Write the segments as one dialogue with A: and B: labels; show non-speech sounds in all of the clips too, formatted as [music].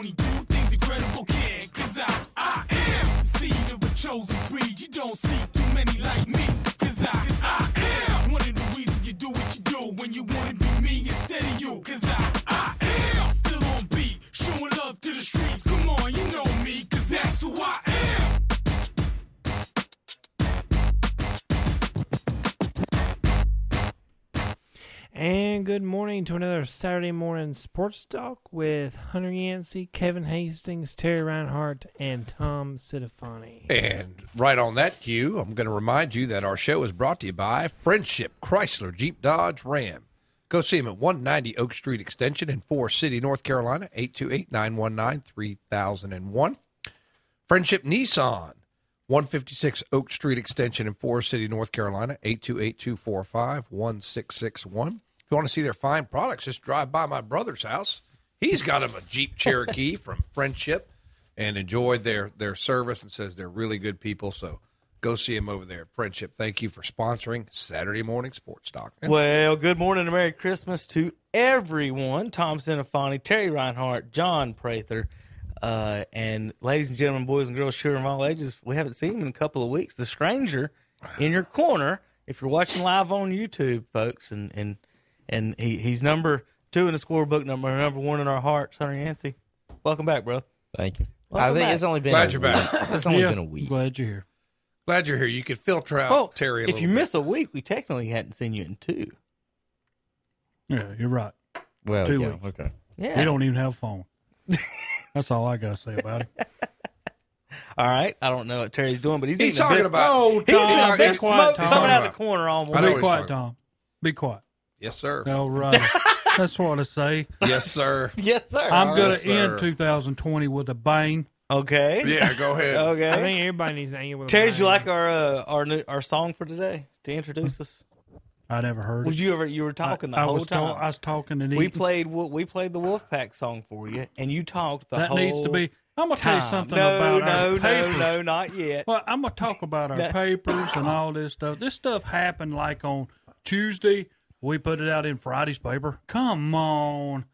A: we do things incredible can. Cause I, I am the seed of a chosen breed. You don't see too many like me. Cause I, cause I am one of the reasons you do what you do when you wanna be me instead of you. Cause I, I am still on beat, showing love to the streets. Come on, you know me, cause that's who I am.
B: And good morning to another Saturday morning sports talk with Hunter Yancey, Kevin Hastings, Terry Reinhardt, and Tom Sidifani.
C: And right on that cue, I'm going to remind you that our show is brought to you by Friendship Chrysler Jeep Dodge Ram. Go see them at 190 Oak Street Extension in Forest City, North Carolina, 828 919 3001. Friendship Nissan, 156 Oak Street Extension in Forest City, North Carolina, 828 245 1661. If you want to see their fine products, just drive by my brother's house. He's got him a Jeep Cherokee from Friendship and enjoyed their, their service and says they're really good people. So go see him over there at Friendship. Thank you for sponsoring Saturday Morning Sports Talk. And
D: Well, good morning and Merry Christmas to everyone. Tom Sinifani, Terry Reinhart, John Prather, uh, and ladies and gentlemen, boys and girls, children of all ages, we haven't seen him in a couple of weeks. The stranger in your corner, if you're watching live on YouTube, folks, and and and he, he's number two in the scorebook, number number one in our hearts, Hunter Yancey. Welcome back, bro.
E: Thank you.
D: Welcome
E: I think
D: back.
E: it's only been
C: Glad
E: a
C: you're
E: week.
C: back.
E: It's only
B: Yeah,
E: been a week.
B: Glad you're here.
C: glad you're here. You could filter out
D: Oh,
C: Terry a
D: if
C: little
D: you
C: bit.
D: miss a week, we technically hadn't seen you in two.
B: Yeah, you're right.
E: Well,
B: Two
E: yeah,
B: weeks.
E: okay.
D: Yeah.
B: We don't even have a
D: [laughs]
B: phone. That's all I got to say about it.
D: All right. I don't know what Terry's doing, but he's,
C: He's
D: eating a
C: talking
D: biscuit.
C: about.
B: Oh,
D: He's
B: Tom,
D: got a
B: be
D: big
B: quiet,
D: smoke
B: Tom.
D: coming out of the corner all
C: I know
D: morning.
B: Be
C: he's
B: quiet,
C: talking.
B: Tom. Be quiet.
C: Yes, sir. [laughs]
B: All right. That's what I say.
C: Yes, sir.
D: [laughs] Yes, sir.
B: I'm going
C: Yes,
B: to end
C: sir.
B: 2020 with a bang.
D: Okay.
C: Yeah, go ahead.
D: [laughs] Okay.
B: everybody needs to end with
D: Terry, did you like our uh, our new, our song for today to introduce us?
B: I never heard
D: Was
B: it.
D: you ever you were talking the
B: I, I
D: whole
B: was
D: time?
B: ta- I was talking to
D: we played wo- we played the Wolfpack song for you, and you talked the
B: That
D: whole
B: needs to be. I'm going to tell
D: time.
B: you something
D: no,
B: about
D: no,
B: our papers.
D: no, no, not yet.
B: Well, I'm gonna talk
D: [laughs]
B: about our papers and all this stuff. This stuff happened like on Tuesday. We put it out in Friday's paper. Come on,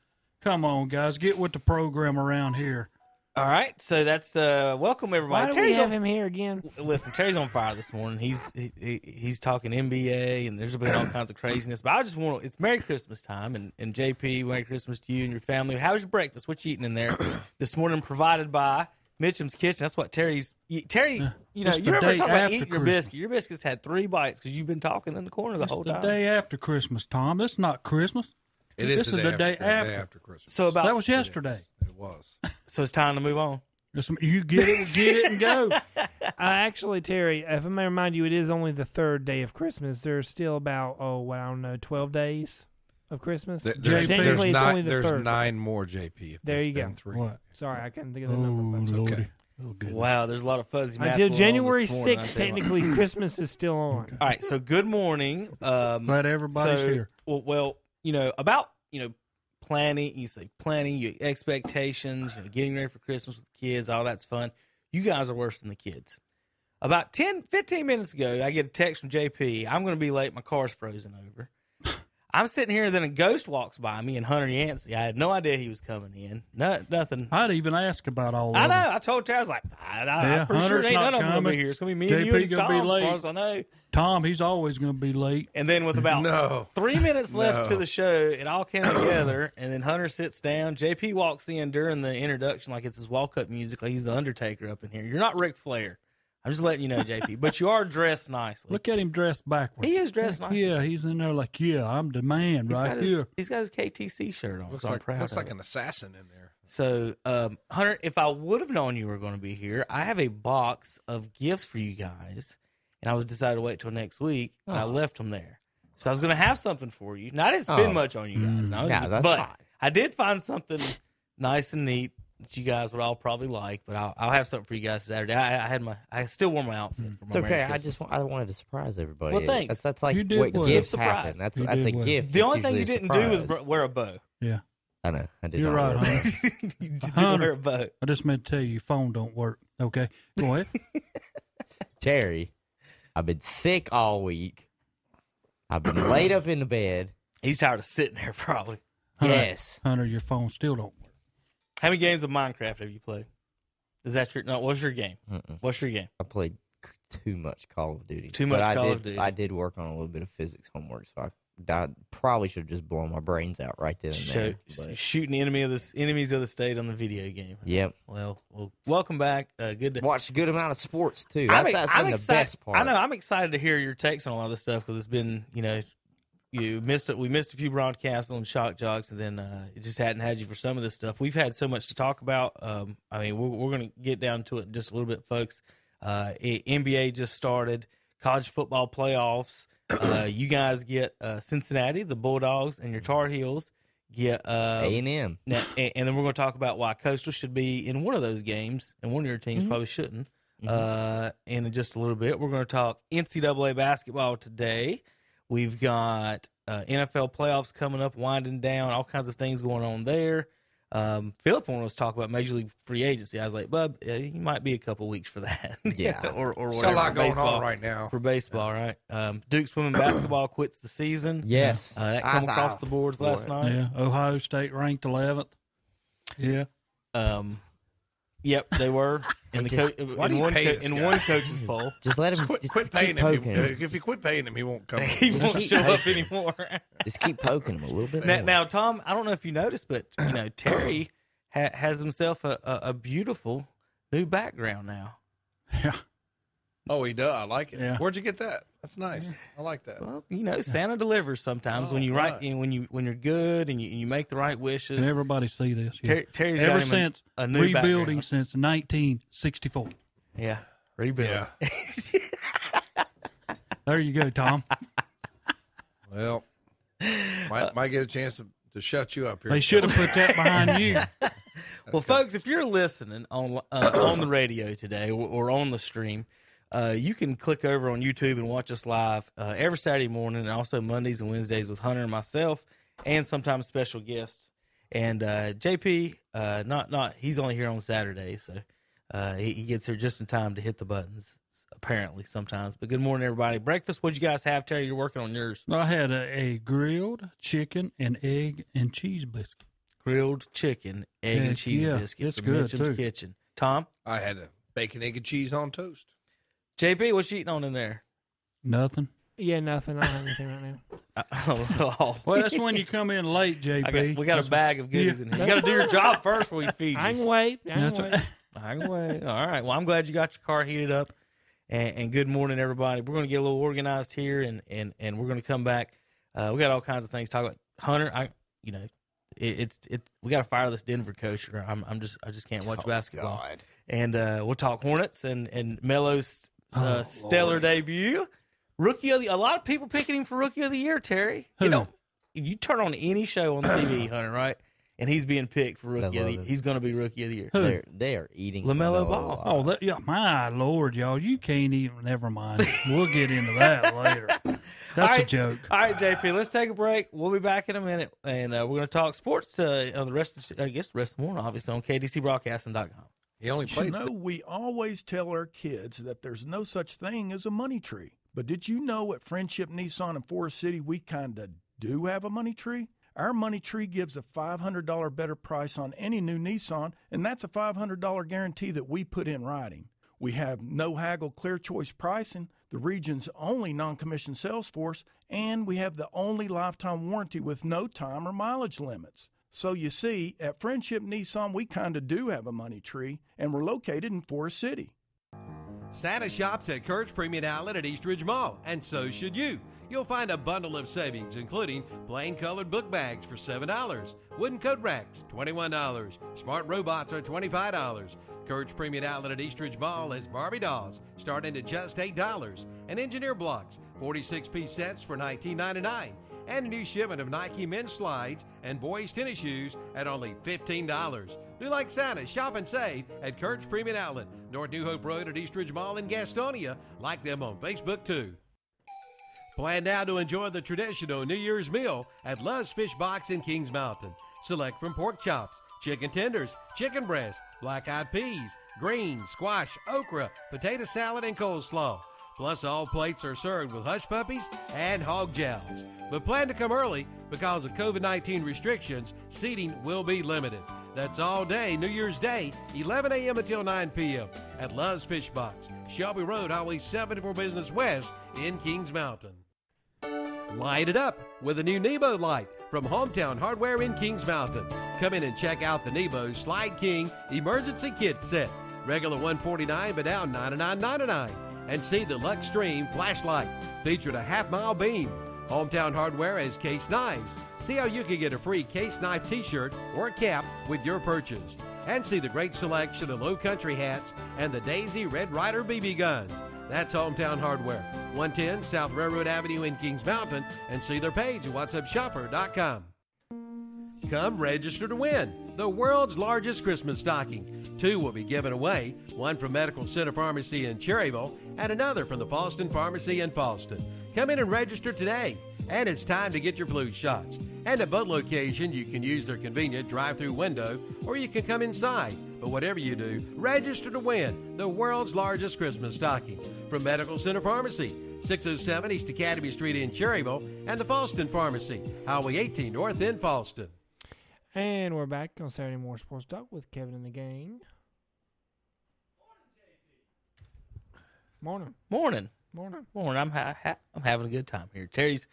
B: come on, guys, get with the program around here.
D: All right, so that's uh, welcome everybody. Terry's on,
B: him here again?
D: listen, Terry's on fire this morning. He's he, he- he's talking NBA, and there's been all kinds of craziness. But I just want to, it's Merry Christmas time, and, and JP, Merry Christmas to you and your family. How's your breakfast? What you eating
B: [coughs]
D: in there this morning? Provided by Mitchum's Kitchen. That's what Terry's. you- Terry, you know,
B: it's the
D: you ever
B: day
D: talk about
B: after
D: eating your
B: Christmas.
D: biscuit? Your biscuits had three bites because you've been talking in the corner the whole
B: The
D: time.
B: day after Christmas, Tom. This is not Christmas.
C: It is
B: This
C: the
B: is
C: day,
B: the day
C: after, the day
B: after. Oh,
C: after Christmas.
D: So about
B: That was yesterday.
C: It was.
D: so it's time to move on.
B: This- You get it, get it, and go.
F: [laughs] Uh, actually, Terry, if I may remind you, it is only the third day of Christmas. There's still about oh, well, I don't know, twelve days of Christmas.
C: There- There's, there's,
B: JP.
F: Technically, it's only
C: nine,
F: the
C: there's
F: third.
C: nine more, JP. If
F: There
C: there's
F: you go.
C: been Three.
B: What?
F: Sorry, I couldn't think of
B: Oh
F: the number. but-
B: lordy.
C: okay.
B: Oh good.
D: Wow, there's a lot of fuzzy. math
F: Until
D: going on
F: January
D: this morning, I
F: sixth,
D: tell you what. [coughs]
F: technically, Christmas is still on.
D: All right, so good morning. Um,
B: Glad everybody's here.
D: Well, well, you know about you know planning. You say planning your expectations, you know, getting ready for Christmas with the kids. All that's fun. You guys are worse than the kids. About 10, 15 minutes ago, I get a text from JP. I'm going to be late. My car's frozen
B: [laughs]
D: over. I'm sitting here, and then a ghost walks by me, and Hunter Yancey. I had no idea he was coming in. No, nothing.
B: I'd even ask about all.
D: I
B: of them.
D: know. I told Terry, I was like, I, I,
B: Yeah,
D: I'm pretty sure
B: Hunter's
D: ain't
B: not
D: none of them going to be
B: coming.
D: here. It's going to be me and
B: JP
D: you and
B: gonna be
D: Tom, as
B: late.
D: far as I know.
B: Tom, he's always going to be late.
D: And then with
C: [laughs]
D: about
C: No.
D: Three minutes left to
C: No.
D: the show. It all came together, [clears throat] and then Hunter sits down. JP walks in during the introduction, like it's his walk-up music, like he's the Undertaker up in here. You're not Ric Flair. I'm just letting you know, JP, but you are dressed nicely.
B: Look at him dressed backwards.
D: He is dressed nicely.
B: Yeah, he's in there like, yeah, I'm the man
D: He's
B: right
D: got his,
B: here.
D: He's got his KTC shirt on.
C: Looks
D: so I'm
C: like,
D: proud
C: looks
D: of
C: like
D: it.
C: an assassin in there.
D: So, um, Hunter, if I would have known you were going to be here, I have a box of gifts for you guys, and I was decided to wait till next week. And I
E: Oh.
D: left them there, so I was going to have something for you. Now I didn't spend
E: Oh.
D: much on you guys, no,
E: Nah, that's
D: but
E: fine.
D: I did find something nice and neat that you guys would all probably like. But I'll, I'll have something for you guys Saturday. I, I had my, I still wore my outfit. For my
E: Mm. It's okay.
D: Merry
E: I just
D: Christmas.
E: wa- I wanted to surprise everybody.
D: Well, thanks.
E: That's, that's like
B: You did
E: what
B: well.
E: gifts
D: Give surprise.
E: happen. That's
B: You
E: that's a
B: did well.
E: gift.
D: the
E: It's
D: only thing you
E: usually a
D: didn't do was
E: surprise.
D: br- wear a bow.
B: Yeah,
E: I know. I did
B: you're
E: not
B: right,
E: wear that.
B: honey.
E: [laughs]
D: you just didn't
B: Hunter.
D: wear a bow.
B: I just meant to tell you, your phone don't work. Okay,
E: [laughs]
B: go ahead.
E: Terry, I've been sick all week. I've
D: [clears throat]
E: been laid up in the bed.
D: He's tired of sitting there, [laughs] probably.
B: Hunter,
E: Yes.
B: Hunter, your phone still don't work.
D: How many games of Minecraft have you played? Is that your no? What's your game?
E: Mm-mm.
D: What's your game?
E: I played c- too much Call of Duty.
D: Too
E: But
D: much
E: I
D: Call
E: did,
D: of Duty.
E: I did work on a little bit of physics homework, so I, I probably should have just blown my brains out right then and
D: So,
E: there. but-
D: shooting enemy of the enemies of the state on the video game.
E: yep.
D: Well, well, welcome back. Uh, good to
E: Watched a good amount of sports too. That's, that's been the
D: excited,
E: best part.
D: I know. I'm excited to hear your takes on a lot of this stuff because it's been, you know, you missed it. We missed a few broadcasts on shock jocks, and then uh, it just hadn't had you for some of this stuff. We've had so much to talk about. Um, I mean, we're, we're going to get down to it in just a little bit, folks. Uh, i- NBA just started college football playoffs. Uh, you guys get uh, Cincinnati, the Bulldogs, and your Tar Heels. Get uh,
E: A and M.
D: now, and, and then we're going to talk about why Coastal should be in one of those games, and one of your teams
E: Mm-hmm.
D: probably shouldn't. Uh, and in just a little bit, we're going to talk NCAA basketball today. We've got uh, NFL playoffs coming up, winding down, all kinds of things going on there. Um, Philip wanted us to talk about Major League free agency. I was like, Bub, uh, you might be a couple weeks for that. [laughs]
E: Yeah.
D: or or
C: There's
D: whatever.
C: a lot going
D: baseball,
C: on right now.
D: for baseball, right? Um,
C: [clears throat]
D: Duke's women basketball quits the season.
E: Yes.
D: uh, that
E: I
D: come across
E: thought-
D: the boards last night.
B: Yeah, Ohio State ranked eleventh. Yeah,
D: Um, yep,
E: [laughs]
D: they were in the
E: just-
D: co- in,
C: Why do you
D: one
C: pay
D: co-
C: this
D: in
C: guy? [laughs]
D: one coach's poll.
E: Just let him.
C: Quit,
E: just
C: quit
E: keep
C: paying him.
E: poking him.
C: If if you quit paying him, he won't come.
D: He won't
E: keep
D: show up [laughs] anymore.
E: Just keep poking him a little bit.
D: now,
E: more.
D: now, Tom, I don't know if you noticed, but you know Terry ha- has himself a, a, a beautiful new background now.
B: yeah.
C: Oh, he does. I like it.
B: Yeah.
C: Where'd you get that? That's nice. I like that.
D: Well, you know, Santa delivers sometimes when
C: Oh,
D: you write
C: right.
D: and when you when you're good and you, and you make the right
B: Can
D: wishes.
B: everybody see this? Yeah.
D: Ter- Terry's got
B: Ever
D: him a-
B: since
D: a new
B: rebuilding
D: background.
B: since 1964.
D: yeah, rebuild.
C: Yeah.
B: There you go,
D: [laughs]
B: Tom.
C: [laughs] Well, might, might get a chance to, to shut you up here.
B: Uh, they should have put that behind you.
D: [laughs] Well, folks, if you're listening on uh, on the radio today or, or on the stream, uh, you can click over on YouTube and watch us live uh, every Saturday morning, and also Mondays and Wednesdays with Hunter and myself, and sometimes special guests. And uh, JP, uh, not not he's only here on Saturday, so uh, he, he gets here just in time to hit the buttons. Apparently, sometimes. But good morning, everybody. Breakfast. What'd you guys have, Terry? You're working on yours.
B: I had a, a grilled chicken and egg and cheese biscuit.
D: Grilled chicken, egg
B: Heck
D: and cheese
B: yeah,
D: biscuit
B: it's
D: from
B: good,
D: Mitchum's
B: too.
D: Kitchen. Tom,
C: I had a bacon, egg, and cheese on toast.
D: JP, what you eating on in there?
B: Nothing.
F: Yeah, nothing. I don't have anything right now. [laughs]
D: oh,
B: Well, that's when you come in late, JP.
D: I got, we got a
B: That's-
D: bag of goodies
B: Yeah.
D: in here. You got to do your job first before we feed
F: I can
D: you.
F: wait. I
B: That's
F: can wait.
B: right.
D: I can wait. All right. Well, I'm glad you got your car heated up. And, and good morning, everybody. We're going to get a little organized here, and and and we're going to come back. Uh, we got all kinds of things to talk about. Hunter, I you know, it, it's it's we got to fire this Denver coach. Or I'm I'm just I just can't watch basketball. And uh, we'll talk Hornets and and Melo's uh, stellar debut. Rookie of the a lot of people picking him for rookie of the year, Terry.
B: Who?
D: You know, you turn on any show on the TV, Hunter, right? And he's being picked for rookie of
E: love
D: the
E: him.
D: He's going to be rookie of the year.
B: Who?
E: They're, they are eating
D: LaMelo Ball.
C: [laughs]
E: alive.
B: Oh, that, yeah, my lord, y'all! You can't even. Never mind. We'll get into
D: [laughs]
B: that later. That's
D: All
B: a
D: right.
B: joke.
D: All right, JP, let's take a break. We'll be back in a minute, and uh, we're going to talk sports uh, on the rest of, the- I guess, the rest of the morning, obviously, on kdcbroadcasting.com.
C: He only
G: You
C: played.
G: know, we always tell our kids that there's no such thing as a money tree. But did you know at Friendship Nissan in Forest City, we kind of do have a money tree? Our money tree gives a $500 better price on any new Nissan, and that's a $500 guarantee that we put in writing. We have no haggle clear choice pricing, the region's only non commissioned sales force, and we have the only lifetime warranty with no time or mileage limits. So you see, at Friendship Nissan, we kind of do have a money tree, and we're located in Forest City.
H: Santa shops at Kurt's Premium Outlet at Eastridge Mall, and so should you. You'll find a bundle of savings, including plain colored book bags for $7, wooden coat racks, $21, smart robots are $25. Kurt's Premium Outlet at Eastridge Mall has Barbie dolls starting at just $8, and engineer blocks, 46 piece sets for $19.99, and a new shipment of Nike men's slides and boys' tennis shoes at only $15. Do like Santa, shop and save at Kurt's Premium Outlet, North New Hope Road at Eastridge Mall in Gastonia. Like them on Facebook too. Plan now to enjoy the traditional New Year's meal at Love's Fish Box in Kings Mountain. Select from pork chops, chicken tenders, chicken breast, black eyed peas, greens, squash, okra, potato salad, and coleslaw. Plus, all plates are served with hush puppies and hog jowls. But plan to come early because of COVID 19 restrictions, seating will be limited. That's all day, New Year's Day, 11 a.m. until 9 p.m. at Love's Fish Box, Shelby Road, Highway 74 Business West in Kings Mountain. Light it up with a new Nebo light from Hometown Hardware in Kings Mountain. Come in and check out the Nebo Slide King Emergency Kit Set. Regular 149 but now 99.99 and see the Lux Stream flashlight featured a half mile beam. Hometown Hardware has case knives. See how you can get a free case knife t-shirt or cap with your purchase. And see the great selection of low country hats and the Daisy Red Rider BB guns. That's Hometown Hardware, 110 South Railroad Avenue in Kings Mountain, and see their page at whatsupshopper.com. Come register to win the world's largest Christmas stocking. Two will be given away one from Medical Center Pharmacy in Cherryville and another from the Falston Pharmacy in Falston. Come in and register today, and it's time to get your flu shots. And at both locations, you can use their convenient drive through window or you can come inside. But whatever you do, register to win the world's largest Christmas stocking from Medical Center Pharmacy. 607 East Academy Street in Cherryville and the Falston Pharmacy, Highway 18 North in Falston.
F: And we're back on Saturday Morning Sports Talk with Kevin and the gang. Morning,
D: Morning.
F: morning.
D: Morning. I'm ha- ha- I'm having a good time here. Terry's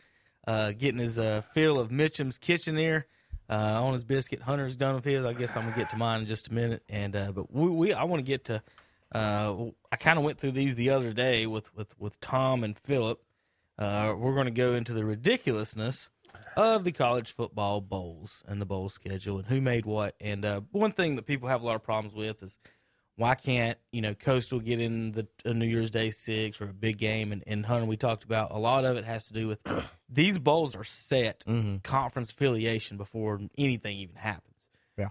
D: uh, getting his uh, fill of Mitchum's kitchen there uh, on his biscuit. Hunter's done with his. I guess I'm gonna get to mine in just a minute. And uh, but we, we I want to get to. Uh, I kind of went through these the other day with with with Tom and Philip. Uh, we're going to go into the ridiculousness of the college football bowls and the bowl schedule and who made what. And uh, one thing that people have a lot of problems with is why can't you know coastal get in the a new year's day six or a big game and, and hunter we talked about a lot of it has to do with [coughs] these bowls are set conference affiliation before anything even happens
E: Yeah.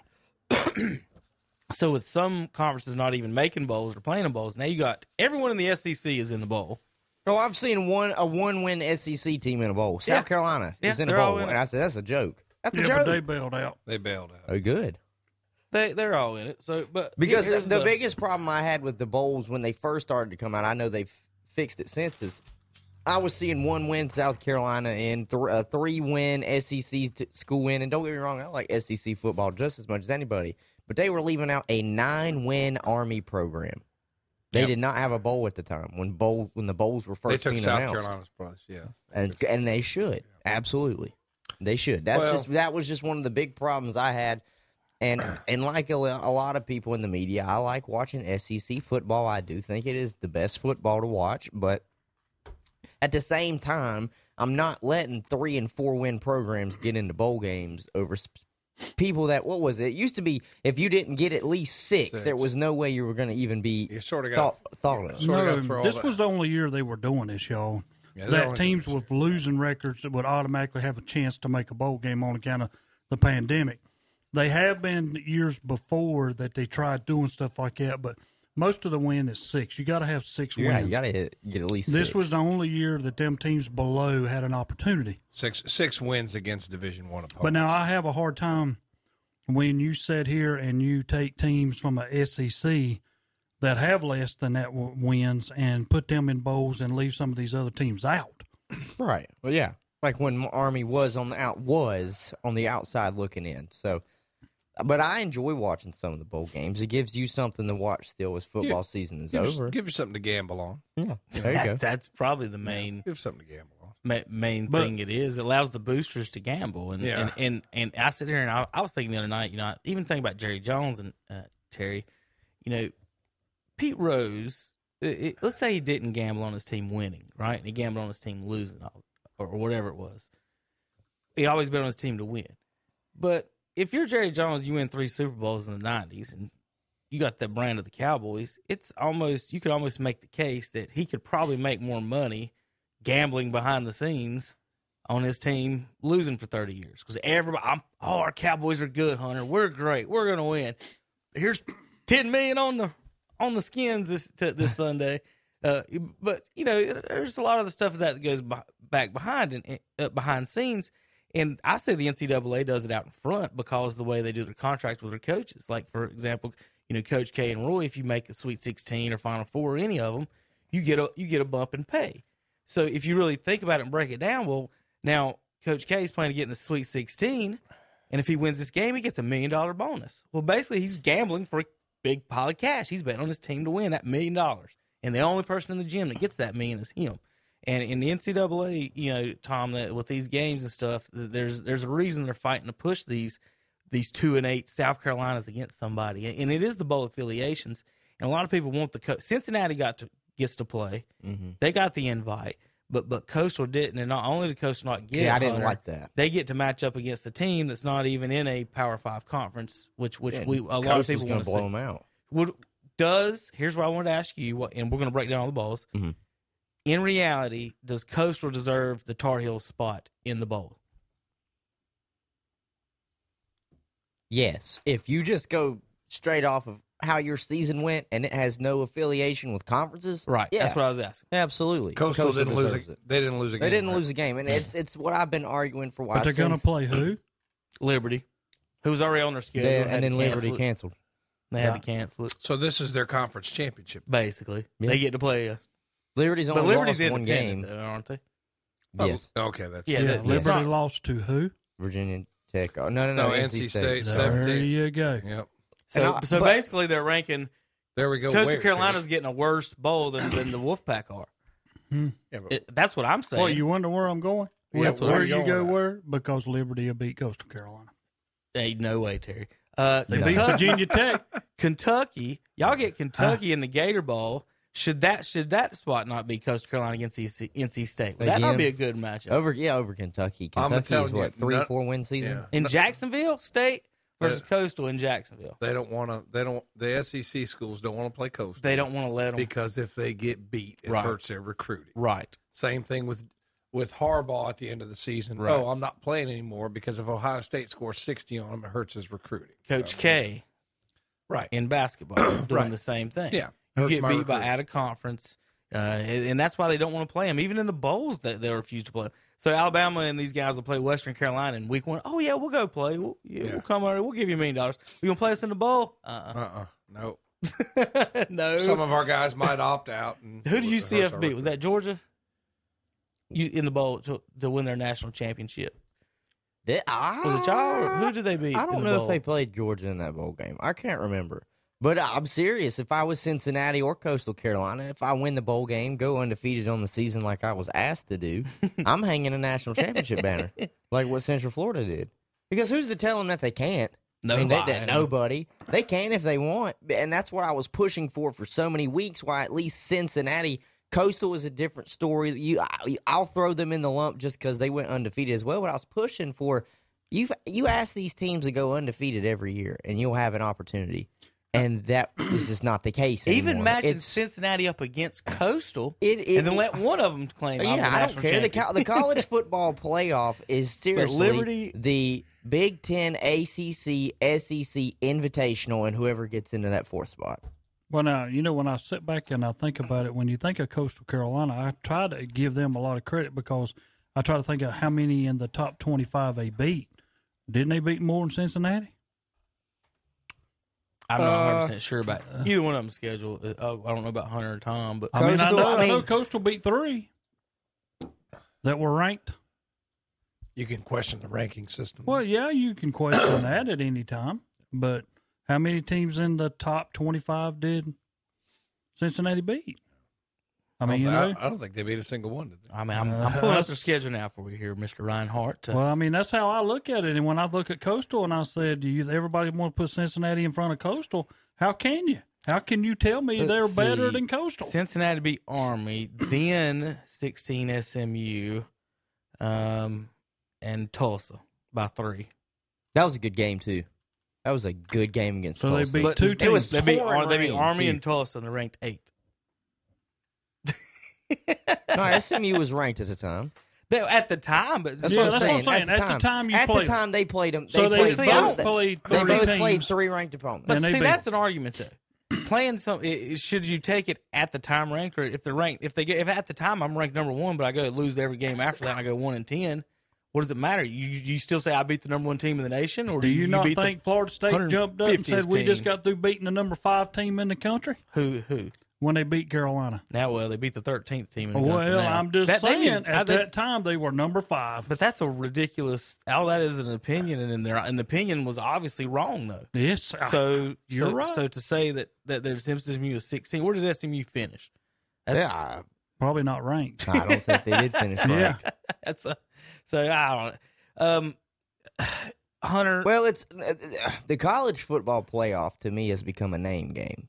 D: [coughs] so with some conferences not even making bowls or playing in bowls now you got everyone in the sec is in the bowl
E: No, Oh, I've seen one a one-win SEC team in a bowl. South
D: Yeah.
E: Carolina
D: Yeah,
E: is in a
D: they're all
E: bowl,
D: in
E: and
D: it.
E: I said that's a joke. That's a
B: Yeah,
E: joke.
B: but they bailed out.
C: They bailed out.
E: oh, good.
D: they, they're all in it so but
E: Because
D: here's
E: the, biggest problem I had with the bowls when they first started to come out, I know they've fixed it since, is I was seeing one win South Carolina and th- a three win SEC t- school win. And don't get me wrong, I like SEC football just as much as anybody, but they were leaving out a nine win Army program. They
D: Yep.
E: did not have a bowl at the time when bowl when the bowls were first
C: They took
E: being
C: South
E: announced,
C: Carolina's place. Yeah.
E: and and they should absolutely they should. That's
C: Well-
E: just that was just one of the big problems I had. And [clears throat] and like a, lo- a lot of people in the media, I like watching SEC football. I do think it is the best football to watch, but at the same time, I'm not letting three and four win programs get into bowl games over sp- people that what was it? it used to be if you didn't get at least six,
C: Six.
E: there was no way you were going to even be
C: You sort of got
E: thought, thought of.
C: So we gotta
B: no,
C: throw
B: this
C: all that-
B: was the only year they were doing this, y'all.
C: Yeah, they're
B: that
C: only
B: teams
C: doing
B: with losing records that would automatically have a chance to make a bowl game on account of the pandemic. They have been years before that they tried doing stuff like that, but most of the win is six. You got to have six
E: Yeah,
B: wins.
E: you got to get at least.
B: This
E: six.
B: was the only year that them teams below had an opportunity.
C: Six six wins against Division One opponents.
B: But now I have a hard time when you sit here and you take teams from a SEC that have less than that w- wins and put them in bowls and leave some of these other teams out.
E: Right. Well, yeah. Like when Army was on the out was on the outside looking in. So, but I enjoy watching some of the bowl games. It gives you something to watch still as football season is
C: give, us-
E: over. [laughs]
C: give you something to gamble on.
E: yeah. There you go.
D: that's, that's probably the main
C: Give us something to gamble on.
D: ma- main
B: But-
D: thing it is. It allows the boosters to gamble, and
C: Yeah.
D: and, and and I sit here and I, I was thinking the other night, you know, even thinking about Jerry Jones and uh, Terry, you know, Pete Rose. It, it- let's say he didn't gamble on his team winning, right? And he gambled on his team losing, all- or whatever it was. He always bet on his team to win. But if you're Jerry Jones, you win three Super Bowls in the '90s, and you got that brand of the Cowboys. It's almost you could almost make the case that he could probably make more money gambling behind the scenes on his team losing for 30 years because everybody, I'm, oh, our Cowboys are good, Hunter. We're great. We're gonna win. Here's 10 million on the on the skins this to, this Sunday. Uh, but you know, there's a lot of the stuff that goes beh- back behind and uh, behind scenes. And I say the NCAA does it out in front because the way they do their contract with their coaches. Like for example, you know, Coach K and Roy, if you make the Sweet 16 or Final Four or any of them, you get a you get a bump in pay. So if you really think about it and break it down, well, now Coach K is planning to get in the Sweet 16, and if he wins this game, he gets a million dollar bonus. Well, basically, he's gambling for a big pile of cash. He's betting on his team to win that million dollars, and the only person in the gym that gets that million is him. And in the NCAA, you know, Tom, that with these games and stuff, th- there's there's a reason they're fighting to push these these two and eight South Carolinas against somebody, and it is the bowl affiliations. And a lot of people want the co- Cincinnati got to gets to play. They got the invite, but but Coastal didn't, and not only did Coastal not get,
E: Yeah,
D: it,
E: I didn't
D: Hunter,
E: like that.
D: They get to match up against a team that's not even in a Power Five conference, which which we a lot of people
E: going
D: want
E: to
D: to
E: blow
D: see.
E: them out.
D: Would does here's what I wanted to ask you, what, and we're going to break down all the balls.
E: Mhm.
D: In reality, does Coastal deserve the Tar Heels spot in the bowl?
E: Yes, if you just go straight off of how your season went and it has no affiliation with conferences,
D: Right.
E: Yeah,
D: That's what I was asking.
E: absolutely.
C: Coastal, didn't lose. A,
E: deserves it.
C: They didn't lose a game.
E: They didn't
C: right?
E: lose a game, and it's it's what I've been arguing for. Why
B: But they're going to
E: since
B: play who?
D: Liberty, who's already on their
E: they-
D: schedule, had
E: and
D: to
E: then Liberty
D: cancel it.
E: canceled.
D: They had to cancel it.
C: So this is their conference championship.
D: Basically,
E: Yeah.
D: they get to play. A,
E: Liberty's only
D: but Liberty's
E: lost one
D: independent,
E: game.
D: though, aren't they?
C: Oh,
E: Yes,
C: Okay, that's
D: Yeah,
B: Yeah,
D: that's-
B: Liberty
D: that's not-
B: lost to who?
E: Virginia Tech. Oh, no, no,
C: no,
E: no.
C: NC State.
B: There
C: 17.
B: you go.
C: Yep.
D: So,
E: And I-
D: so
E: but-
D: basically, they're ranking
C: There we go.
D: Coastal
C: Where,
D: Carolina's getting a worse bowl than, than the Wolfpack are.
E: Hmm.
C: Terry? Yeah, but
D: It- that's what I'm saying.
B: Well, you wonder where I'm going?
C: Yeah,
B: Where,
C: that's what
B: where
C: I'm
B: you
C: going
B: go
C: with.
B: where? Because Liberty will beat Coastal Carolina.
D: Ain't no way, Terry. Uh,
B: They beat
D: Kentucky-
B: Virginia Tech.
D: [laughs] Kentucky, y'all get Kentucky in the Gator Bowl. Should that should that spot not be Coastal Carolina against E NC, NC State? Would that not
E: Again.
D: be a good matchup?
E: Over, yeah, over Kentucky.
C: I'm
E: Kentucky
C: telling
E: is
C: you,
E: what three,
C: no-
E: four win season.
C: yeah.
D: in Jacksonville State versus
C: Uh,
D: Coastal in Jacksonville.
C: They don't want to. They don't. The SEC schools don't want to play Coastal
D: They don't want to let them.
C: because if they get beat, it
D: Right.
C: hurts their recruiting.
D: right.
C: Same thing with with Harbaugh at the end of the season.
D: Right.
C: Oh, I'm not playing anymore because if Ohio State scores 60 on him, it hurts his recruiting.
D: Coach
C: So,
D: K
C: Right. [clears throat]
D: in basketball doing
C: Right.
D: the same [laughs] thing.
C: Yeah.
D: You
C: hurts
D: get
C: my
D: beat by
C: recruiting.
D: out of conference, uh, and, and that's why they don't want to play them. Even in the bowls, that they refuse to play. 'em. So Alabama and these guys will play Western Carolina in week one. Oh yeah, we'll go play. We'll, yeah,
C: Yeah.
D: we'll come over. We'll give you a million dollars. You gonna play us in the bowl? Uh,
C: Uh-uh. No.
D: uh [laughs] no.
C: Some of our guys might opt out.
E: Mm-hmm.
C: And
D: Who did
C: it
D: you
C: hurts our
D: CF beat?
C: recruiting.
D: Was that Georgia? You in the bowl to, to win their national championship?
E: Did, I,
D: Was it y'all? Or who did they beat?
E: I
D: in
E: don't
D: the
E: know
D: bowl?
E: if they played Georgia in that bowl game. I can't remember. But I'm serious. If I was Cincinnati or Coastal Carolina, if I win the bowl game, go undefeated on the season like I was asked to
D: [laughs]
E: do, I'm hanging a national championship banner like what Central Florida did. Because who's to tell them that they can't? I mean, they, they,
D: Nobody.
E: nobody. They can if they want, and that's what I was pushing for for so many weeks. Why at least Cincinnati Coastal is a different story. You, I, I'll throw them in the lump just because they went undefeated as well. What I was pushing for, you you ask these teams to go undefeated every year, and you'll have an opportunity, and that is just not the case.
D: Even
E: anymore.
D: matching
E: It's-
D: Cincinnati up against Coastal,
E: It- it-
D: and then let one of them claim. I'm the
E: yeah, I don't
D: national
E: care. The,
D: champion. [laughs]
E: co- the college football playoff is seriously
D: Liberty-
E: the Big Ten, ACC, SEC E invitational, and whoever gets into that fourth spot.
B: Well, now, you know, when I sit back and I think about it, when you think of Coastal Carolina, I try to give them a lot of credit because I try to think of how many in the top 25 they beat. Didn't they beat more than Cincinnati?
D: I'm not 100
E: Uh,
D: percent sure about uh,
E: [laughs]
D: either one of them scheduled. Uh, oh, I don't know about Hunter or Tom, but
B: I mean, I
E: Coastal-
B: know,
E: I
B: I know
E: mean-
B: Coastal beat three that were ranked.
C: You can question the ranking system.
B: Well, yeah, you can question that at any time, but how many teams in the top 25 did Cincinnati beat? I
C: I,
B: mean, you
C: don't,
B: know.
C: I don't think they beat a single one. Did they?
D: I mean, I'm,
B: Uh,
D: I'm pulling up
B: that's-
D: the schedule now for you here, Mr. Reinhardt. Uh,
B: Well, I mean, that's how I look at it. And when I look at Coastal and I said, do you, everybody want to put Cincinnati in front of Coastal? How can you? How can you tell me
D: Let's
B: they're
D: see.
B: better than Coastal?
D: Cincinnati beat Army, then 16 SMU, um, and Tulsa by three.
E: That was a good game too. That was a good game against.
B: So they
E: Tulsa.
B: beat But two
E: It was
B: teams.
D: They beat,
E: torn
D: Ar- they beat
E: rain,
D: Army
E: too.
D: and Tulsa, and they're ranked eighth.
E: no, SMU was ranked at the time.
D: They, at the time, but
E: That's
B: Yeah,
E: what I'm
B: that's
E: saying.
B: what I'm saying. At the time you
E: at the
B: played 'em.
E: time they played them. They
B: so they
E: played
D: See, I
E: both.
B: both
D: don't-
B: played
E: they
B: three
E: both
B: teams.
E: played three ranked opponents.
D: But
B: And they
D: see,
B: beat
D: that's an argument though. Playing some, i- i- should you take it at the time ranked or if they're ranked? If they get, if at the time I'm ranked number one, but I go lose every game after that, and I go one and ten. What does it matter? You you you still say I beat the number one team in the nation, or
B: Do you, not
D: beat the-
B: think Florida State jumped up and
D: 150th
B: said we just
D: team?
B: got through beating the number five team in the country?
D: who who?
B: when they beat Carolina.
D: Now, well, they beat the 13th team. In the country
B: Well,
D: now.
B: I'm just
D: That- they
B: saying,
D: didn't-
B: at
D: I think-
B: that time they were number five.
D: But that's a ridiculous. All that is an opinion, and in there, and the opinion was obviously wrong though.
B: Yes, I-
D: So
B: You're
D: so,
B: right.
D: So to say that that there's SMU is 16. Where does SMU finish? That's,
E: yeah,
B: probably not ranked.
E: I, I don't think they did
B: [laughs]
E: finish. Right.
B: yeah,
D: That's a, so I don't. know. Um, Hunter.
E: Well, it's uh, the college football playoff to me has become a name game.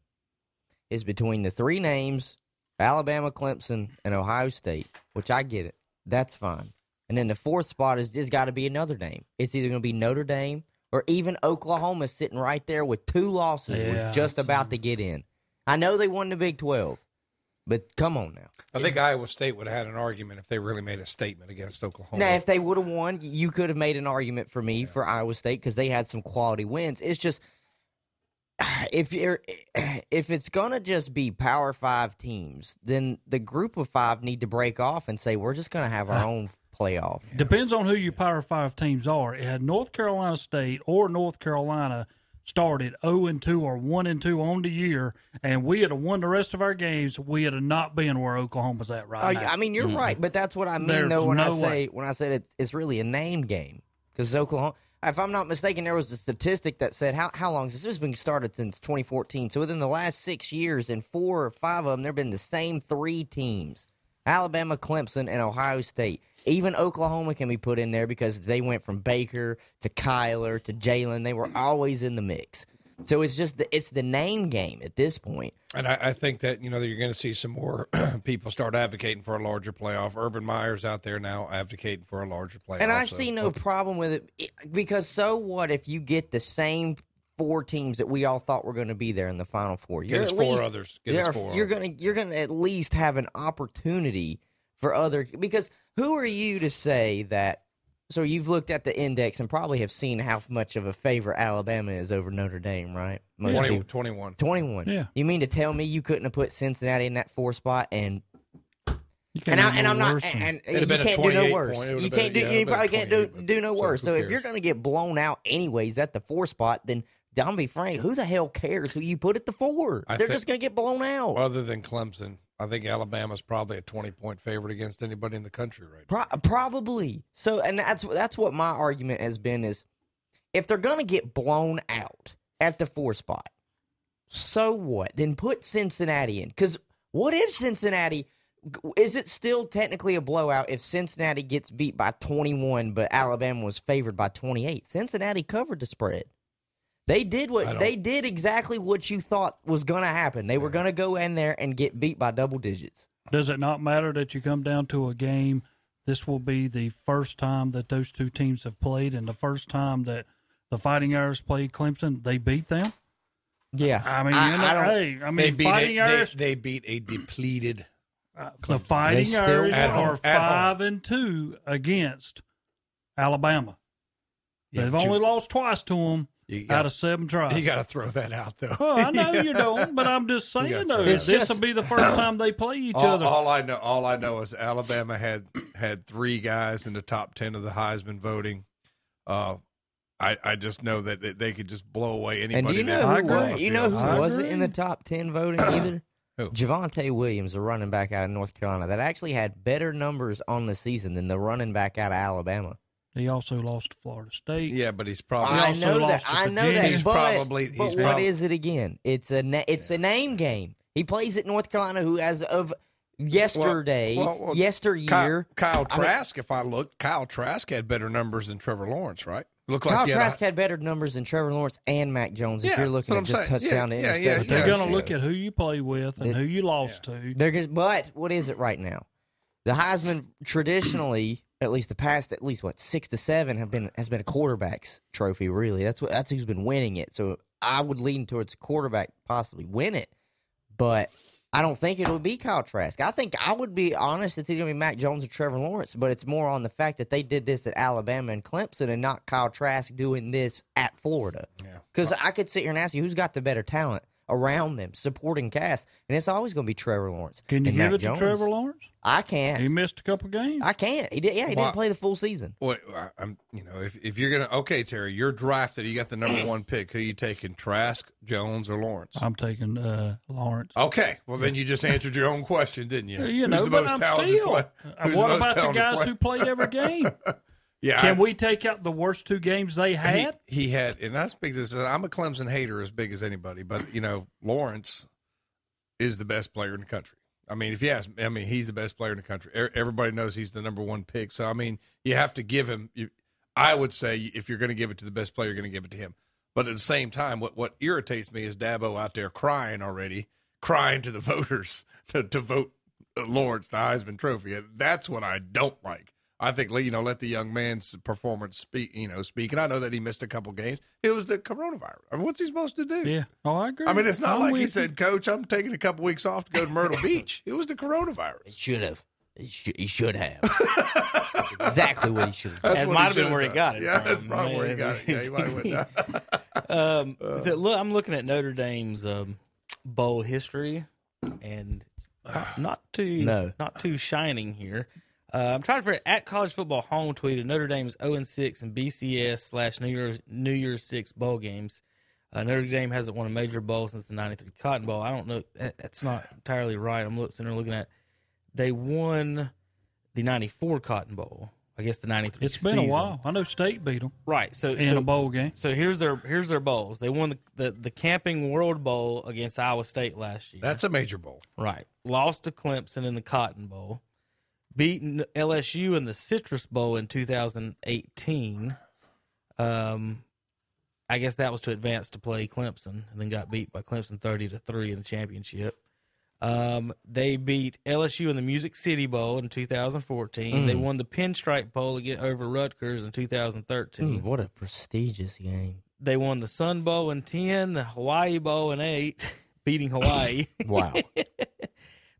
E: It's between the three names Alabama, Clemson, and Ohio State, which I get it. That's fine. And then the fourth spot is just got to be another name. It's either going to be Notre Dame or even Oklahoma sitting right there with two losses,
B: Yeah,
E: was just about to get in. I know they won the Big 12, but come on now.
C: I think Iowa State would have had an argument if they really made a statement against Oklahoma.
E: Now, if they would have won, you could have made an argument for me for Iowa State because they had some quality wins. It's just [sighs] if you're [clears throat] if it's gonna just be Power Five teams, then the group of five need to break off and say we're just gonna have our own playoff.
B: depends on who your Power Five teams are. It had North Carolina State or North Carolina started zero and two or one and two on the year, and we had won the rest of our games. We had not been where Oklahoma's at
E: Oh, I,
B: right now.
E: I mean, you're right, but that's what I mean
B: There's
E: though when I
B: no
E: say
B: way.
E: when I said it's it's really a name game because Oklahoma. If I'm not mistaken, there was a statistic that said how how long has this been started since 2014? So within the last six years, in four or five of them, there've been the same three teams: Alabama, Clemson, and Ohio State. Even Oklahoma can be put in there because they went from Baker to Kyler to Jalen. They were always in the mix. So it's just the, it's the name game at this point.
C: And I, I think that you know you're going to see some more [clears throat] people start advocating for a larger playoff. Urban Meyer's out there now advocating for a larger playoff.
E: And I
C: so-
E: see no problem with it i- because so what if you get the same four teams that we all thought were going to be there in the final four?
C: Get
E: You're
C: us
E: at
C: four
E: least-
C: others. Get
E: there
C: us
E: are-
C: four
E: You're
C: others.
E: gonna you're gonna at least have an opportunity for other because who are you to say that? So you've looked at the index and probably have seen how much of a favor Alabama is over Notre Dame, right? Most
C: 20
E: people-
C: 21.
E: 21.
B: Yeah.
E: You mean to tell me you couldn't have put Cincinnati in that four spot and
B: You can't
E: and, I,
B: do
E: and I'm
B: worse
E: not,
B: than-
E: and,
C: It'd have
E: you
C: been a
E: can't do
C: 28
E: no worse.
C: point. It would
E: You
C: have been-
E: can't do,
C: yeah, it
E: you
C: would have
E: probably
C: been
E: can't do,
C: 28,
E: do
C: but-
E: no
C: so
E: worse.
C: who
E: So if you're
C: cares?
E: going to get blown out anyways at the four spot, then don't be frank. Who the hell cares who you put at the four?
C: I
E: They're
C: think-
E: just going to get blown out.
C: Other than Clemson, I think Alabama's probably a 20 point favorite against anybody in the country right now.
E: Pro- probably. So, and that's that's what my argument has been is, if they're going to get blown out at the four spot, so what? Then put Cincinnati in. Because what if Cincinnati? Is it still technically a blowout if Cincinnati gets beat by 21, but Alabama was favored by 28? Cincinnati covered the spread. They did
C: I
E: what
C: don't-
E: they did exactly what you thought was going to happen. They were going to go in there and get beat by double digits.
B: Does it not matter that you come down to a game? This will be the first time that those two teams have played, and the first time that the Fighting Irish played Clemson, they beat them.
E: Yeah,
B: I mean, you know,
E: don't-
B: hey, I mean,
C: They beat, a,
B: Fighting
C: they,
B: Irish,
C: they beat a depleted.
B: uh, the Fighting
E: still-
B: Irish
C: At home,
B: are
C: at home. [laughs]
B: five and two against Alabama.
C: Yeah,
B: They've
C: but you-
B: only lost twice to them
C: You
B: out
C: got,
B: of seven tries.
C: you got to throw that out, though.
B: well, I
C: [laughs]
B: know you don't, but I'm just
C: You gotta
B: saying
C: throw
B: though,
C: that
E: out.
B: this will be the first time they play each
C: all,
B: other.
C: all I know, all I know is Alabama had had three guys in the top ten of the Heisman voting. Uh, I I just know that they- they could just blow away anybody.
E: And do you
C: that
E: know
B: I
E: who,
B: agree.
E: was, you know who
B: I
E: wasn't
B: agree.
E: in the top ten
C: [coughs]
E: voting either?
C: Who?
E: Javante Williams, a running back out of North Carolina, that actually had better numbers on the season than the running back out of Alabama.
B: He also lost to Florida State.
C: Yeah, but he's
B: He
C: probably
E: I
B: also
E: know that.
B: lost to
E: I know
B: Virginia.
E: that.
C: He's
E: but
C: probably-
E: but
C: he's
E: what is
C: prob-
E: it again? It's a na- it's a name game. He plays at North Carolina, who as of yesterday,
C: well, well,
E: yesteryear,
C: Kyle, Kyle
E: I mean-
C: Trask. if I looked, Kyle Trask had better numbers than Trevor Lawrence, right? Look like
E: Kyle
C: he had a-
E: Trask had better numbers than Trevor Lawrence and Mac Jones. If
C: Yeah,
E: you're
C: that's
E: looking
C: what
E: at
C: I'm saying.
E: just
C: Yeah,
E: touchdown
C: yeah,
E: to
C: yeah,
E: interception,
B: They're
C: yeah.
B: going to look at who you play with and
E: They-
B: who you lost to.
E: They're just, but what is it right now? The Heisman traditionally, at least the past, at least what six to seven have been has been a quarterback's trophy. Really, that's what that's who's been winning it. So I would lean towards quarterback possibly win it, but I don't think it would be Kyle Trask. I think I would be honest; it's either gonna be Mac Jones or Trevor Lawrence. But it's more on the fact that they did this at Alabama and Clemson, and not Kyle Trask doing this at Florida. Because I could sit here and ask you who's got the better talent. around them, supporting cast, and it's always going to be Trevor Lawrence.
B: Can you
E: and
B: give
E: Mac
B: it to
E: Jones.
B: Trevor Lawrence?
E: I
B: He
E: can't.
B: missed a couple games.
E: I can't. He did. Yeah, he
C: Why-
E: didn't play the full season.
C: Well, I- I'm, you know, if, if you're gonna, okay, Terry, you're drafted. You got the
B: [clears throat]
C: number one pick. Who you taking, Trask, Jones, or Lawrence?
B: I'm taking uh, Lawrence.
C: Okay, well then you just answered your own question, didn't you?
B: You know, but I'm still.
C: play-
B: Uh,
C: who's
B: what
C: most
B: about the
C: talented
B: guys
C: play-
B: who played
C: [laughs]
B: every game?
C: Yeah,
B: Can
C: I-
B: we take out the worst two games they
C: He,
B: had?
C: he had, and I speak this. I'm a Clemson hater as big as anybody, but you know, Lawrence is the best player in the country. I mean, if you ask, I mean, he's the best player in the country. E- Everybody knows he's the number one pick. So I mean, you have to give him. You, I would say if you're going to give it to the best player, you're going to give it to him. But at the same time, what what irritates me is Dabo out there crying already, crying to the [laughs] voters to to vote Lawrence the Heisman Trophy. That's what I don't like. I think you know let the young man's performance speak. You know, speak. And I know that he missed a couple games. It was the coronavirus. I mean, what's he supposed to do?
B: yeah. Oh, I agree.
C: I mean, it's not
B: I'm
C: like he
B: with you.
C: said, "Coach, I'm taking a couple weeks off to go to Myrtle Beach." It was the coronavirus.
E: Should have. He should, he should [laughs] have. That's exactly what he should have.
C: That's
D: It
C: what
D: might have been
C: should've
D: where he
C: done.
D: got it
C: Yeah,
D: from.
C: that's probably where he
D: Yeah.
C: got it. Yeah, he might have
D: [laughs]
C: went down.
D: Um, so look, I'm looking at Notre Dame's um, bowl history, and not too
E: No.
D: not too shining here. Uh, I'm trying to figure at college football home tweeted Notre Dame's 0 and 6 and BCS slash New Year's New Year's Six bowl games. Uh, Notre Dame hasn't won a major bowl since the '93 Cotton Bowl. I don't know. That, that's not entirely right. I'm looking. they're looking at they won the '94 Cotton Bowl. I guess the '93.
B: It's been a while. I know State beat them
D: right? So
B: in
D: so,
B: a bowl game.
D: so here's their here's their bowls. They won the, the, the Camping World Bowl against Iowa State last year.
C: That's a major bowl.
D: right. Lost to Clemson in the Cotton Bowl. Beaten LSU in the Citrus Bowl in 2018. Um, I guess that was to advance to play Clemson, and then got beat by Clemson 30 to three in the championship. Um, they beat LSU in the Music City Bowl in 2014. They
B: Mm.
D: won the Pinstripe Bowl again over Rutgers in 2013
E: Hmm, what a prestigious game.
D: they won the Sun Bowl in 10, the Hawaii Bowl in 8, [laughs] beating Hawaii.
E: Wow.
D: [laughs]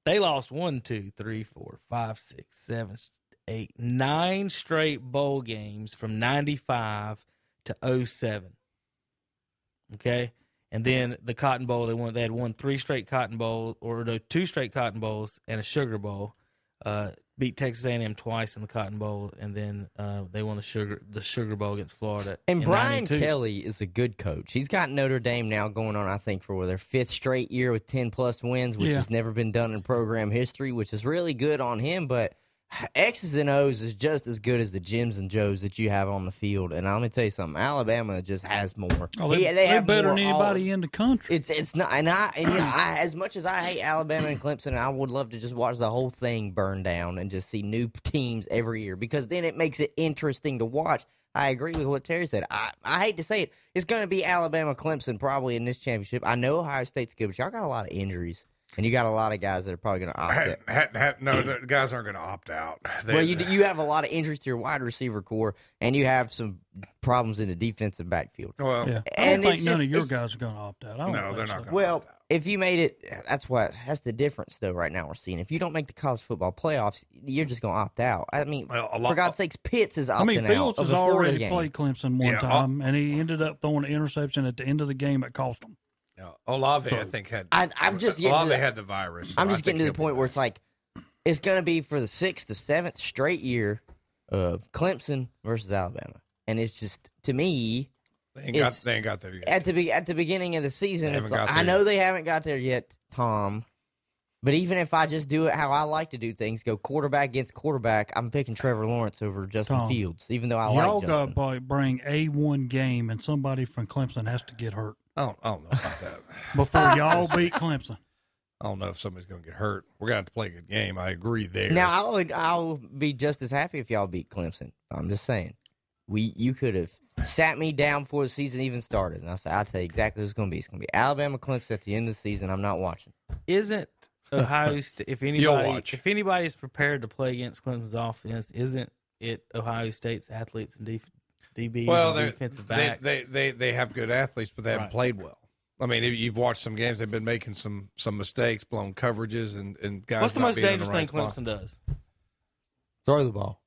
D: they lost one, two, three, four, five, six, seven, s- eight, nine straight bowl games from 95 to 07. Okay? And then the Cotton Bowl, they won. They had won three straight Cotton Bowl, or no, two straight Cotton Bowls and a Sugar Bowl. Uh, beat Texas A&M twice in the Cotton Bowl, and then uh, they won the Sugar the Sugar Bowl against Florida.
E: And
D: in
E: Brian
D: 92.
E: Kelly is a good coach. He's got Notre Dame now going on, I think, for their fifth straight year with 10 plus wins, which
B: Yeah.
E: has never been done in program history, which is really good on him. But X's and O's is just as good as the Jims and Joes that you have on the field. And I'm going to tell you something Alabama just has more.
B: Oh, they,
E: Yeah,
B: they
E: have
B: better
E: more
B: than
E: all-
B: anybody in the country.
E: It's it's not, and I and you know, I as much as I hate Alabama and Clemson, I would love to just watch the whole thing burn down and just see new teams every year because then it makes it interesting to watch. I agree with what Terry said. I, I hate to say it, it's going to be Alabama Clemson probably in this championship. I know Ohio State's good, but y'all got a lot of injuries and you got a lot of guys that are probably going to
C: [clears throat]
E: opt out.
C: no, the guys aren't going to opt out. They-
E: Well, you d- you have a lot of injuries to your wide receiver core, and you have some problems in the defensive backfield.
C: well,
B: yeah. I don't
E: and
B: think
E: it's
B: none
E: just-
B: of your
E: it's-
B: guys are going to opt out. I don't
C: No,
B: think
C: they're
B: so.
C: not gonna.
E: Well, if you made it, that's what that's the difference though. Right now, we're seeing if you don't make the college football playoffs, you're just gonna opt out. I mean,
C: Well, a lot-
E: for God's sakes, Pitts is opting
B: I mean,
E: out
B: Fields
E: of
B: has
E: the Florida
B: already
E: game.
B: played Clemson one
C: Yeah, I-
B: time, and he ended up throwing an interception at the end of the game that cost him.
C: Yeah, Olave, I think had.
E: I- I'm just getting to
C: Olave
E: the-
C: had the virus.
E: I'm
C: I
E: just
C: think
E: getting to the
C: he'll be
E: point where
C: back.
E: it's like it's gonna be for the sixth to seventh straight year of Clemson versus Alabama, and it's just to me
C: they ain't got,
E: it's-
C: they ain't got there yet.
E: at the be- at the beginning of the season.
C: They
E: It's
C: haven't
E: like,
C: got
E: I
C: there
E: know they haven't got there yet, Tom. But even if I just do it how I like to do things, go quarterback against quarterback, I'm picking Trevor Lawrence over Justin
B: Tom,
E: Fields, even though I
B: Y'all
E: like Justin.
B: got to bring a one game, and somebody from Clemson has to get hurt
C: I don't, I don't know about that.
B: [laughs] before
E: [laughs]
B: y'all beat Clemson.
C: I don't know if somebody's going to get hurt. We're going to have to play a good game. I agree there.
E: Now I'll I'll be just as happy if y'all beat Clemson. I'm just saying, we you could have sat me down before the season even started, and I said I'll tell you exactly who's going to be. It's going to be Alabama Clemson at the end of the season. I'm not watching.
D: isn't
C: [laughs]
D: Ohio State if anybody
C: watch.
D: if anybody's prepared to play against Clemson's offense, isn't it Ohio State's athletes and def- DBs
C: well,
D: and
C: they're-
D: defensive
C: they,
D: backs?
C: they they they have good athletes, but they haven't
D: Right.
C: played well. I mean, if you've watched some games; they've been making some some mistakes, blown coverages, and and guys.
D: What's the
C: not
D: most
C: being in
D: dangerous
C: the right
D: thing
C: spot.
D: Clemson does?
E: Throw the ball.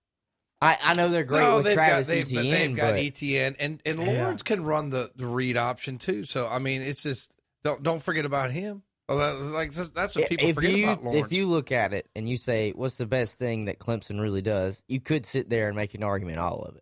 E: I, I know they're great
C: No,
E: with
C: they've got
E: Travis
C: they've, but
E: Etienne,
C: they've got
E: but
C: ETN, and and Lawrence can run the the read option too. So I mean, it's just Don't don't forget about him. Oh, that, like that's what people
E: if
C: forget
E: you
C: about Lawrence.
E: if you look at it and you say what's the best thing that Clemson really does, you could sit there and make an argument all of it.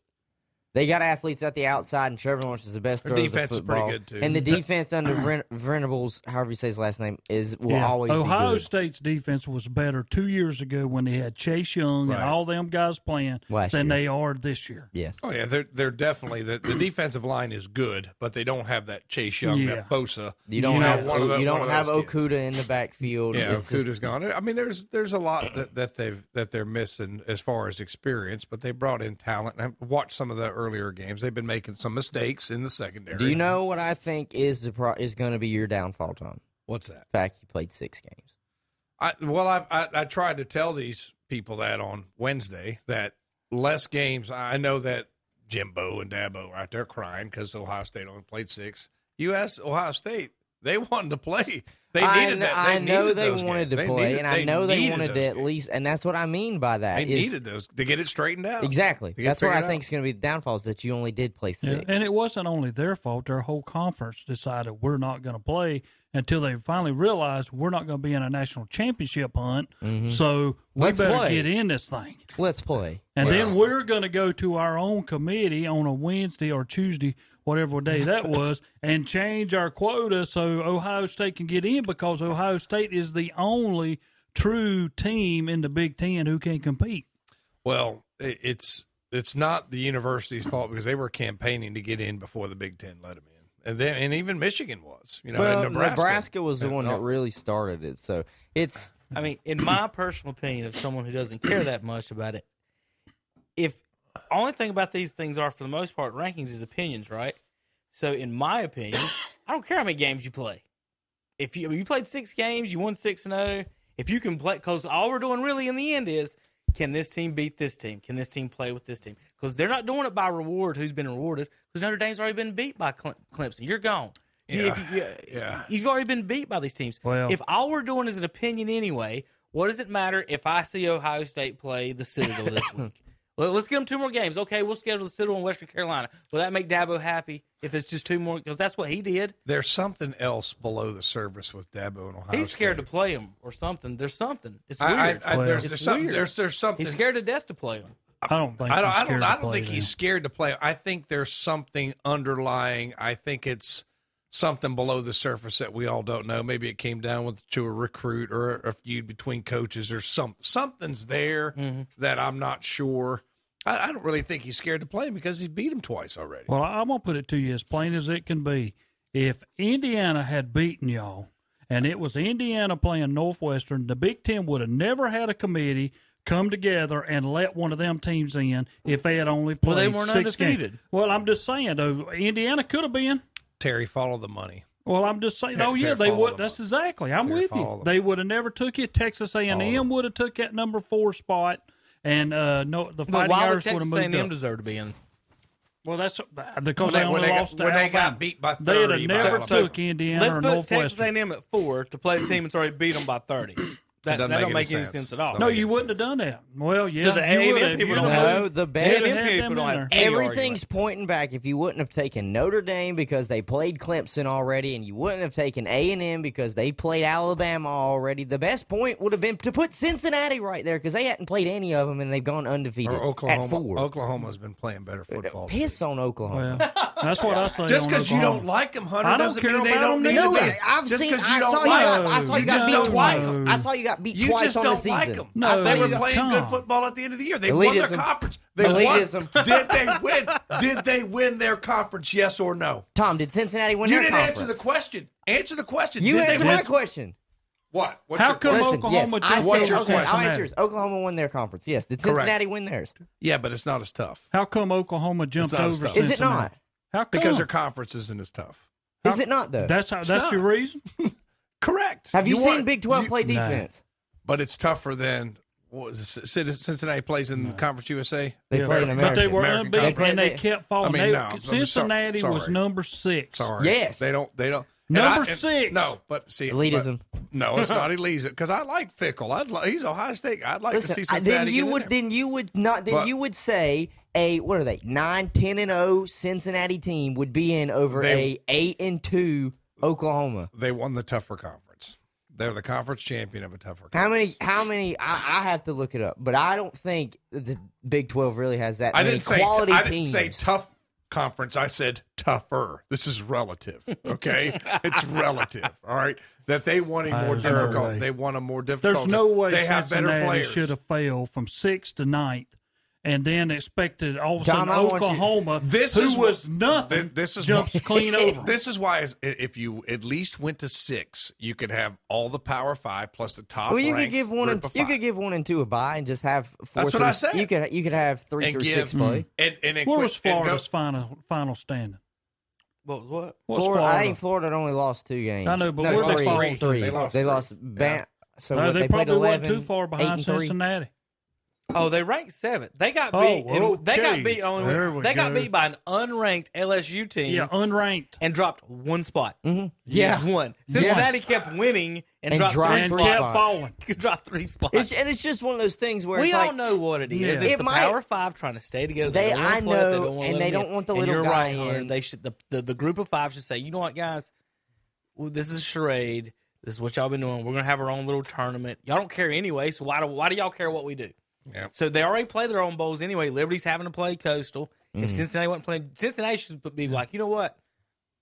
E: They got athletes at the outside, and Trevor Lawrence is the best.
C: Their
E: thrower of the
C: defense is pretty
E: football.
C: good, too.
E: And the defense under Ven- Venables, however you say his last name, is will always
B: Ohio
E: be good.
B: State's defense was better two years ago when they had Chase Young
C: Right.
B: and all them guys playing
E: Last
B: than
E: year.
B: they are this year.
E: Yes,
C: oh yeah, they're they're definitely the, the defensive line is good, but they don't have that Chase Young,
B: Yeah.
C: that Bosa.
E: you don't
B: know,
E: have
C: one of the-
E: you
C: one
E: don't
C: of
E: have
C: those kids.
E: Okuda in the backfield.
C: Yeah,
E: It's just-
C: Okuda's gone. I mean, there's there's a lot that, that they've that they're missing as far as experience, but they brought in talent. And I've watched some of the earlier games. They've been making some mistakes in the secondary.
E: do you know what I think is the pro- is going to be your downfall, Tom?
C: what's that?
E: The fact you played six games.
C: I well, I, I I tried to tell these people that on Wednesday that less games. I know that Jimbo and Dabo are out there crying because Ohio State only played six. You asked Ohio State; they wanted to play. They needed
E: I, kn-
C: that. They
E: I know
C: needed
E: they
C: those
E: wanted
C: games.
E: to
C: They
E: play,
C: needed-
E: and I know they
C: needed
E: wanted
C: those
E: to at
C: games.
E: least, and that's what I mean by that.
C: They
E: is-
C: needed those to get it straightened out.
E: Exactly.
C: To get it
E: That's what
C: figured
E: I
C: out.
E: think is going to be the downfall is that you only did play
B: Yeah,
E: six.
B: And it wasn't only their fault. Their whole conference decided we're not going to play until they finally realized we're not going to be in a national championship hunt.
C: Mm-hmm.
B: So we
E: Let's
B: better
E: play.
B: get in this thing.
E: Let's play.
B: And then we're going to go to our own committee on a Wednesday or Tuesday,
C: [laughs]
B: whatever day that was, and change our quota so Ohio State can get in because Ohio State is the only true team in the Big Ten who can compete.
C: Well, i- it's it's not the university's fault because they were campaigning to get in before the Big Ten let them in, and then and even Michigan was. You know,
E: well,
C: and Nebraska.
E: Nebraska, was the
C: And
E: one that
C: all-
E: really started it. So it's
D: I mean, in my personal opinion, of someone who doesn't care that much about it, if only thing about these things are for the most part rankings is opinions, right? So, in my opinion, I don't care how many games you play. If you you played six games, you won six and zero. If you can play, because all we're doing really in the end is, can this team beat this team? Can this team play with this team? Because they're not doing it by reward. Who's been rewarded? Because Notre Dame's already been beat by Cle- Clemson. You're gone. You- if you-
C: yeah.
D: You've already been beat by these teams.
B: Well-
D: if all we're doing is an opinion anyway, what does it matter if I see Ohio State play the Citadel
B: [laughs]
D: this week? Well, let's get them two more games. Okay, we'll schedule the Citadel in Western Carolina. Will that make Dabo happy if it's just two more? Because that's what he did.
C: There's something else below the surface with Dabo and Ohio.
D: He's scared
C: State.
D: to play him or something. There's something. It's weird.
C: I, I, I,
B: Well,
C: there's,
B: it's
C: there's something.
D: weird.
C: There's there's something.
D: he's scared to death to play him.
B: I don't think.
C: I don't.
B: he's
C: I don't.
B: scared to
C: I don't
B: play
C: think he's
B: them.
C: scared to play. I think there's something underlying. I think it's something below the surface that we all don't know. Maybe it came down with to a recruit or a feud between coaches or some something's there
B: Mm-hmm.
C: that I'm not sure. I, I don't really think he's scared to play him because he's beat him twice already.
B: Well, I- I'm gonna put it to you as plain as it can be. If Indiana had beaten y'all, and it was Indiana playing Northwestern, the Big Ten would have never had a committee come together and let one of them teams in if they had only played
D: Well, they weren't
B: six games.
D: undefeated.
B: Well, I'm just saying though, Indiana could have been.
C: Terry, follow the money.
B: Well, I'm just saying.
C: Tear-
B: oh yeah,
C: tear
B: they
C: follow
B: would.
C: them
B: That's
C: up.
B: exactly. I'm
C: Tear
B: with
C: follow
B: you.
C: them
B: They would have never took it. Texas A&M would have took that number four spot, and uh, no, the
D: But
B: Fighting
D: why would
B: Irish would have
D: Texas
B: moved
D: A&M
B: up.
D: deserve to be in?
B: well, that's uh,
C: When
B: because
C: they-
B: they only
C: when they got-
B: lost to
C: when they got
B: Alabama.
C: beat by
B: They would
C: 30
B: have
C: by
B: never
C: Alabama.
B: took Indiana
D: Let's
B: or
D: put Texas
B: Northwestern.
D: A&M at four to play the team that's already beat them by thirty. That,
C: doesn't
D: that
C: make
D: don't
C: any
D: make any
C: sense.
D: sense at all.
B: No,
C: That
B: you
C: makes
B: wouldn't have done that. Well, yeah,
D: the
B: you
D: A&M
B: would have.
D: people
B: You'd
D: don't
B: have-
D: have-
E: no the
D: And
B: They
E: best.
B: had
D: people
B: them in
D: don't have
B: there.
D: any argument.
E: Everything's pointing back. If you wouldn't have taken Notre Dame because they played Clemson already, and you wouldn't have taken A and M because they played Alabama already, the best point would have been to put Cincinnati right there because they hadn't played any of them and they've gone undefeated
C: Or Oklahoma.
E: at four.
C: Oklahoma's been playing better football.
E: Piss on Oklahoma.
B: Well, that's what I say.
C: Just
B: on
C: because you
B: Oklahoma.
C: don't like him, Hunter,
B: I don't
C: doesn't
B: care
C: mean they
B: about
C: don't
B: him.
C: need
B: No,
C: to be.
E: I've
C: Just
E: seen.
C: 'cause you
E: I
C: don't
E: saw,
C: like
E: you
C: him.
E: got, I saw you,
C: You
E: got
C: just
E: beat
C: don't like
E: twice.
C: him.
E: I saw you got beat
C: You
E: twice
C: just
E: on
C: don't
E: the season.
C: like them.
B: No,
C: they were
B: Tom.
C: playing good football at the end of the year. They won their
E: Elitism.
C: conference. They won.
E: Elitism.
C: Did they win? Did they win their conference? Yes or no?
E: Tom, did Cincinnati win
C: you
E: their
C: didn't
E: conference?
C: answer the question. Answer the question.
E: You
C: Did
E: answered
C: they win?
E: my question.
C: What? What's
B: How
C: your
B: come
C: question?
E: Listen,
B: Oklahoma
E: yes, I
B: took
E: said,
C: What's your
E: okay, I'll
B: Cincinnati?
E: answer yours. Oklahoma won their conference. Yes. Did
C: Correct.
E: Cincinnati win theirs?
C: Yeah, but it's not as tough
B: How come Oklahoma jumped
C: not as
B: over?
C: tough. Is
E: it
B: Cincinnati?
E: not?
B: How come?
C: because their conference isn't as tough.
E: Is it not though?
B: that's how. That's
C: not.
B: your reason.
C: [laughs] Correct.
E: Have you, seen
C: won.
E: Big Twelve
C: You-
E: play
B: No.
E: defense?
C: But it's tougher than what was it, Citi- Cincinnati plays in the Conference USA.
E: They
B: Yeah.
E: play in America.
B: But they were
C: American
B: unbeaten
E: Conference.
B: and they kept falling.
C: I mean,
B: They-
C: no, I'm sorry.
B: Cincinnati was
C: Sorry.
B: number six.
C: Sorry.
E: Yes.
C: They don't. They don't. and
B: Number
C: I- and-
B: six.
C: No, but see, but-
E: Elitism.
C: no,
E: [laughs]
C: it's not elitism because I like Fickle. I'd li- he's Ohio State. I'd like to see
E: Listen, I-
C: Cincinnati.
E: then you
C: get in
E: would
C: there.
E: then you would not then
C: But-
E: you would say a what oh are they nine ten and zero Cincinnati team would be in over
C: They-
E: a eight and two Oklahoma.
C: They won the tougher conference. They're the conference champion of a tougher.
E: How
C: conference.
E: many? How many? I, I have to look it up, but I don't think the Big Twelve really has that
C: I
E: many
C: didn't say.
E: quality
C: I didn't
E: teams.
C: say tough conference. I said tougher. This is relative.
E: [laughs]
C: Okay, it's relative. All right, that they want a more
B: There's no
C: difficult.
B: way.
C: They want a more difficult.
B: There's no way
C: they have better
B: Cincinnati
C: players.
B: should have failed from sixth to ninth, and then expected all of a
E: Dom,
B: sudden
E: I want you-
B: Oklahoma,
C: This
B: who
C: is what-
B: was nothing,
C: Thi- this is
B: jumps
C: what- [laughs]
B: clean over.
C: This is why, is- if you at least went to six, you could have all the Power Five plus the top.
E: Well, you could
C: ranks
E: give one and
C: group of
E: you
C: five.
E: could give one and two a bye and just have four.
C: That's what
E: through-
C: I said.
E: You could you could have three
C: and
E: through
C: give Mm. Mm-hmm.
E: six play.
C: and and it
B: What
C: quit-
B: was
C: and go-
B: Florida's final final standing?
D: What was what?
B: What's
E: Florida, I
B: Florida?
E: think Florida had only lost two games.
B: I know, but
E: no,
B: where'd they
E: three,
B: fall
E: three.
B: three?
E: They
B: They
E: lost.
C: lost
E: They
C: three.
E: lost. Ban-
C: Yeah.
E: So
B: No,
E: what,
B: they,
E: they, played
B: probably
E: eleven.
B: wasn't too far
E: eight
B: behind
E: and three.
B: Cincinnati.
D: Oh, they ranked seventh. They got
B: Oh,
D: beat. and they
B: okay.
D: got beat
B: There
D: only.
B: we
D: They got
B: go.
D: beat by an unranked LSU team.
B: Yeah, unranked.
D: and dropped one spot.
E: Mm-hmm. Yeah.
D: one. Cincinnati kept winning and,
E: And
D: dropped,
E: dropped
D: three
B: And
E: three
B: kept
E: spots.
B: falling.
D: spots. [laughs] dropped three spots.
E: It's, and it's just one of those things where
D: we
E: it's
D: all
E: like,
D: know what it is.
B: Yeah.
D: It's
E: It
D: the
E: might-
D: Power Five trying to stay together.
E: They-
D: don't wanna
E: I
D: play it.
E: know,
D: wanna
E: and
D: let
E: they
D: them
E: don't want the
D: And
E: little
D: you're
E: guy
D: right, Hunter.
E: in.
D: They should the, the the group of five should say, you know what, guys, well, this is a charade. This is what y'all been doing. We're gonna have our own little tournament. Y'all don't care anyway, so why do why do y'all care what we do?
C: Yeah.
D: So they already play their own bowls anyway. Liberty's having to play Coastal.
E: Mm-hmm.
D: If Cincinnati wasn't playing, Cincinnati should be like, you know what?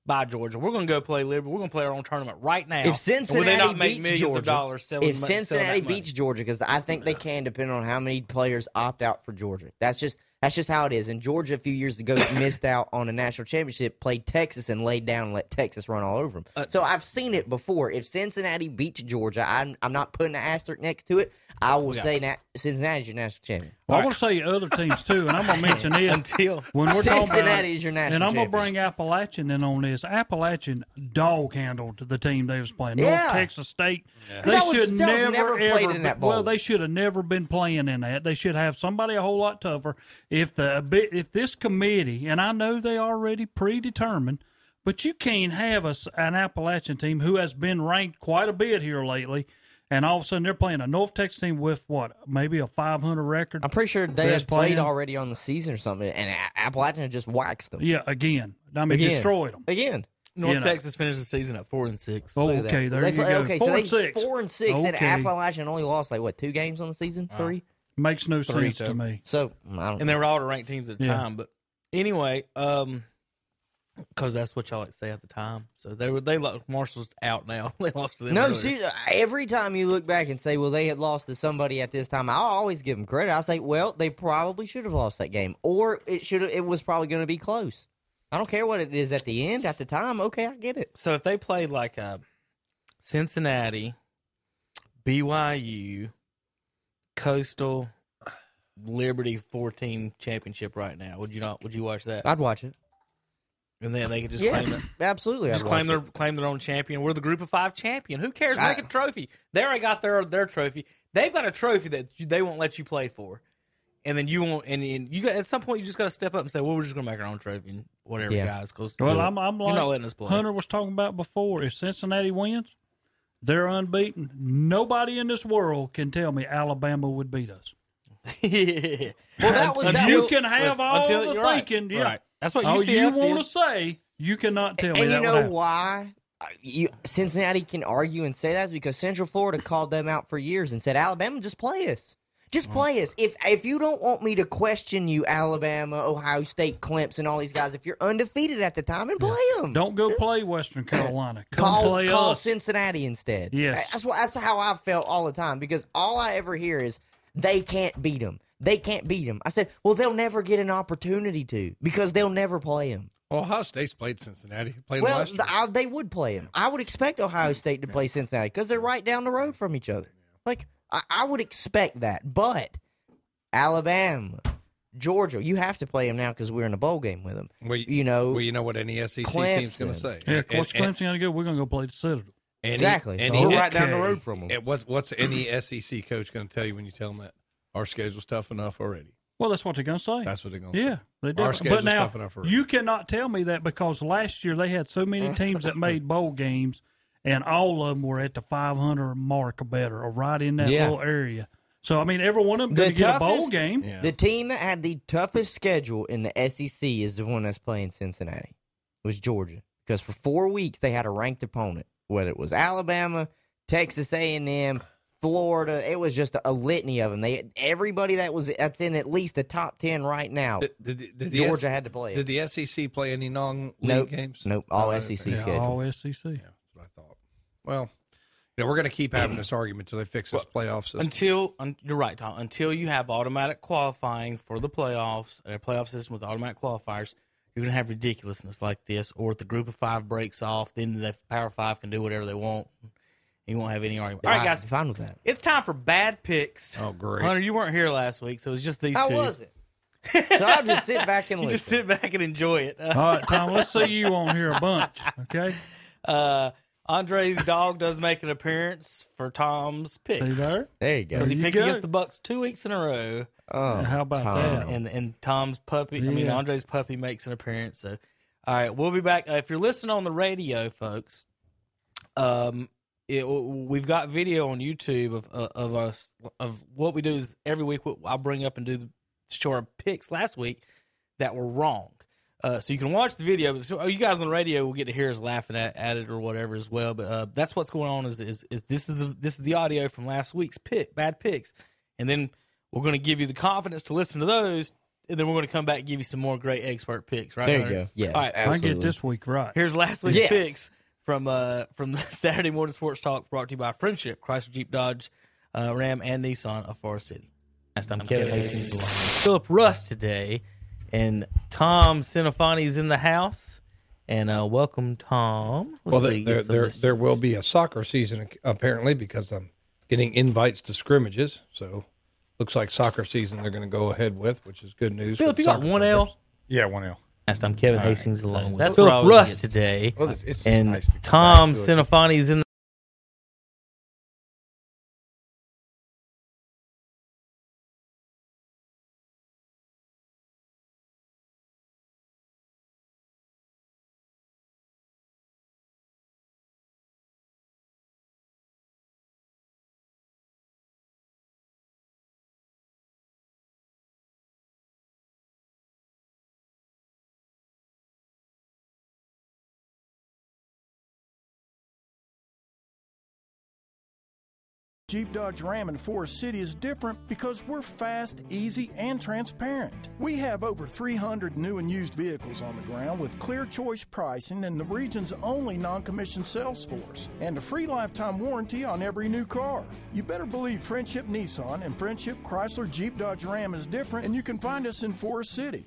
D: Bye, Georgia. We're going to go play Liberty. We're going to play our own tournament right now.
E: If
D: And will
E: Cincinnati
D: they not make
E: beats
D: millions
E: Georgia,
D: of dollars selling,
E: if
D: mon- selling
E: Cincinnati
D: that money?
E: beats Georgia, because I think they can, depending on how many players opt out for Georgia. That's just that's just how it is. And Georgia, a few years ago, [coughs] missed out on a national championship, played Texas, and laid down and let Texas run all over them.
D: Uh,
E: so I've seen it before. If Cincinnati beats Georgia, I'm I'm not putting an asterisk next to it. I will say na- Cincinnati's your national champion.
B: Well, I want to say other teams too, and
C: [laughs]
B: I'm gonna mention it
D: Until-
B: when we're talking about,
E: Cincinnati is
B: it,
E: your
B: and
E: national
B: I'm gonna
E: champion.
B: bring Appalachian in on this. Appalachian dog handled the team they was playing,
E: Yeah.
B: North Texas State. They
E: That was-
B: should
E: that was
B: never,
E: never played
B: ever.
E: in that
B: well,
E: bowl.
B: they should have never been playing in that. They should have somebody a whole lot tougher. If the if this committee, and I know they already predetermined. But you can't have a s an Appalachian team who has been ranked quite a bit here lately, and all of a sudden they're playing a North Texas team with what, maybe a 500 record.
E: I'm pretty sure they
B: Best
E: had played
B: plan.
E: already on the season or something, and A- Appalachian had just waxed them
B: Yeah, again. I mean,
E: Again.
B: destroyed them.
E: again.
D: North
B: you know.
D: Texas finished the season at four and six.
B: Oh,
E: Look at that.
B: okay, there
E: They
B: you
E: play-
B: go.
E: Okay,
B: four
E: so
B: and
E: they-
B: six.
E: Four and six, and
B: Okay. Uh,
E: Appalachian only lost like what two games on the season? Three.
B: Makes no sense to
D: total.
B: me.
E: So I don't.
D: and they were all the ranked teams at the
B: Yeah.
D: time. But anyway, um, because that's what y'all like to say at the time. So they were they like Marshall's out now. [laughs] they lost to them.
E: no,
D: earlier.
E: see, every time you look back and say, "Well, they had lost to somebody at this time," I always give them credit. I say, "Well, they probably should have lost that game, or it should. It was probably going to be close." I don't care what it is at the end. At the time, okay, I get it.
D: so if they played like uh, Cincinnati, BYU, Coastal, Liberty four team championship right now, would you not? Would you watch that?
E: I'd watch it.
D: And then they could just claim
E: Yes,
D: it.
E: absolutely.
D: Just
E: I'd
D: claim
E: watch
D: their
E: it.
D: claim their own champion. We're the group of five champion. Who cares?
E: I-
D: Make a trophy. They already got their their trophy. They've got a trophy that you, they won't let you play for, and then you won't. And, and you got, at some point you just got to step up and say, "Well, we're just going to make our own trophy and whatever,
E: Yeah.
D: guys." Cause
B: Well, I'm, I'm like
D: you're not letting us play.
B: Hunter was talking about before. If Cincinnati wins, they're unbeaten. Nobody in this world can tell me Alabama would beat us.
D: [laughs] yeah.
E: Well, that was that
B: you
E: was-
B: can have
D: Listen,
B: all
D: until-
B: the
D: you're right.
B: thinking. Yeah.
D: Right. That's what
B: All you
D: UCF
B: want to
D: did.
B: say, you cannot tell me
E: and
B: that
E: you know
B: would happen.
E: why you, Cincinnati can argue and say that is because Central Florida called them out for years and said Alabama just play us.
B: Mm.
E: Just play us. If if you don't want me to question you, Alabama, Ohio State, Clemson, all these guys, if you're undefeated at the time, and play them.
B: Don't go play Western Carolina. Come
E: call
B: play
E: call
B: us.
E: Cincinnati instead.
B: Yes.
E: that's what that's how I felt all the time because all I ever hear is they can't beat them. They can't beat them. I said, well, they'll never get an opportunity to because they'll never play them.
C: Ohio State's played Cincinnati. Played
E: Well,
C: last year.
E: th- I, they would play him. I would expect Ohio State to play Cincinnati because they're right down the road from each other. Like I, I would expect that, but Alabama, Georgia, you have to play them now because we're in a bowl game with them.
C: Well,
E: you know,
C: well, you know what any
E: E
C: SEC team's going to
E: Clemson.
C: say.
B: yeah, what's
C: And- and-
B: Clemson going to go? We're going to go play the Citadel.
C: Any,
E: Exactly. Oh,
C: Any,
E: We're right down the road from 'em.
C: And what's what's any SEC coach going to tell you when you tell them that our schedule's tough enough already?
B: Well, that's what they're going to say.
C: That's what they're going to
B: Yeah,
C: say.
B: they
C: Our
B: do.
C: schedule's
B: But now
C: tough enough already.
B: you cannot tell me that because last year they had so many teams that made bowl games, and all of them were at the 500 mark or better, or right in that
E: Yeah.
B: little area. So I mean, every one of them going
E: The
B: to get a bowl
E: toughest-
B: game.
C: Yeah.
E: The team that E had the toughest schedule in the SEC is the one that's playing Cincinnati. It was Georgia. because for four weeks they had a ranked opponent, whether it was Alabama, Texas A and M, Florida. It was just a, a litany of them. They everybody that was that's in at least the top ten right now.
C: Did, did- did the
E: Georgia
C: S-
E: had to play it.
C: Did the SEC play any non-league
E: Nope.
C: games?
E: Nope. All
C: No,
E: SEC
C: okay.
E: schedule.
B: all SEC.
C: That's what I thought. Well, you know, we're going to keep having this argument until they fix this playoff system.
D: Until un, you're right, Tom. Until you have automatic qualifying for the playoffs and a playoff system with automatic qualifiers, you're gonna have ridiculousness like this. Or if the group of five breaks off, then the Power Five can do whatever they want. You won't have any argument. All right,
E: I-
D: guys,
E: I'm fine with that.
D: it's time for bad picks.
C: oh, great.
D: Hunter, you weren't here last week, so it was just these
E: I
D: two. [laughs]
E: wasn't. so I'll just sit back and
D: You
E: listen.
D: just sit back and enjoy it. Uh,
B: All right, Tom, let's see you on here a bunch, okay?
D: [laughs] uh, Andre's dog does make an appearance for Tom's picks.
B: See there?
E: there you go.
D: Because he
B: There you
D: picked
B: go.
D: against the Bucks two weeks in a row.
E: Oh,
B: How about that?
D: and and Tom's puppy. I mean,
B: Yeah.
D: Andre's puppy makes an appearance. So, all right, we'll be back. Uh, if you're listening on the radio, folks, um, it, we've got video on YouTube of uh, of us of what we do is every week. what I'll bring up and do the short picks last week that were wrong. Uh, so you can watch the video. So oh, you guys on the radio will get to hear us laughing at, at it or whatever as well. But uh, that's what's going on. Is, is is this is the this is the audio from last week's pit bad picks, and then we're going to give you the confidence to listen to those, and then we're going to come back and give you some more great expert picks. Right
E: There you
D: Hunter?
E: go. Yes,
D: All right.
B: I
E: absolutely.
B: get this week right.
D: Here's last week's
E: Yes.
D: picks from uh from the [laughs] Saturday morning sports talk brought to you by Friendship Chrysler Jeep Dodge uh, Ram and Nissan of Forest City. That's time Kevin Hastings. Belong. Philip Russ today, and Tom Cinefani is in the house. And uh, welcome, Tom. Let's
C: Well, there,
D: see,
C: there,
D: get some
C: there,
D: of this-
C: there will be a soccer season ac- apparently because I'm getting invites to scrimmages. So looks like soccer season they're going to go ahead with, which is good news. for
D: Philip,
C: the
D: you got
C: soccer
D: one
C: players.
D: L.
I: Yeah, one L.
D: Last time Kevin Hastings is along with
I: that's what I
D: Philip
I: was
D: Russ
I: getting-
D: today,
I: Well, it's, it's just
D: and
I: nice to come
D: Tom
I: back to it.
D: Cinefani is in the
G: Jeep Dodge Ram in Forest City is different because we're fast, easy, and transparent. We have over 300 new and used vehicles on the ground with clear choice pricing and the region's only non commissioned sales force, and a free lifetime warranty on every new car. You better believe Friendship Nissan and Friendship Chrysler Jeep Dodge Ram is different, and you can find us in Forest City.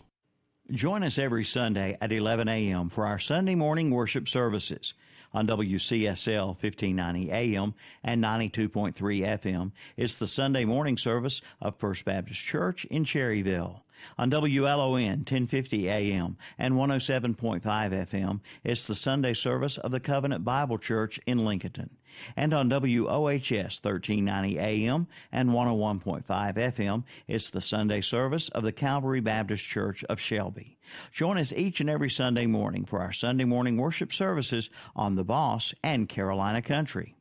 J: Join us every Sunday at 11 a.m. for our Sunday morning worship services on WCSL 1590 a.m. and 92.3 FM. It's the Sunday morning service of First Baptist Church in Cherryville. On WLON 1050 a.m. and 107.5 FM, it's the Sunday service of the Covenant Bible Church in Lincolnton. And on WOHS 1390 AM and 101.5 FM, it's the Sunday service of the Calvary Baptist Church of Shelby. Join us each and every Sunday morning for our Sunday morning worship services on The Boss and Carolina Country.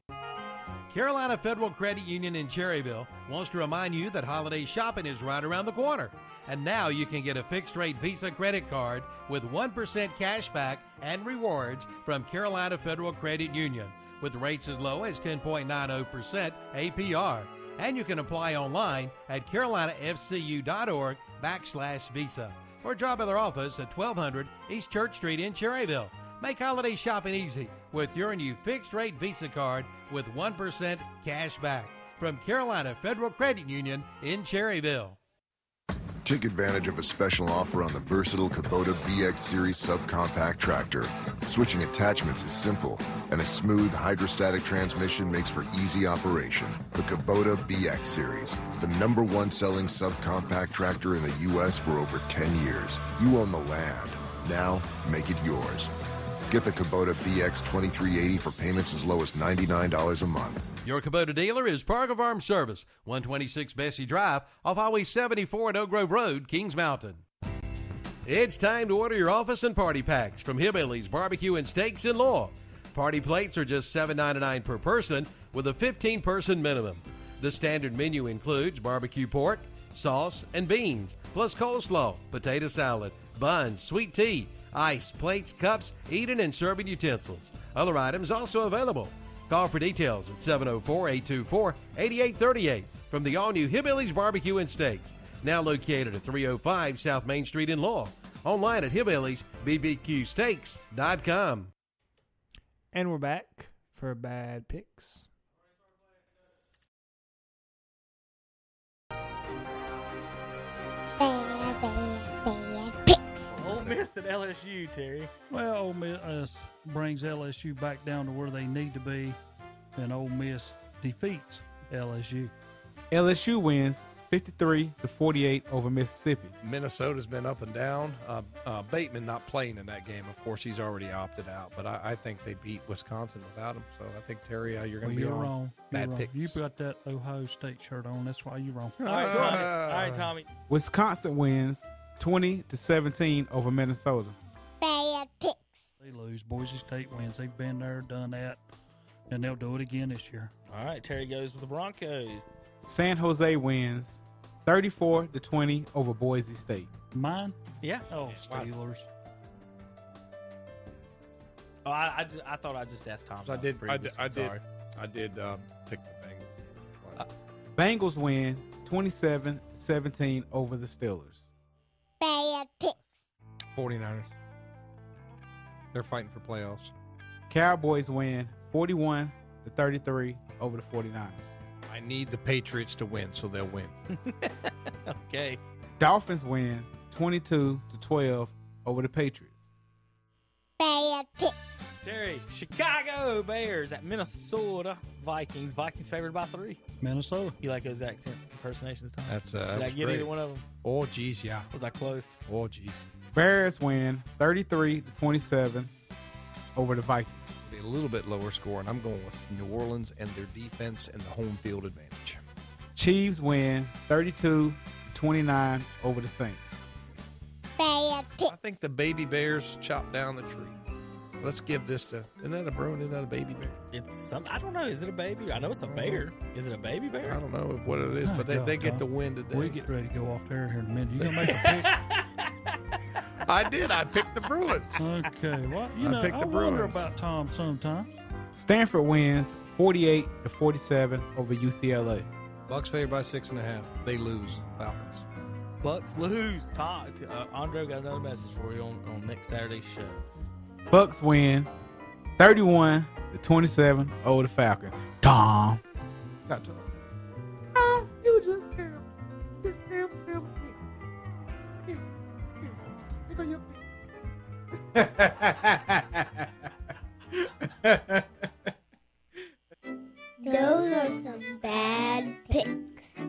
H: Carolina Federal Credit Union in Cherryville wants to remind you that holiday shopping is right around the corner. And now you can get a fixed rate Visa credit card with 1% cash back and rewards from Carolina Federal Credit Union with rates as low as 10.90% APR. And you can apply online at carolinafcu.org backslash Visa or drop by their office at 1200 East Church Street in Cherryville. Make holiday shopping easy with your new fixed rate Visa card with 1% cash back from Carolina Federal Credit Union in Cherryville.
K: Take advantage of a special offer on the versatile Kubota BX Series subcompact tractor. Switching attachments is simple, and a smooth hydrostatic transmission makes for easy operation. The Kubota BX Series, the number one selling subcompact tractor in the U.S. for over 10 years. You own the land. Now, make it yours. Get the Kubota BX 2380 for payments as low as $99 a month.
H: Your Kubota dealer is Park of Arms Service, 126 Bessie Drive, off Highway 74 at Oak Grove Road, Kings Mountain. It's time to order your office and party packs from Hillbillies Barbecue and Steaks in Law. Party plates are just $7.99 per person with a 15 person minimum. The standard menu includes barbecue pork, sauce, and beans, plus coleslaw, potato salad, buns, sweet tea, ice, plates, cups, eating and serving utensils. Other items also available. Call for details at 704 824 8838 from the all new Hillbillies Barbecue and Steaks, now located at 305 South Main Street in Law. Online at hillbilliesbbqsteaks.com.
F: And we're back for bad picks.
I: Bad, bad, bad picks.
D: Ole Miss at LSU, Terry.
B: Well, Ole Miss uh, brings LSU back down to where they need to be, and Ole Miss defeats LSU.
L: LSU wins 53 to 48 over Mississippi.
C: Minnesota's been up and down. Uh, uh, Bateman not playing in that game. Of course, he's already opted out. But I, I think they beat Wisconsin without him. So I think Terry, uh, you're
B: Well,
C: going to
B: you're
C: be on
B: wrong.
C: bad
B: you're wrong.
C: picks.
B: You got that Ohio State shirt on. That's why
C: [laughs]
B: you're wrong.
I: Uh,
D: All right, Tommy. All right, Tommy.
L: Wisconsin wins 20 to 17 over Minnesota.
I: Bad picks.
B: They lose. Boise State wins. They've been there, done that, and they'll do it again this year.
D: All right, Terry goes with the Broncos.
L: San Jose wins 34 to 20 over Boise State.
B: Mine?
D: Yeah.
B: Oh, Steelers.
D: Oh, I, I, just, I thought I just asked Tom.
C: I
D: about
C: did.
D: the
C: I did.
D: previous
C: I
D: one,
C: did,
D: sorry.
C: I did um, pick the Bengals.
D: Uh,
L: Bengals win 27 to 17 over the Steelers.
I: Bad picks.
C: 49ers. They're fighting for playoffs.
L: Cowboys win 41 to 33 over the 49ers.
C: I need the Patriots to win, so they'll win.
D: [laughs] Okay.
L: Dolphins win 22 to 12 over the Patriots.
I: Bad picks.
D: Terry, Chicago Bears at Minnesota Vikings. Vikings favored by three.
B: Minnesota.
D: You like those accent impersonations, Tom?
C: That's uh. that
D: did I
C: was
D: get
C: great.
D: either one of them?
C: Oh, geez, yeah.
D: Was I close?
C: Oh, geez.
L: Bears win 33 to 27 over the Vikings.
C: Be A little bit lower score, and I'm going with New Orleans and their defense and the home field advantage.
L: Chiefs win 32 to 29 over the Saints.
I: Bad
C: I
I: picks.
C: think the baby bears chopped down the tree. Let's give this to. Isn't that a bro? Isn't that a baby bear?
D: It's some. I don't know. Is it a baby? I know it's a bear. Is it a baby
C: I
D: bear?
C: don't know what it is,
B: My
C: but they,
B: Oh, God,
C: they get
B: Tom.
C: the win today.
B: We get ready to go off the air here in a minute. You gonna
C: [laughs]
B: make a
C: I did. I picked the Bruins.
B: pick? okay. Well, you
C: I
B: know, I,
C: picked the
B: wonder
C: Bruins.
B: about Tom sometimes.
L: Stanford wins 48 to 47 over UCLA.
C: Bucks favored by six and a half. They lose. Falcons.
D: Bucks lose. Tom, uh, Andre got another message for you on, on next Saturday's show.
L: Bucks win 31 to 27 over the Falcons. Tom. Stop talking. Tom, you just terrible. Just terrible, terrible. Here, here, here go your
D: [laughs]
L: pick.
I: Those are some bad picks.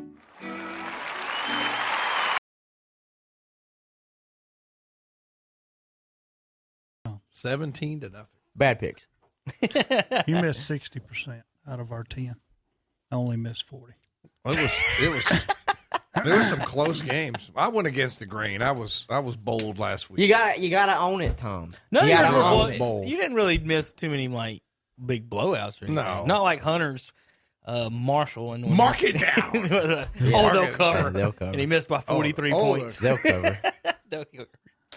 C: Seventeen to nothing.
E: Bad picks.
B: You missed sixty percent out of our ten. I only missed forty.
C: It was. It
E: [laughs]
C: was. there were some close games. I went against the grain. I was. I was bold last week.
E: You got you gotta own it, Tom.
D: No,
E: you
D: you,
E: gotta
D: didn't,
C: Alonzo
E: own
D: really,
E: it.
C: Bowl.
D: you didn't really miss too many like big blowouts or anything.
C: No.
D: Not like Hunter's uh, Marshall and
C: Mark
D: [laughs]
C: it down.
D: oh,
E: Mark
D: they'll
C: it.
D: cover.
E: They'll cover.
D: And he missed by forty three
C: oh,
D: points.
E: They'll cover.
D: [laughs] They'll cover.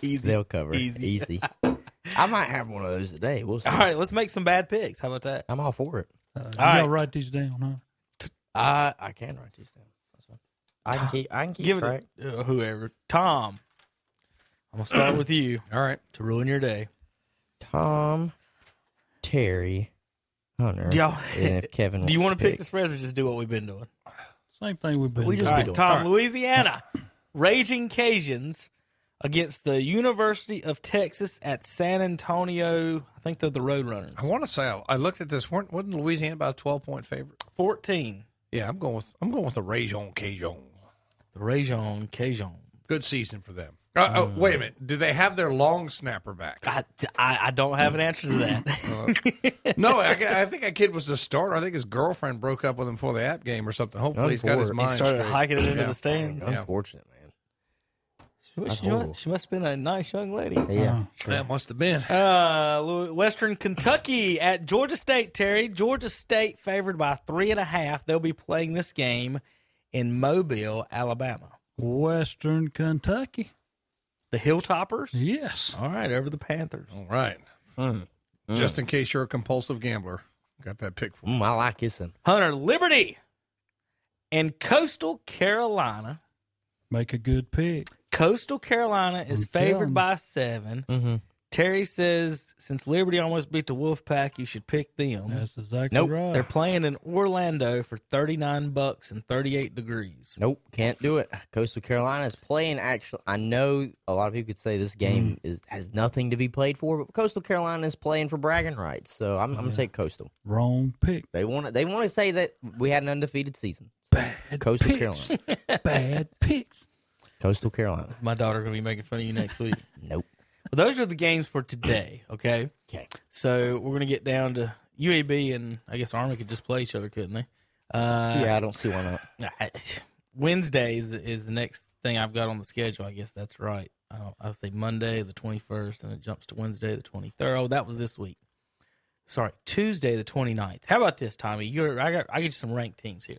D: Easy.
E: They'll cover.
D: Easy.
E: Easy. [laughs]
D: [laughs]
E: I might have one of those today. We'll see.
D: All right, let's make some bad picks. How about that?
E: I'm all for it.
B: Uh, you
D: right.
B: gotta write these down, huh?
E: I I can write these down. That's fine. I can keep. I can keep
D: Give
E: track.
D: it to uh, whoever. Tom, I'm gonna start with you
C: All right.
D: to ruin your day.
E: Tom, Terry, Hunter.
D: Do y'all-
E: and if Kevin.
D: [laughs] Do you
E: want to
D: pick the spread or just do what we've been doing?
B: Same thing we've been.
E: We
B: doing.
E: just
D: All
E: be
D: right,
E: doing-
D: Tom,
E: all right.
D: Louisiana, Raging Cajuns against the University of Texas at San Antonio. I think they're the Roadrunners.
C: I want to say I, I looked at this. weren't wasn't Louisiana about a twelve point favorite?
D: 14.
C: Yeah, I'm going with. I'm going with the Rajon Cajun.
D: The Raging Cajuns.
C: Good season for them. Uh, oh, wait a minute. Do they have their long snapper back?
D: I, I, I don't have an answer
C: [coughs]
D: to
C: Oh,
D: that.
C: No, I, I think a kid was the starter. I think his girlfriend broke up with him before the app game or something. Hopefully, he's got his
E: Unfortunate.
C: mind
D: he started
C: straight.
D: hiking it into
C: Yeah.
D: the stands.
C: Yeah.
E: Unfortunate,
D: She,
E: That's
D: she mu-
E: horrible.
D: she must have been a nice young lady.
E: man. Yeah.
C: That must have been.
D: Uh, Lou- Western Kentucky at Georgia State, Terry. Georgia State favored by three and a half. They'll be playing this game in Mobile, Alabama.
B: Western Kentucky.
D: The Hilltoppers?
B: Yes.
D: All right, over the Panthers.
C: All right.
E: Mm.
C: Just in case you're a compulsive gambler, got that pick for you.
E: Mm, I like this one.
D: Hunter Liberty and Coastal Carolina.
B: Make a good pick.
D: Coastal Carolina is
B: I'm telling
D: favored
B: you.
D: by 7
E: Mhm.
D: Terry says since Liberty almost beat the Wolfpack, you should pick them.
B: That's exactly
E: Nope.
B: right.
D: They're playing in Orlando for thirty nine bucks and thirty eight degrees.
E: Nope, can't do it. Coastal Carolina is playing. Actually, I know a lot of people could say this
B: Hmm.
E: game is has nothing to be played for, but Coastal Carolina is playing for bragging rights. So I'm, I'm gonna take Coastal.
B: Wrong pick.
E: They want to. They want to say that we had an undefeated season. Coastal Carolina.
B: [laughs] Bad picks.
E: Coastal Carolina.
D: Is my daughter gonna be making fun of you next week?
E: [laughs] Nope.
D: Well, those are the games for today. Okay.
E: 'Kay.
D: So we're gonna get down to UAB and I guess Army could just play each other, couldn't they? Uh,
E: Yeah, I don't see why not.
D: I- [laughs] Wednesday is the, is the next thing I've got on the schedule. I guess that's right. I don't. I say Monday the twenty first, and it jumps to Wednesday the twenty third. Oh, that was this week. Sorry, Tuesday the 29th. How about this, Tommy? You're I got I get you some ranked
E: [clears throat]
D: teams here.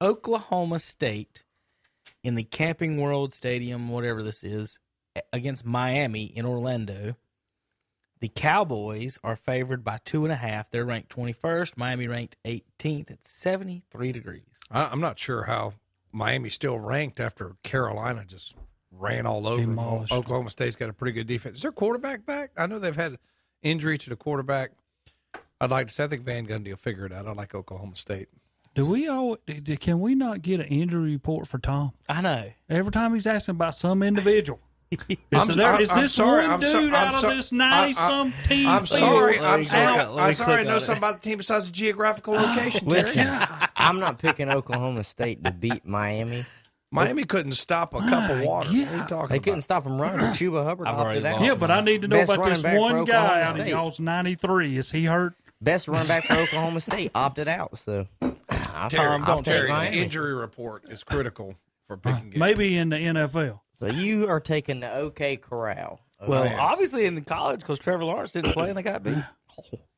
D: Oklahoma State in the Camping World Stadium, whatever this is, a- against Miami in Orlando. The Cowboys are favored by two and a half. They're ranked 21st. Miami ranked 18th at 73 degrees.
C: I, I'm not sure how Miami's still ranked after Carolina just ran all over. them.
B: Demolished.
C: Oklahoma State's got a pretty good defense. Is their quarterback back? I know they've had injury to the quarterback. I'd like to say I think Van Gundy will figure it out. I like Oklahoma State.
B: Do we all? d- d- Can we not get an injury report for Tom?
D: I know.
B: Every time he's asking about some individual. Is,
C: [laughs] I'm-
B: there,
C: I'm-
B: is
C: I'm
B: this
C: sorry,
B: one
C: I'm
B: dude
C: so- I'm
B: out
C: so-
B: of this ninety
C: I- I-
B: some team?
C: I'm sorry.
D: Let
C: I'm
D: me
C: sorry.
D: click on- let me
C: I'm sorry. I
D: click
C: know
D: on it.
C: something about the team besides the
B: [gasps]
C: geographical location. Terry.
B: [laughs]
E: Listen, I'm not picking Oklahoma State to beat Miami.
C: Miami couldn't stop a cup of water. What are you talking
E: They couldn't
C: about?
E: stop him running. Chuba Hubbard
D: I've
E: opted
D: already
E: out.
D: lost.
B: Yeah, but I need to know
E: Best
B: about
E: running
B: this
E: back for
B: one guy
E: Oklahoma
B: out of
E: State.
B: y'all's ninety three. Is he hurt?
E: Best running back for Oklahoma
B: [laughs]
E: State opted out. So, I-
C: Terry,
E: I'll
D: don't
E: take
C: Terry, the
E: Miami.
C: injury report is critical for picking. games.
B: Uh, Maybe in the NFL.
E: So you are taking the OK Corral.
D: Well,
C: man.
D: obviously in the college because Trevor Lawrence didn't play and they got beat.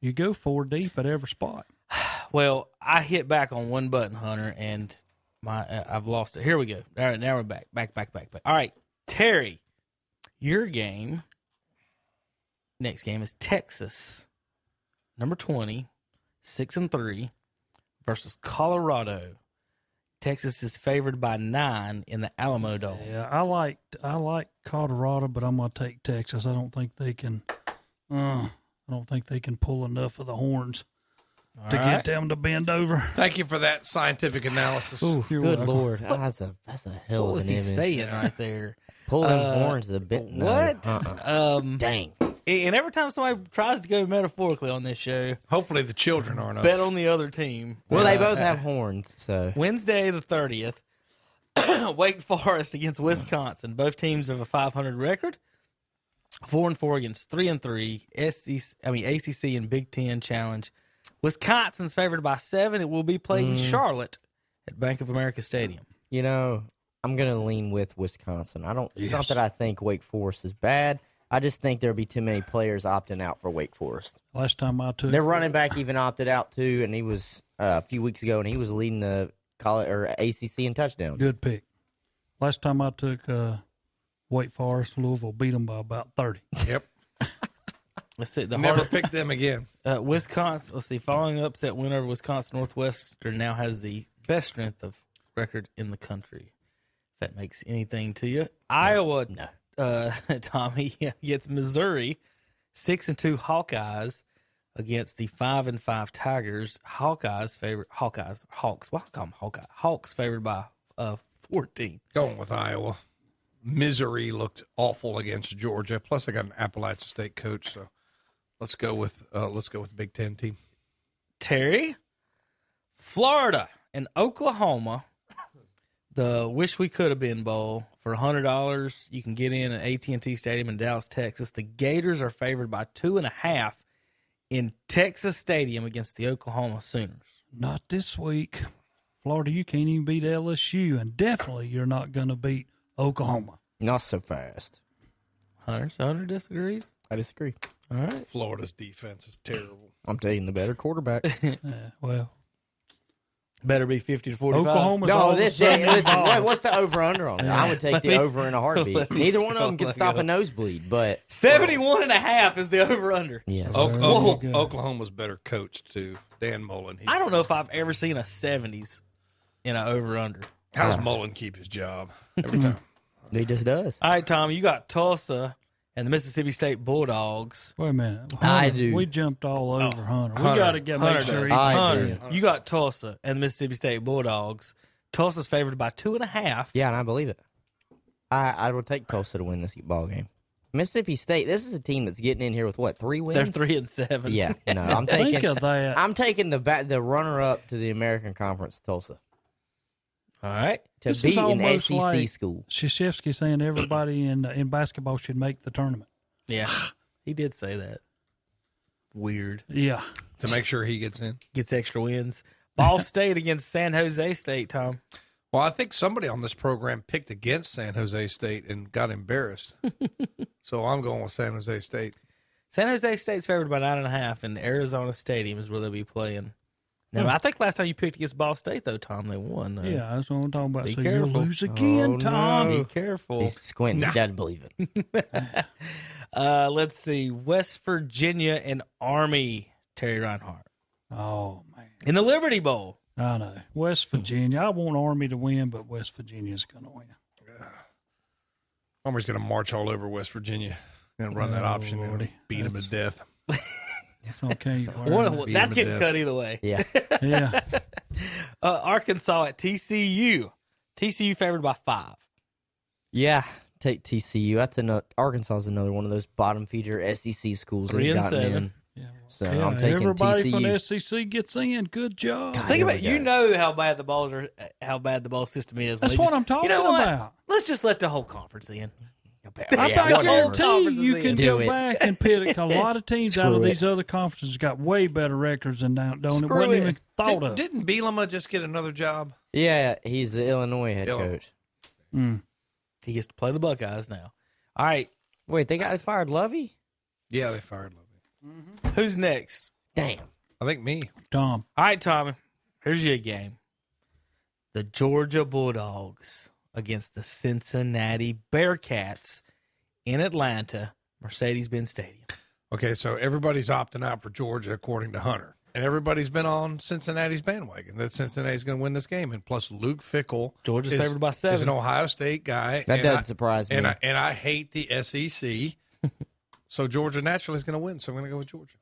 B: You go four deep at every spot.
D: Well, I hit back on one button, Hunter, and my uh, I've lost it. Here we go. All right, now we're back, back, back, back, back. All right, Terry, your game. Next game is Texas, number 20, 6 and three, versus Colorado. Texas is favored by nine in the Alamo Dome.
B: Yeah, I like I like Colorado, but I'm gonna take Texas. I don't think they can. Uh, I don't think they can pull enough of the horns to get
D: right.
B: them to bend over.
C: Thank you for that scientific analysis.
E: good lord, Oh, that's a that's a hell
D: What
E: of
D: was
E: an
D: he
E: image.
D: saying right there?
E: Pulling
D: Uh,
E: horns a bit. No,
D: what?
E: uh-uh.
D: Um,
E: Dang.
D: and every time somebody tries to go metaphorically on this show,
C: Hopefully the children aren't up.
D: bet on the other team. Uh,
E: Well, they both have horns, so
D: Wednesday the thirtieth, [coughs] Wake Forest against Wisconsin. Both teams have a five hundred record. Four and four against three and three. SEC, I mean ACC and Big Ten challenge. Wisconsin's favored by seven. It will be played
E: Mm.
D: in Charlotte at Bank of America Stadium.
E: you know I'm gonna lean with Wisconsin. I don't. It's not that I think Wake Forest is bad. I just think there'll be too many players opting out for Wake Forest.
B: Last time I took
E: Their running back even opted out too, and he was uh, a few weeks ago, and he was leading the college or ACC in touchdowns.
B: Good pick. Last time I took uh, Wake Forest, Louisville beat them by about 30.
C: Yep.
D: Let's see the
C: Never
D: hard,
C: pick them again.
D: [laughs] uh, Wisconsin. Let's see, following the upset win over Wisconsin Northwestern now has the best strength of record in the country. If that makes anything to you, Iowa
E: No.
D: uh, [laughs] Tommy gets Missouri, six and two Hawkeyes against the five and five Tigers. Hawkeyes favored Hawkeyes Hawks. Why call them Hawkeye? Hawks favored by uh fourteen.
C: Going with Iowa. Misery looked awful against Georgia. Plus, they got an Appalachian State coach. So let's go with uh, let's go with the Big Ten team.
D: Terry, Florida and Oklahoma. The wish we could have been bowl for hundred dollars. You can get in at AT and T Stadium in Dallas, Texas. The Gators are favored by two and a half in Texas Stadium against the Oklahoma Sooners.
B: Not this week. Florida, you can't even beat LSU, and definitely you're not going to beat Oklahoma.
E: Not so fast.
D: Hunter, so Hunter disagrees.
E: I disagree.
D: All right.
C: Florida's defense is terrible.
D: [laughs]
E: I'm taking the better quarterback.
B: Yeah, well,
D: Better be fifty to forty-five.
B: Oklahoma's
E: No, this is, listen, what, what's the over under on that?
D: Yeah.
E: I would take
D: Let
E: the
D: me-
E: over in a
D: let
E: heartbeat.
D: me
E: Neither one of them can
D: scroll
E: stop a
D: down.
E: nosebleed, but
D: 71 and a half is the over under.
E: Yes.
C: O-
D: Whoa.
C: O- Oklahoma's better coached too. Dan Mullen. He-
D: I don't know if I've ever seen a 70s in an over under.
C: How's Mullen keep his job every time?
E: he just does.
D: [laughs] All right, Tom, you got Tulsa and the Mississippi State Bulldogs.
B: Wait a minute.
E: I
B: Hunter,
E: do.
B: We jumped all over Hunter. We
C: Hunter.
B: got to get make
D: Oh, Hunter
B: sure
D: does.
B: he
E: I
D: Hunter,
E: do.
D: you got Tulsa and the Mississippi State Bulldogs. Tulsa's favored by two and a half.
E: Yeah, and I believe it. I I would take Tulsa to win this ball game. Mississippi State. This is a team that's getting in here with what three wins?
D: They're three and seven. [laughs]
E: Yeah, no, I'm
B: think
E: taking.
B: of that.
E: I'm taking the ba- the runner up to the American Conference, Tulsa,
D: All right.
E: to
B: This is
E: beat an
B: almost
E: SEC
B: like-
E: E school.
B: Shashevsky saying everybody in uh, in basketball should make the tournament.
D: [laughs] Yeah. He did say that. Weird.
B: Yeah.
C: to make sure he gets in.
D: Gets extra wins.
C: [laughs]
D: Ball State against San Jose State, Tom.
C: Well, I think somebody on this program picked against San Jose State and got
D: [laughs]
C: embarrassed. so I'm going with San Jose State.
D: San Jose State's favored by nine and a half, and Arizona Stadium is where they'll be playing. Now, I think last time you picked against Ball State, though, Tom, they won. Though.
B: Hmm. Yeah, that's what I'm talking about.
D: Be
B: so
D: careful.
B: you'll lose again,
E: Oh,
B: Tom.
D: Be careful.
E: He's squinting. He doesn't believe it.
D: [laughs] Uh, let's see. West Virginia and Army, Terry Reinhardt.
B: Oh man,
D: In the Liberty Bowl.
B: I know. West Virginia. I want Army to win, but West Virginia's going to win.
C: Army's going to march all over West Virginia and run that
B: Oh,
C: option and
B: Lordy.
C: beat him to
B: [laughs]
C: death.
B: It's okay.
D: [laughs]
B: You
D: One of-
B: learn
C: beat
D: that's
C: them to
D: getting
C: death.
D: cut either way. [laughs]
E: Yeah,
B: it. Yeah.
D: Uh, Arkansas at TCU. TCU favored by five.
E: yeah. Take TCU. That's another. Arkansas is another one of those bottom feeder SEC schools
D: Three
E: that
D: and
E: have gotten
D: seven.
E: in.
B: yeah.
E: So
B: Yeah,
E: I'm taking
B: everybody
E: TCU.
B: from SEC gets in. Good job.
E: God.
D: Think
E: Here we
D: about you
E: go.
D: know how bad the balls are, how bad the ball system is.
B: That's
D: They
B: what
D: just-
B: I'm talking
D: you know what?
B: about.
D: Let's just let the whole conference
E: Yeah,
B: I
D: in.
B: about
E: whatever.
D: Conference
B: guarantee you
D: is
B: can
D: in.
E: Do
B: go
E: it.
B: back and pick a
E: [laughs]
B: lot of teams out of
E: Screw it.
B: these other conferences got way better records than down don't it
E: Screw
B: wasn't
E: it.
B: even thought of.
C: Did, not Bielema just get another job?
E: Yeah, he's the Illinois head
C: Illinois.
E: coach. Hmm.
B: Mm.
D: He gets to play the Buckeyes now. All right,
E: Wait, they got they fired Lovey?
C: Yeah, they fired Lovey.
D: Mm-hmm. who's next?
E: Damn.
C: I think me.
B: Tom.
D: All right, Tommy. Here's your game. The Georgia Bulldogs against the Cincinnati Bearcats in Atlanta, Mercedes-Benz Stadium.
C: Okay, so everybody's opting out for Georgia, according to Hunter. And everybody's been on Cincinnati's bandwagon that Cincinnati's going to win this game. And plus, Luke Fickle
D: Georgia's
C: is,
D: favored by
C: is an
D: seven.
C: Ohio State guy.
E: That
C: and
E: doesn't
C: I-
E: surprise me.
C: and I, and I hate the
G: E
C: SEC. so Georgia naturally is going to win. So I'm going to go with
D: [laughs]
C: Georgia.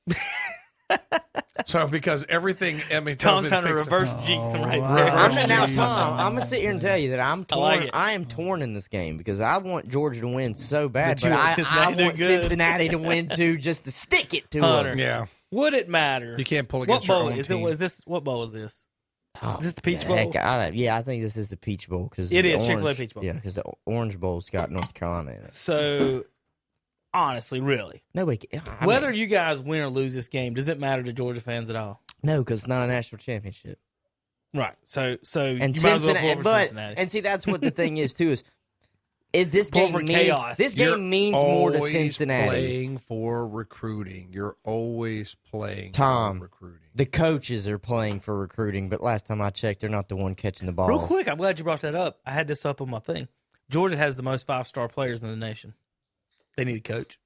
C: so because everything, I mean, Tobin
D: Tom's trying to
C: picks it.
D: reverse jinx him right
B: wow.
D: there.
E: I'm
C: Reverse
E: gonna, now,
C: jinx.
E: Tom, I'm gonna sit here and tell you that I'm
D: I
E: torn. I,
D: like it.
E: am torn in this game because I want Georgia to win so bad,
D: But you
E: but,
D: want
E: I,
D: Cincinnati
E: I
D: to do
E: want
D: good.
E: Cincinnati to win
C: [laughs]
E: too, just to stick it to
D: Hunter.
E: them.
C: Yeah,
D: Would it matter?
C: you can't pull
D: What
C: against
D: bowl
C: your own
D: is it?
C: team.
D: Was this what bowl is this? [laughs] Is this the Peach Bowl?
E: Oh, Heck, I don't- yeah, I think this is the Peach Bowl because
D: It is Chick-fil-A Peach Bowl.
E: Yeah, because the Orange Bowl's got North Carolina in it.
D: So, honestly, really,
E: Nobody, ca- I mean,
D: whether you guys win or lose this game, does it matter to Georgia fans at all?
E: no, because it's not a national championship.
D: Right. So, so
E: And
D: you might as well
E: Cincinnati,
D: pull for
E: but
D: Cincinnati.
E: and see that's what the thing is too is. It, this
D: Pull
E: game
D: for
E: means
D: chaos.
E: this
C: You're
E: game means more to
C: always
E: Cincinnati.
C: Playing for recruiting, you're always playing.
E: Tom.
C: for recruiting.
E: The coaches are playing for recruiting, but last time I checked, they're not the one catching the ball.
C: Oh.
D: Real quick, I'm glad you brought that up. I had this up on my thing. Georgia has the most five star players in the nation. They need a coach.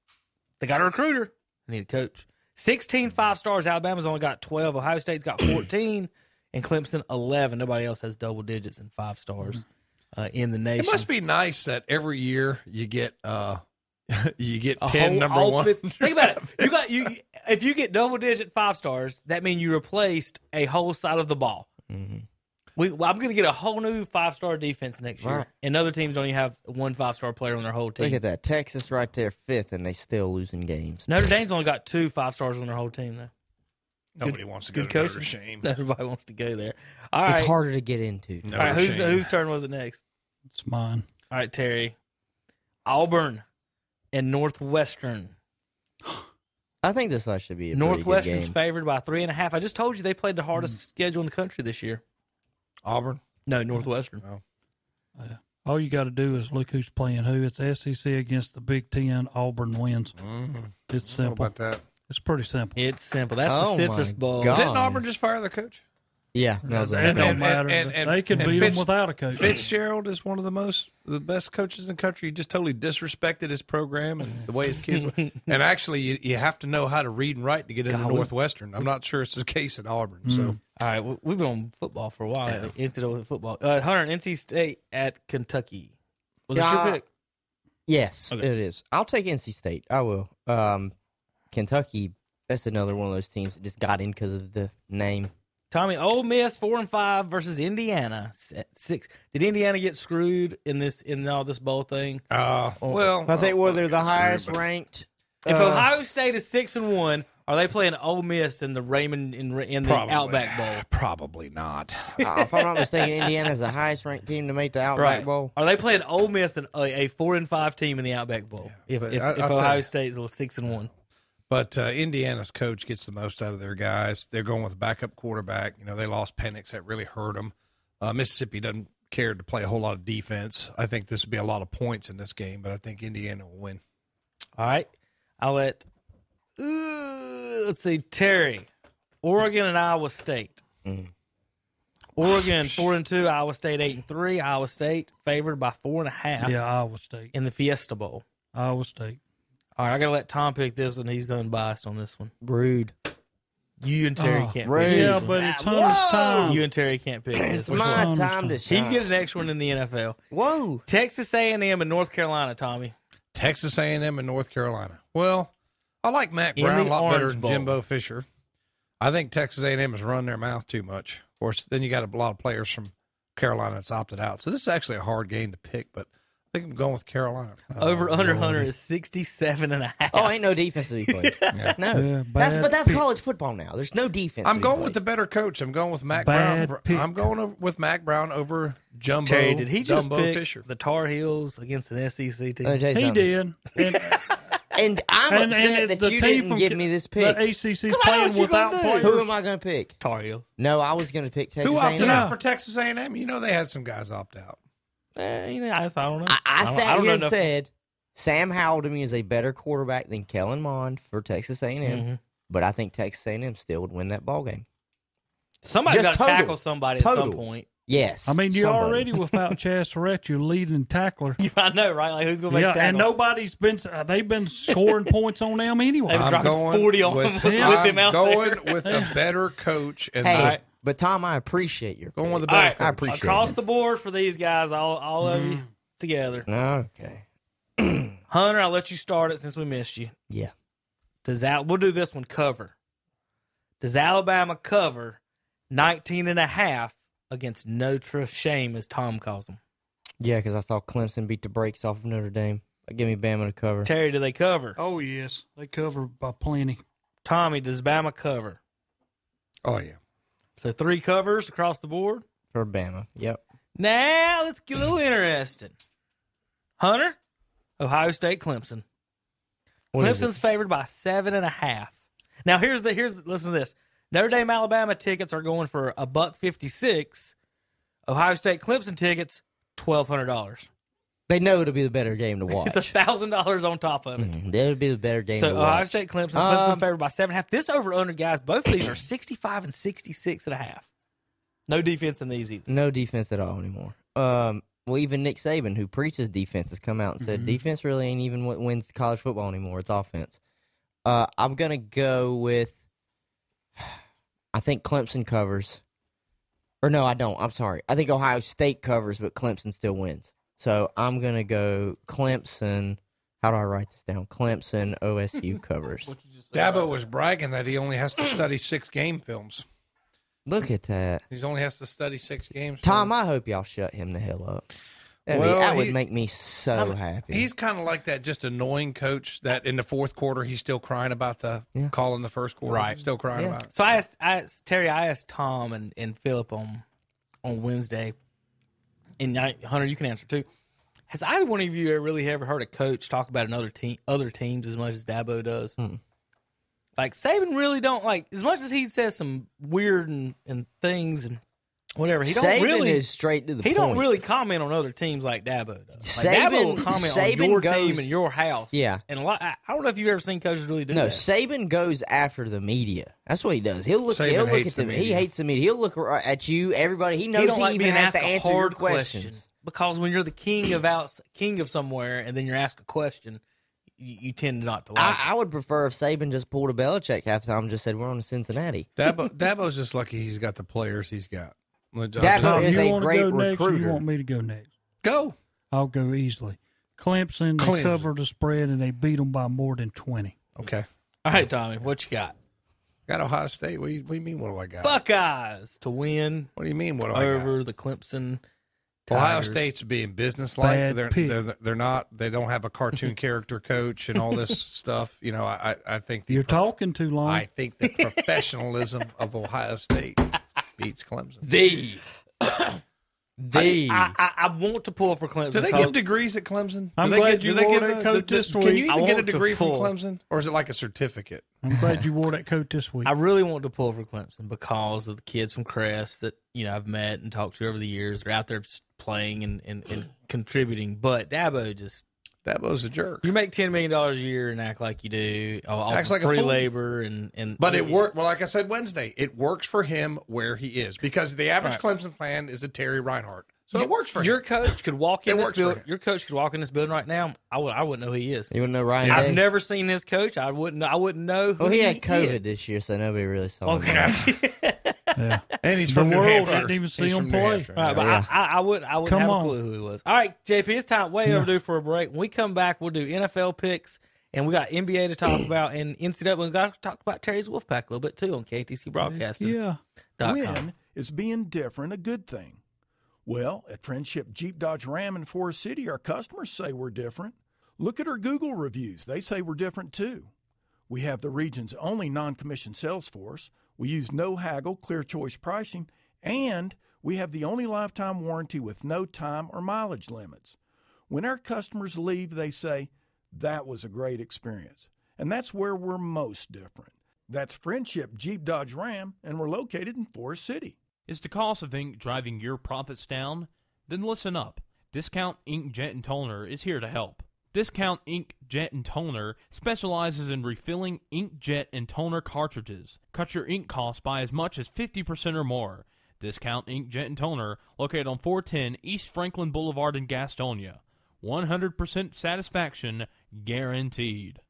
D: They got a recruiter. They need a coach. 16 five stars. Alabama's only got 12. Ohio
C: [clears throat]
D: State's got 14. and Clemson, 11. Nobody else has double digits and five stars uh, in the nation.
C: Mm-hmm. It must be nice that every year you get uh [laughs] you get
D: A
C: ten
D: whole-
C: number
D: all
C: one. [laughs]
D: fifth- think about it. You got you if you get double digit five stars, that means you replaced a whole side of the ball.
E: Mm-hmm.
D: We, well, I'm going to get a whole new five star defense next year,
E: Right.
D: and other teams don't even have one five star player on their whole
E: Look
D: team.
E: at that. Texas right there, fifth, and they still losing games.
D: Notre Dame's only got two five stars on their whole team though.
C: Nobody wants to go
D: Good
C: to
D: coaching.
C: Notre
D: [laughs]
C: Dame.
D: Everybody wants to go there. All right,
E: it's harder to get into.
D: all right.
C: Notre
D: Who's,
C: Dame.
D: whose turn was it next?
B: It's mine.
D: All right, Terry, Auburn, and Northwestern.
E: I think this actually should be a Northwestern's
D: Northwestern's
E: pretty good game. Hmm.
D: favored by three and a half. I just told you they played the hardest schedule in the country this year.
C: Auburn. Oh.
D: No, Northwestern.
B: All you got to do is look who's playing who. It's SEC against the Big Ten. Auburn wins.
C: Mm-hmm.
B: It's
C: How
B: simple.
C: about that?
B: It's pretty simple.
D: It's simple. That's
E: Oh
D: the Citrus
E: my
D: Bowl.
E: God.
D: [laughs]
C: Didn't Auburn just fire their coach?
E: Yeah, that was a-
B: It don't matter. They can beat 'em without a coach.
C: Fitzgerald is one of the most, the best coaches in the country. He just totally disrespected his program and the way his kids.
D: [laughs]
C: were. and actually, you, you have to know how to read and write to get into
D: God, we-
C: Northwestern. I'm not sure it's the case at Auburn. So
D: So, Mm. all right, we, we've been on football for a while. NCAA football. Uh, Hunter, NC State at Kentucky. Was it
E: Yeah.
D: your pick?
E: Yes, it is. I'll take NC State. I will. Um, Kentucky. That's another one of those teams that just got in because of the name.
D: Tommy, Ole Miss four and five versus Indiana s- at six. Did Indiana get screwed in this in all this bowl thing?
C: Uh, well,
E: I think well they're the highest ranked.
D: if
E: uh,
D: Ohio State is six and one, are they playing Ole Miss in the Raymond in, in the
C: Probably.
D: Outback Bowl?
C: [sighs] probably not.
E: [laughs] uh, if I'm not mistaken, Indiana's the highest ranked team to make the Outback
D: Right.
E: Bowl.
D: Are they playing Ole Miss and a, a four and five team in the Outback Bowl? if
C: but
D: if,
C: I-
D: if
C: I'll tell
D: Ohio
C: you.
D: State's a six and one,
C: But uh, Indiana's coach gets the most out of their guys. They're going with a backup quarterback. You know, they lost Penix. That really hurt them. Uh, Mississippi doesn't care to play a whole lot of defense. I think this would be a lot of points in this game, but I think Indiana will win.
D: all right. I'll let. Ooh, let's see, Terry, Oregon and Iowa State.
E: Mm.
D: Oregon four and two, Iowa State eight and three. Iowa State favored by four and a half
B: Yeah, Iowa State.
D: in the Fiesta Bowl.
B: Iowa State.
D: All right, I gotta let Tom pick this one. He's unbiased on this one.
E: Rude.
D: You and Terry
B: Oh,
D: can't.
E: Rude.
D: Pick this
B: Yeah,
D: one.
B: but it's
E: Whoa!
B: Hunter's time.
D: you and Terry can't pick.
E: It's
D: This one.
E: my
B: one?
E: time to
D: He
E: shine.
D: can get an extra one in the NFL.
E: Whoa!
D: Texas A and M and North Carolina. Tommy.
C: Texas A&M and North Carolina. Well, I like Matt
D: In
C: Brown a
D: the
C: lot better
D: Orange
C: than
D: Bowl.
C: Jimbo Fisher. I think Texas A&M has run their mouth too much. Of course, then you got a lot of players from Carolina that's opted out. So this is actually a hard game to pick, but I think I'm going with Carolina.
D: [laughs] Over
B: Uh,
D: under Hunter is 67 and a half.
E: Oh, ain't no defense to be
D: [laughs]
E: played. No,
B: Yeah,
E: that's
B: bad
E: but that's
B: pick.
E: college football now. There's no defense. to
C: I'm
E: be
C: going with the
E: played.
C: better coach. I'm going with Mac
B: Bad
C: Brown.
B: pick.
C: I'm going over with Mac Brown over Jumbo.
D: Terry, did he just
C: Jumbo
D: pick
C: Fisher?
D: the Tar Heels against an SEC team?
E: Let me tell you
B: He
E: something.
B: did. And,
E: and I'm
B: and,
E: upset
B: and
E: that
B: the
E: you
B: team
E: didn't
B: from
E: give me this pick.
B: The ACC's
D: I know what
B: playing
D: you
B: without
D: gonna do.
B: players.
E: Who am I going to pick?
D: Tar Heels.
E: No, I was going to pick Texas
C: Who opted
E: A&M.
C: out for Texas A&M? You know they had some guys opt out.
D: Eh, you know, I, I don't know.
E: I, I,
D: don't-
E: sat
D: don't
E: here
D: know
E: and
D: enough-
E: said Sam Howell to me is a better quarterback than Kellen Mond for Texas A&M,
B: Mm-hmm.
E: but I think Texas A&M still would win that ball game.
D: somebody's got
E: just
D: to
E: total.
D: tackle somebody at some
E: Total.
D: point.
E: Yes,
B: I mean, you're
E: somebody.
B: already
D: [laughs]
B: without Chaz Surratt, your leading tackler.
D: [laughs] I know, right? Like, who's going to make
B: Yeah,
D: tackles?
B: and nobody's been. uh, They've been scoring points on them anyway.
D: They've
C: I'm
D: dropped
C: going
D: 40 on
C: with,
D: him [laughs] with him
C: I'm
D: out
C: going
D: there.
C: with the better
D: [laughs]
C: coach and
E: Hey,
C: the-
D: Alright.
E: but Tom, I appreciate your
C: going with the
D: All
C: better
D: right,
C: coach.
E: I appreciate
D: across
E: it. Mm.
D: the board for these guys, all, all of you together.
E: Okay,
D: [clears throat] Hunter, I'll let you start it since we missed you.
E: yeah,
D: Does Al- we'll do this one cover. Does Alabama cover 19 and a half against Notre Shame, as Tom calls them?
E: yeah, because I saw Clemson beat the brakes off of Notre Dame. Give me Bama to cover.
D: Terry, do they cover?
B: Oh yes, they cover by plenty.
D: Tommy, does Bama cover?
C: Oh yeah.
D: So three covers across the board.
E: for Bama. Yep.
D: Now let's get a little interesting. Hunter, Ohio State, Clemson.
E: What is
D: Clemson's favored by seven and a half. Now here's the here's listen to this. Notre Dame Alabama tickets are going for a buck fifty six. Ohio State Clemson tickets twelve hundred dollars.
E: They know it'll be the better game to
D: [laughs]
E: watch.
D: It's a thousand dollars on top of it.
E: Mhm. That'll be the better game
D: So
E: to watch.
D: Ohio State Clemson Clemson
E: Um,
D: favored by seven and a half. This over under guys. Both of these are sixty five and sixty six and a half. No defense in these either.
E: No defense at all anymore. Um, well, even Nick Saban, who preaches defense, has come out and
D: Mm-hmm.
E: said defense really ain't even what wins college football anymore. It's offense. Uh, I'm gonna go with. I think Clemson covers, or no, I don't. I'm sorry. I think Ohio State covers, but Clemson still wins. So I'm gonna go Clemson. How do I write this down? Clemson OSU covers.
C: Dabo was bragging that he only has
D: [clears throat]
C: to study six game films.
E: Look at that.
C: He only has to study six games.
E: Tom, I hope y'all shut him the hell up. That'd be-
C: Well,
E: that would
C: he-
E: make me so
C: I'm-
E: happy.
C: He's kind of like that just annoying coach that in the fourth quarter he's still crying about the
E: Yeah.
C: call in the first quarter.
D: Right.
C: Still crying
E: Yeah.
C: about it.
D: So I asked, I asked Terry, I asked Tom and, and Philip on on Wednesday, and I, Hunter, you can answer too. Has either one of you ever really ever heard a coach talk about another team, other teams as much as Dabo does?
E: Hmm.
D: Like Saban really don't like as much as he says some weird and, and things and Whatever. He don't
E: Saban
D: really
E: is straight to the
D: He don't
E: point.
D: really comment on other teams like Dabo does. Like,
E: Saban-
D: Dabo will comment
E: Saban
D: on your
E: goes-
D: team and your house.
E: Yeah.
D: and a lot. I, I don't know if you've ever seen coaches really do
E: no,
D: that.
E: Saban goes after the media. That's what he does. He'll look.
D: Saban
E: he'll look
D: hates
E: at them.
D: the
E: He
D: media.
E: hates the media. He'll look right at you. Everybody. He knows he,
D: don't like
E: even
D: being
E: has
D: asked
E: to
D: a
E: answer your
D: hard
E: questions.
D: question, because when you're the king of outs, king of somewhere, and then you're asked a question, you, you tend not to like.
E: I, I would prefer if Saban just pulled a Belichick half time and just said, "We're on to Cincignati." [laughs]
C: Dabo, Dabo's just lucky he's got the players he's got.
E: Dabo
B: Tom,
E: is
B: you
E: a
B: want
E: great
B: to go next or you
E: recruiter.
B: want me to go next?
C: Go.
B: I'll go easily. Clemson,
D: Clemson.
B: they covered the spread and they beat them by more than 20.
C: Okay.
D: All right, Tommy, what you got?
C: Got Ohio State. What do you, what do you mean? What do I got?
D: Buckeyes to win.
C: What do you mean? What do I got?
D: over the Clemson?
C: Ohio
D: Tigers.
C: State's being businesslike.
D: Bad
C: They're,
D: pick.
C: they're they're not. They don't have a cartoon [laughs] character coach and all [laughs] this stuff. You know, I I I think the
B: You're talking too long.
C: I think
D: [laughs]
C: the professionalism of Ohio State beats Clemson.
D: The I, I, I, I want to pull for Clemson.
C: Do they
D: because-
C: give degrees at Clemson? Do
D: I'm
C: they
D: glad
C: give- do
D: you
C: they
D: wore
C: give
D: that
C: a-
D: coat
C: the-
D: this
C: Can
D: week.
C: you
D: I
C: even get a
D: want to
C: degree from
D: pull.
C: Clemson, or is it like a certificate?
B: I'm glad you wore that coat this week.
D: [laughs] I really want to pull for Clemson because of the kids from Crest that you know I've met and talked to over the years. They're out there s- playing and, and,
C: [sighs]
D: and contributing, but Dabo just
C: Dabo's a jerk.
D: You make ten million dollars a year and act like you do. All,
C: Acts like a
D: free
C: fool.
D: labor and and
C: But it worked. Well, like I said Wednesday, it works for him where he is because the average
D: Right.
C: Clemson fan is a Terry Reinhardt, so it works for him.
D: Your coach could walk
C: It
D: in this
C: works for
D: building.
C: him.
D: Your coach could walk in this building right now. I would. I wouldn't know who he is.
E: You wouldn't know Ryan
D: I've
E: Day?
D: never seen his coach. I wouldn't. I wouldn't know. Who
E: Well, he had COVID
D: is.
E: this year, so nobody really saw
D: Okay.
E: him.
D: [laughs]
B: yeah.
C: And he's
B: The
C: from New
B: world
C: Hampshire.
B: didn't even see
C: He's
B: him
C: from New
B: play.
C: Hampshire.
D: All right, but
C: Yeah.
D: I, I, I would. I wouldn't
B: Come
D: have
B: on.
D: a clue who he was. All right, JP, it's time way
B: Yeah.
D: overdue for a break. When we come back, we'll do NFL picks, and we got NBA
B: [clears throat]
D: to talk about, and NCAA. We got to talk about Terry's Wolfpack a little bit too on KTC Broadcasting.
B: Yeah.
D: Dot com.
G: When is being different a good thing? Well, at Friendship Jeep Dodge Ram in Forest City, our customers say we're different. Look at our Google reviews, they say we're different too. We have the region's only non commissioned sales force, we use no haggle, clear choice pricing, and we have the only lifetime warranty with no time or mileage limits. When our customers leave, they say, That was a great experience. And that's where we're most different. That's Friendship Jeep Dodge Ram, and we're located in Forest City.
M: Is the cost of ink driving your profits down? Then listen up. Discount Inkjet and Toner is here to help. Discount Inkjet and Toner specializes in refilling inkjet and toner cartridges. Cut your ink costs by as much as 50% or more. Discount Inkjet and Toner, located on 410 East Franklin Boulevard in Gastonia. 100% satisfaction guaranteed.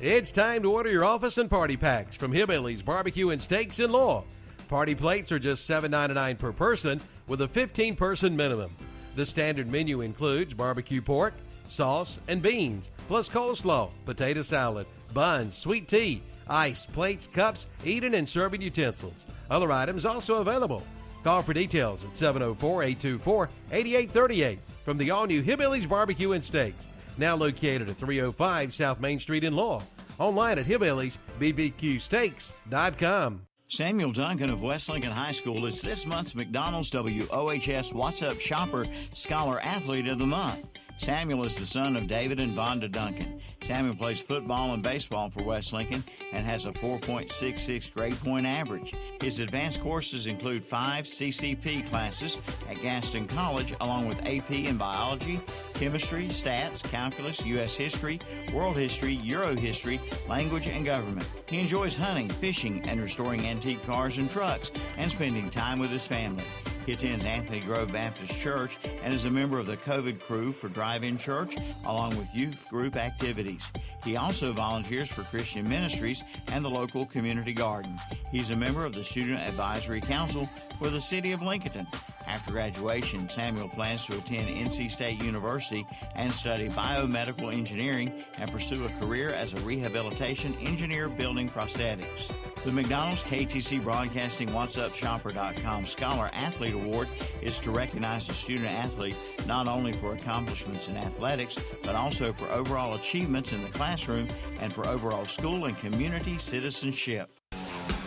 H: It's time to order your office and party packs from Hillbillies Barbecue and Steaks in Law. Party plates are just $7.99 per person with a 15 person minimum. The standard menu includes barbecue pork, sauce, and beans, plus coleslaw, potato salad, buns, sweet tea, ice, plates, cups, eating, and serving utensils. Other items also available. Call for details at 704 824 8838 from the all new Hillbillies Barbecue and Steaks now located at 305 South Main Street in Law. Online at hillbilliesbbqsteaks.com.
J: Samuel Duncan of West Lincoln High School is this month's McDonald's WOHS What's Up Shopper Scholar Athlete of the Month. Samuel is the son of David and Vonda Duncan. Samuel plays football and baseball for West Lincoln and has a 4.66 grade point average. His advanced courses include five CCP classes at Gaston College, along with AP in biology, chemistry, stats, calculus, U.S. history, world history, Euro history, language, and government. He enjoys hunting, fishing, and restoring antique cars and trucks, and spending time with his family. He attends Anthony Grove Baptist Church and is a member of the COVID crew for Drive In Church, along with youth group activities. He also volunteers for Christian ministries and the local community garden. He's a member of the Student Advisory Council for the City of Lincoln. After graduation, Samuel plans to attend NC State University and study biomedical engineering and pursue a career as a rehabilitation engineer building prosthetics. The McDonald's KTC Broadcasting What's Up Shopper.com Scholar Athlete Award is to recognize a student athlete not only for accomplishments in athletics, but also for overall achievements in the classroom and for overall school and community citizenship.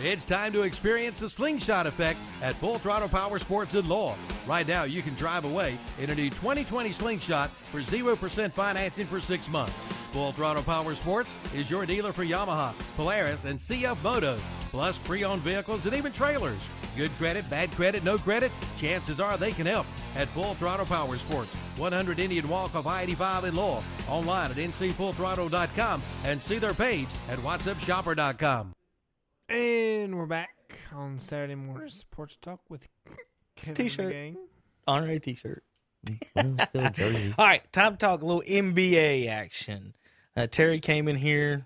H: It's time to experience the slingshot effect at Full Throttle Power Sports in Law. Right now, you can drive away in a new 2020 slingshot for 0% financing for six months. Full Throttle Power Sports is your dealer for Yamaha, Polaris, and CF Moto, plus pre owned vehicles and even trailers. Good credit, bad credit, no credit? Chances are they can help at Full Throttle Power Sports, 100 Indian Walk off I-85 in Laurel. Online at ncfullthrottle.com and see their page at whatsupshopper.com.
F: And we're back on Saturday morning sports talk with Kevin
D: T-shirt.
F: Gang.
D: Honorary T-shirt.
E: still a jersey.
D: All right, time to talk a little NBA action. Uh, Terry came in here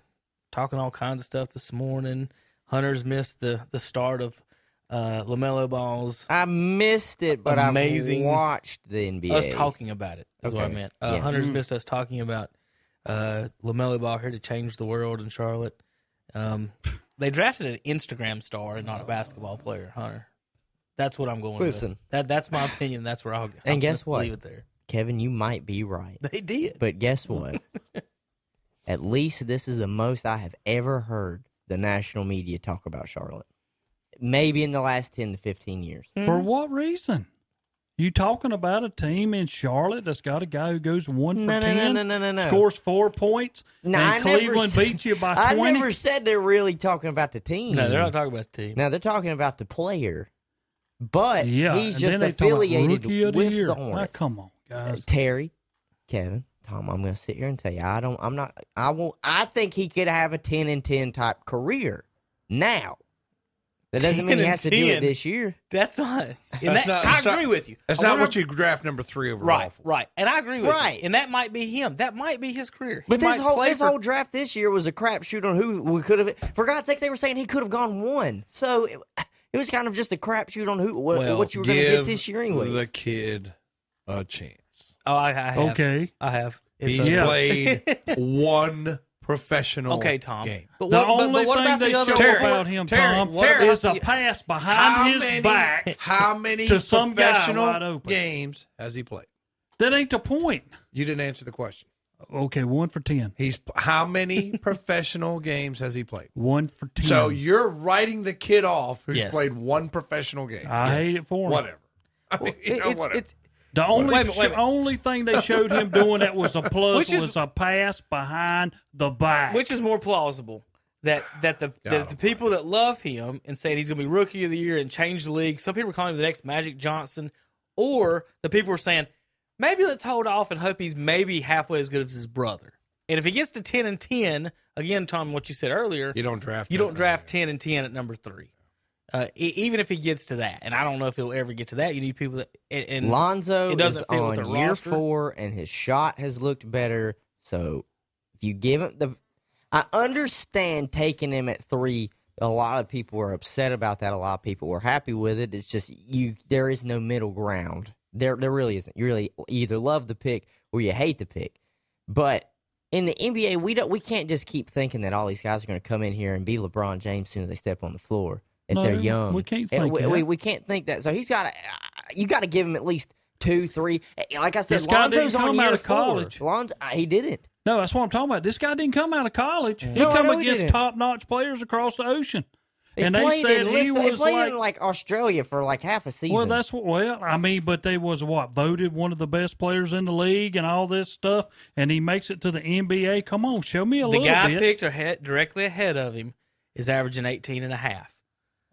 D: talking all kinds of stuff this morning. Hunter's missed the the start of uh, Lamelo Ball's.
E: I missed it, but I've watched the NBA.
D: Us talking about it is what I
E: Okay.
D: meant. Uh,
E: Yeah.
D: Hunter's
E: Mhm.
D: missed us talking about uh, Lamelo Ball here to change the world in Charlotte. Um, they drafted an Instagram star and not a basketball player, Hunter. That's what I'm going.
E: Listen.
D: with. that that's my opinion. That's where I'll go.
E: And guess what?
D: Leave it there.
E: Kevin, you might be right.
D: They did.
E: But guess
B: [laughs]
E: what? At least this is the most I have ever heard the national media talk about Charlotte. Maybe in the last 10 to 15 years.
B: For what reason? You talking about a team in Charlotte that's got a guy who goes one for
E: No, no, no,
B: ten,
E: no, no, no, no.
B: scores four points,
E: No,
B: and
E: I never
B: Cleveland
E: said-
B: beats you by
E: I
B: twenty.
E: never said they're really talking about the team.
D: No, they're not talking about the team.
E: Now they're talking about the player, but
B: Yeah,
E: he's
B: and
E: just
B: then they talk about
E: affiliated
B: rookie of the
E: with
B: year.
E: the
B: Ah,
E: Hornets.
B: come on, guys.
E: Uh, Terry, Kevin, Tom. I'm going to sit here and tell you, I don't. I'm not. I will. I think he could have a ten and ten type career now. That doesn't mean he
D: 10 and
E: has to do it
D: 10.
E: this year.
D: That's not. and
C: That's
D: that-
C: not-
D: I
C: that's not-
D: agree with you.
C: That's
D: I
C: not
D: wonder-
C: what you draft number three overall.
D: Right,
C: for.
D: right, and I agree with
E: Right.
D: you. And that might be him. That might be his career. He
E: But this
D: might
E: whole
D: play
E: this
D: for-
E: whole draft this year was a crapshoot on who we could have. For God's sake, they were saying he could have gone one. So it, it was kind of just a crapshoot on who what,
D: Well,
E: what you were going to get
C: Give
E: this year anyway.
C: the kid a chance.
D: Oh, I, I have.
B: Okay.
D: I have.
C: He's
D: over.
B: Yeah.
C: played
D: [laughs]
C: one professional
D: Okay, Tom.
C: game.
D: But
B: The
D: what, but-
B: only
D: but what
B: thing
D: about
B: they
D: the other?
B: show
C: Terry,
B: about him,
C: Terry,
B: Tom,
C: Terry.
B: is a pass behind his back
C: [laughs] How many
B: to some guy
C: professional
B: wide open.
C: games has he played?
B: That ain't the point.
C: You didn't answer the question.
B: Okay, one for ten.
C: He's how many [laughs] professional games has he played?
B: One for ten.
C: So you're writing the kid off who's
D: Yes.
C: played one professional game.
B: I hate it for him.
C: whatever. [laughs] I mean, you know,
D: It's,
C: whatever.
D: it's,
B: The only
D: Wait a minute, wait a minute.
B: only thing they showed him doing that was a plus
D: Which is-
B: was a pass behind the back.
D: which is more plausible that that the that the people that love him and saying he's going to be rookie of the year and change the league. Some people are calling him the next Magic Johnson, or the people are saying maybe let's hold off and hope he's maybe halfway as good as his brother. And if he gets to ten and ten again, Tom, what you said earlier,
C: you don't draft.
D: you
C: that
D: don't draft 10 and 10 at number three uh, e- even if he gets to that and i don't know if he'll ever get to that you need people that and, and
E: Lonzo
D: it
E: is
D: doesn't fit with
E: on
D: the
E: year
D: roster.
E: four, and his shot has looked better. So if you give him the, I understand taking him at three. A lot of people are upset about that. A lot of people were happy with it. It's just you. There is no middle ground. There, there really isn't. You really either love the pick or you hate the pick. But in the NBA, we don't. We can't just keep thinking that all these guys are going to come in here and be LeBron James as soon as they step on the floor if
B: No,
E: they're
B: we-
E: young.
B: we can't
E: And
B: think
E: we,
B: that.
E: we, we can't think that. So he's got to. You got to give him at least two, three. Eh, Like I said,
B: This guy didn't
E: Lonzo's on
B: come
E: year
B: out of
E: four.
B: college.
E: Lonzo, uh, he didn't.
B: no, that's what I'm talking about. This guy didn't come out of college. He
E: No, I
B: come
E: know he
B: against
E: didn't.
B: top notch players across the otion,
E: They
B: and they
E: played in,
B: said he
E: Lith- they
B: was
E: played
B: like,
E: in like Australia for like half a season.
B: well, that's what. Well, I mean, but they was what voted one of the best players in the league and all this stuff, and he makes it to the NBA. Come on, show me a
D: the
B: little
D: guy
B: bit.
D: picked ahead, directly ahead of him is averaging 18 and a half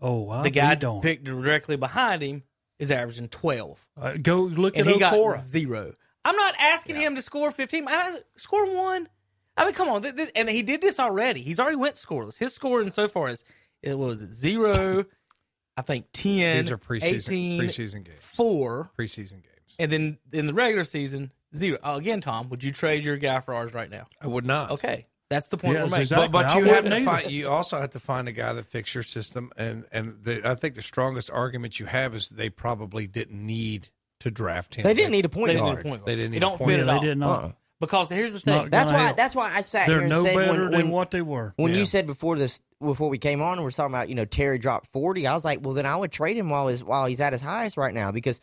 B: oh, I
D: the guy
B: don't
D: picked directly behind him is averaging 12
B: Uh, go look
D: and
B: at
D: he got
B: Okora.
D: zero i'm not asking him to score 15 I, score one i mean come on th- th- and he did this already he's already went scoreless his scoring so far is it was zero i think 10
C: These are preseason
D: 18,
C: preseason games.
D: four
C: [laughs] Preseason games.
D: And then in the regular season, zero. Uh, again, Tom, would you trade your guy for ours right now?
C: I would not.
D: Okay, that's the point
B: Yes,
D: we're making.
B: exactly.
C: But
B: I
C: you have
B: wouldn't
C: to
B: either.
C: find. You also have to find a guy that fits your system, and and the, I think the strongest argument you have is they probably didn't need to draft him.
E: they didn't need a
D: They
E: point
D: didn't need
E: guard. Uh-uh.
D: a point guard.
C: They didn't
D: It
C: need a
D: don't
C: point
D: fit at
B: Yeah,
D: all.
B: they did not.
C: Uh-uh.
D: Because here's the
B: It's not
D: thing.
B: good.
E: That's
B: Gonna
E: why.
B: help.
E: That's why I sat here
B: They're
E: and
B: no
E: said when-
B: better
E: when,
B: than what they were.
E: When
C: Yeah.
E: you said before this, before we came on, and we're talking about you know Terry dropped forty, I was like, well, then I would trade him while his while he's at his highest right now because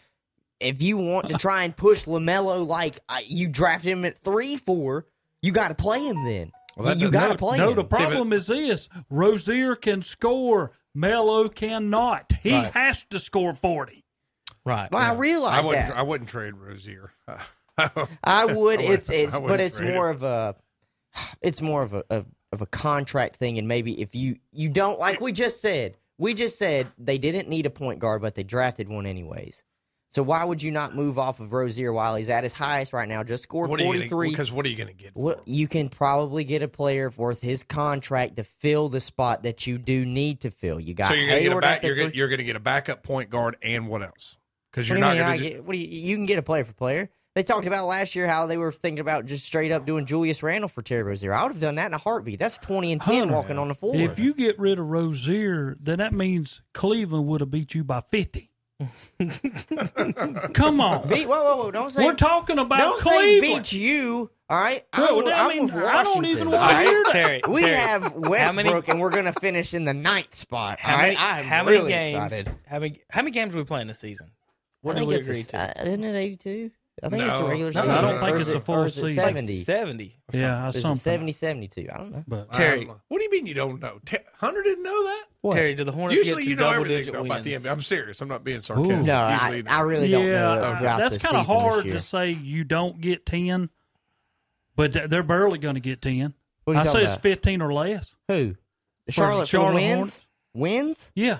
E: if you want
B: [laughs]
E: to try and push Lamelo like uh, you draft him at three four, you got to play him then.
C: Well, that
E: you
C: doesn't-
E: got to
C: no-
E: play
B: No,
E: him.
B: the problem is this: Rozier can score, Melo cannot. He
D: Right.
B: has to score forty.
D: Right.
E: well, I realize
C: I wouldn't.
E: that.
C: I wouldn't trade Rozier. [laughs] I
E: I would.
C: I
E: It's
C: wouldn't-
E: it's,
C: I
E: but
C: wouldn't
E: it's
C: trade
E: more of a, it's more of a of, of a contract thing, and maybe if you you don't like we just said We just said they didn't need a point guard, but they drafted one anyways. So why would you not move off of Rozier while he's at his highest right now? Just scored
C: What are you
E: forty
C: gonna-
E: three.
C: Because what are you going to get?
E: Well, you can probably get a player worth his contract to fill the spot that you do need to fill. You got
C: so you're going to get a
E: Hayward at
C: back.
E: the
C: You're
E: three-
C: gonna, you're going to get a backup point guard and what else? Because you're not
E: What do you
C: going
E: mean I
C: to.
E: get- what do you, you can get a player for player. They talked about last year how they were thinking about just straight up doing Julius Randle for Terry Rozier. I would have done that in a heartbeat. That's twenty and ten walking on the floor.
B: If you get rid of Rozier, then that means Cleveland would have beat you by [laughs] 50. Come on.
E: Beat, whoa, whoa, whoa! Don't say
B: We're talking about
E: don't say
B: Cleveland.
E: beat you. All right,
B: No,
E: I'm,
B: I
E: I'm
B: mean,
E: with
B: I don't
E: Washington.
B: even
E: all
B: wanna hear that.
D: Terry,
E: we
D: Terry,
E: have
D: how many-
E: Westbrook, and we're going to finish in the ninth spot.
D: How
E: all right,
D: many,
E: I'm
D: how
E: really
D: many games?
E: excited.
D: How many? How many games are we playing this season? What
E: I
D: did
E: think
D: we
E: it's a
D: agree
E: s-
D: to?
E: uh, isn't it eighty-two? I think it's a
D: No.
E: regular
D: No,
E: season.
D: I don't
E: or
D: think
E: is
D: it's
E: it-
D: a full
E: or is it
D: season. Like
E: 70.
D: 70 or
B: Yeah, something.
E: Or is it
B: something.
E: 70, 72. I don't know.
B: But
D: Terry,
C: What do you mean you don't know? Hunter didn't know that.
D: Terry, do the Hornets
C: Usually
D: get to
C: you know
D: double
C: everything
D: digit
C: though about the
D: wins?
C: NBA. I'm serious. I'm not being sarcastic.
E: No,
C: Usually
E: I,
C: you know.
E: I really don't know.
B: I-
E: about
B: that's
E: the
B: kind of
E: season this
B: hard
E: year.
B: to say you don't get 10, but th- they're barely going to get 10.
E: What are you
B: I
E: talking
B: say it's
E: about?
B: 15 or less.
E: Who? The
B: For
E: Charlotte,
B: Charlotte
E: wins?
B: Hornets?
E: Wins?
B: Yeah.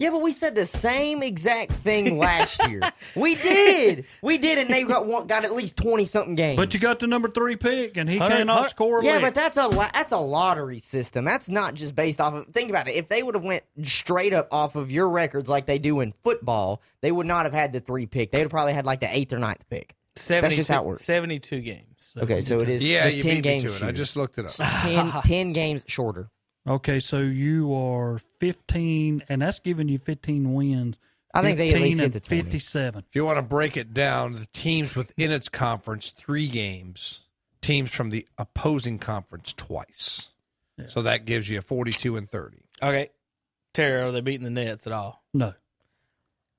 E: Yeah, but we said the same exact thing last
B: [laughs]
E: year. We did. We did, and they got one, got at least twenty something games.
B: But you got the number three pick, and he
E: Hunter-
B: cannot
E: Hunter-
B: score a
E: Yeah,
B: lick.
E: but that's a lo- that's a lottery system. That's not just based off of. Think about it. If they would have went straight up off of your records like they do in football, they would not have had the three pick. They'd have probably had like the eighth or ninth pick. That's just how it works.
D: Seventy-two games.
E: Okay, so it is
C: Yeah,
E: just
C: you
E: ten
C: beat me
E: games.
C: to it. I
E: shorter.
C: just looked it up.
E: So
D: [laughs]
E: 10, 10 games shorter.
B: Okay, so you are 15, and that's giving you 15 wins.
E: I think they at
B: 15
E: least hit
B: and
E: the 20.
B: 57.
C: If you want to break it down, the teams within its conference three games, teams from the opposing conference twice. So that gives you a 42 and 30.
D: Okay, Terry, are they beating the Nets at all?
B: No,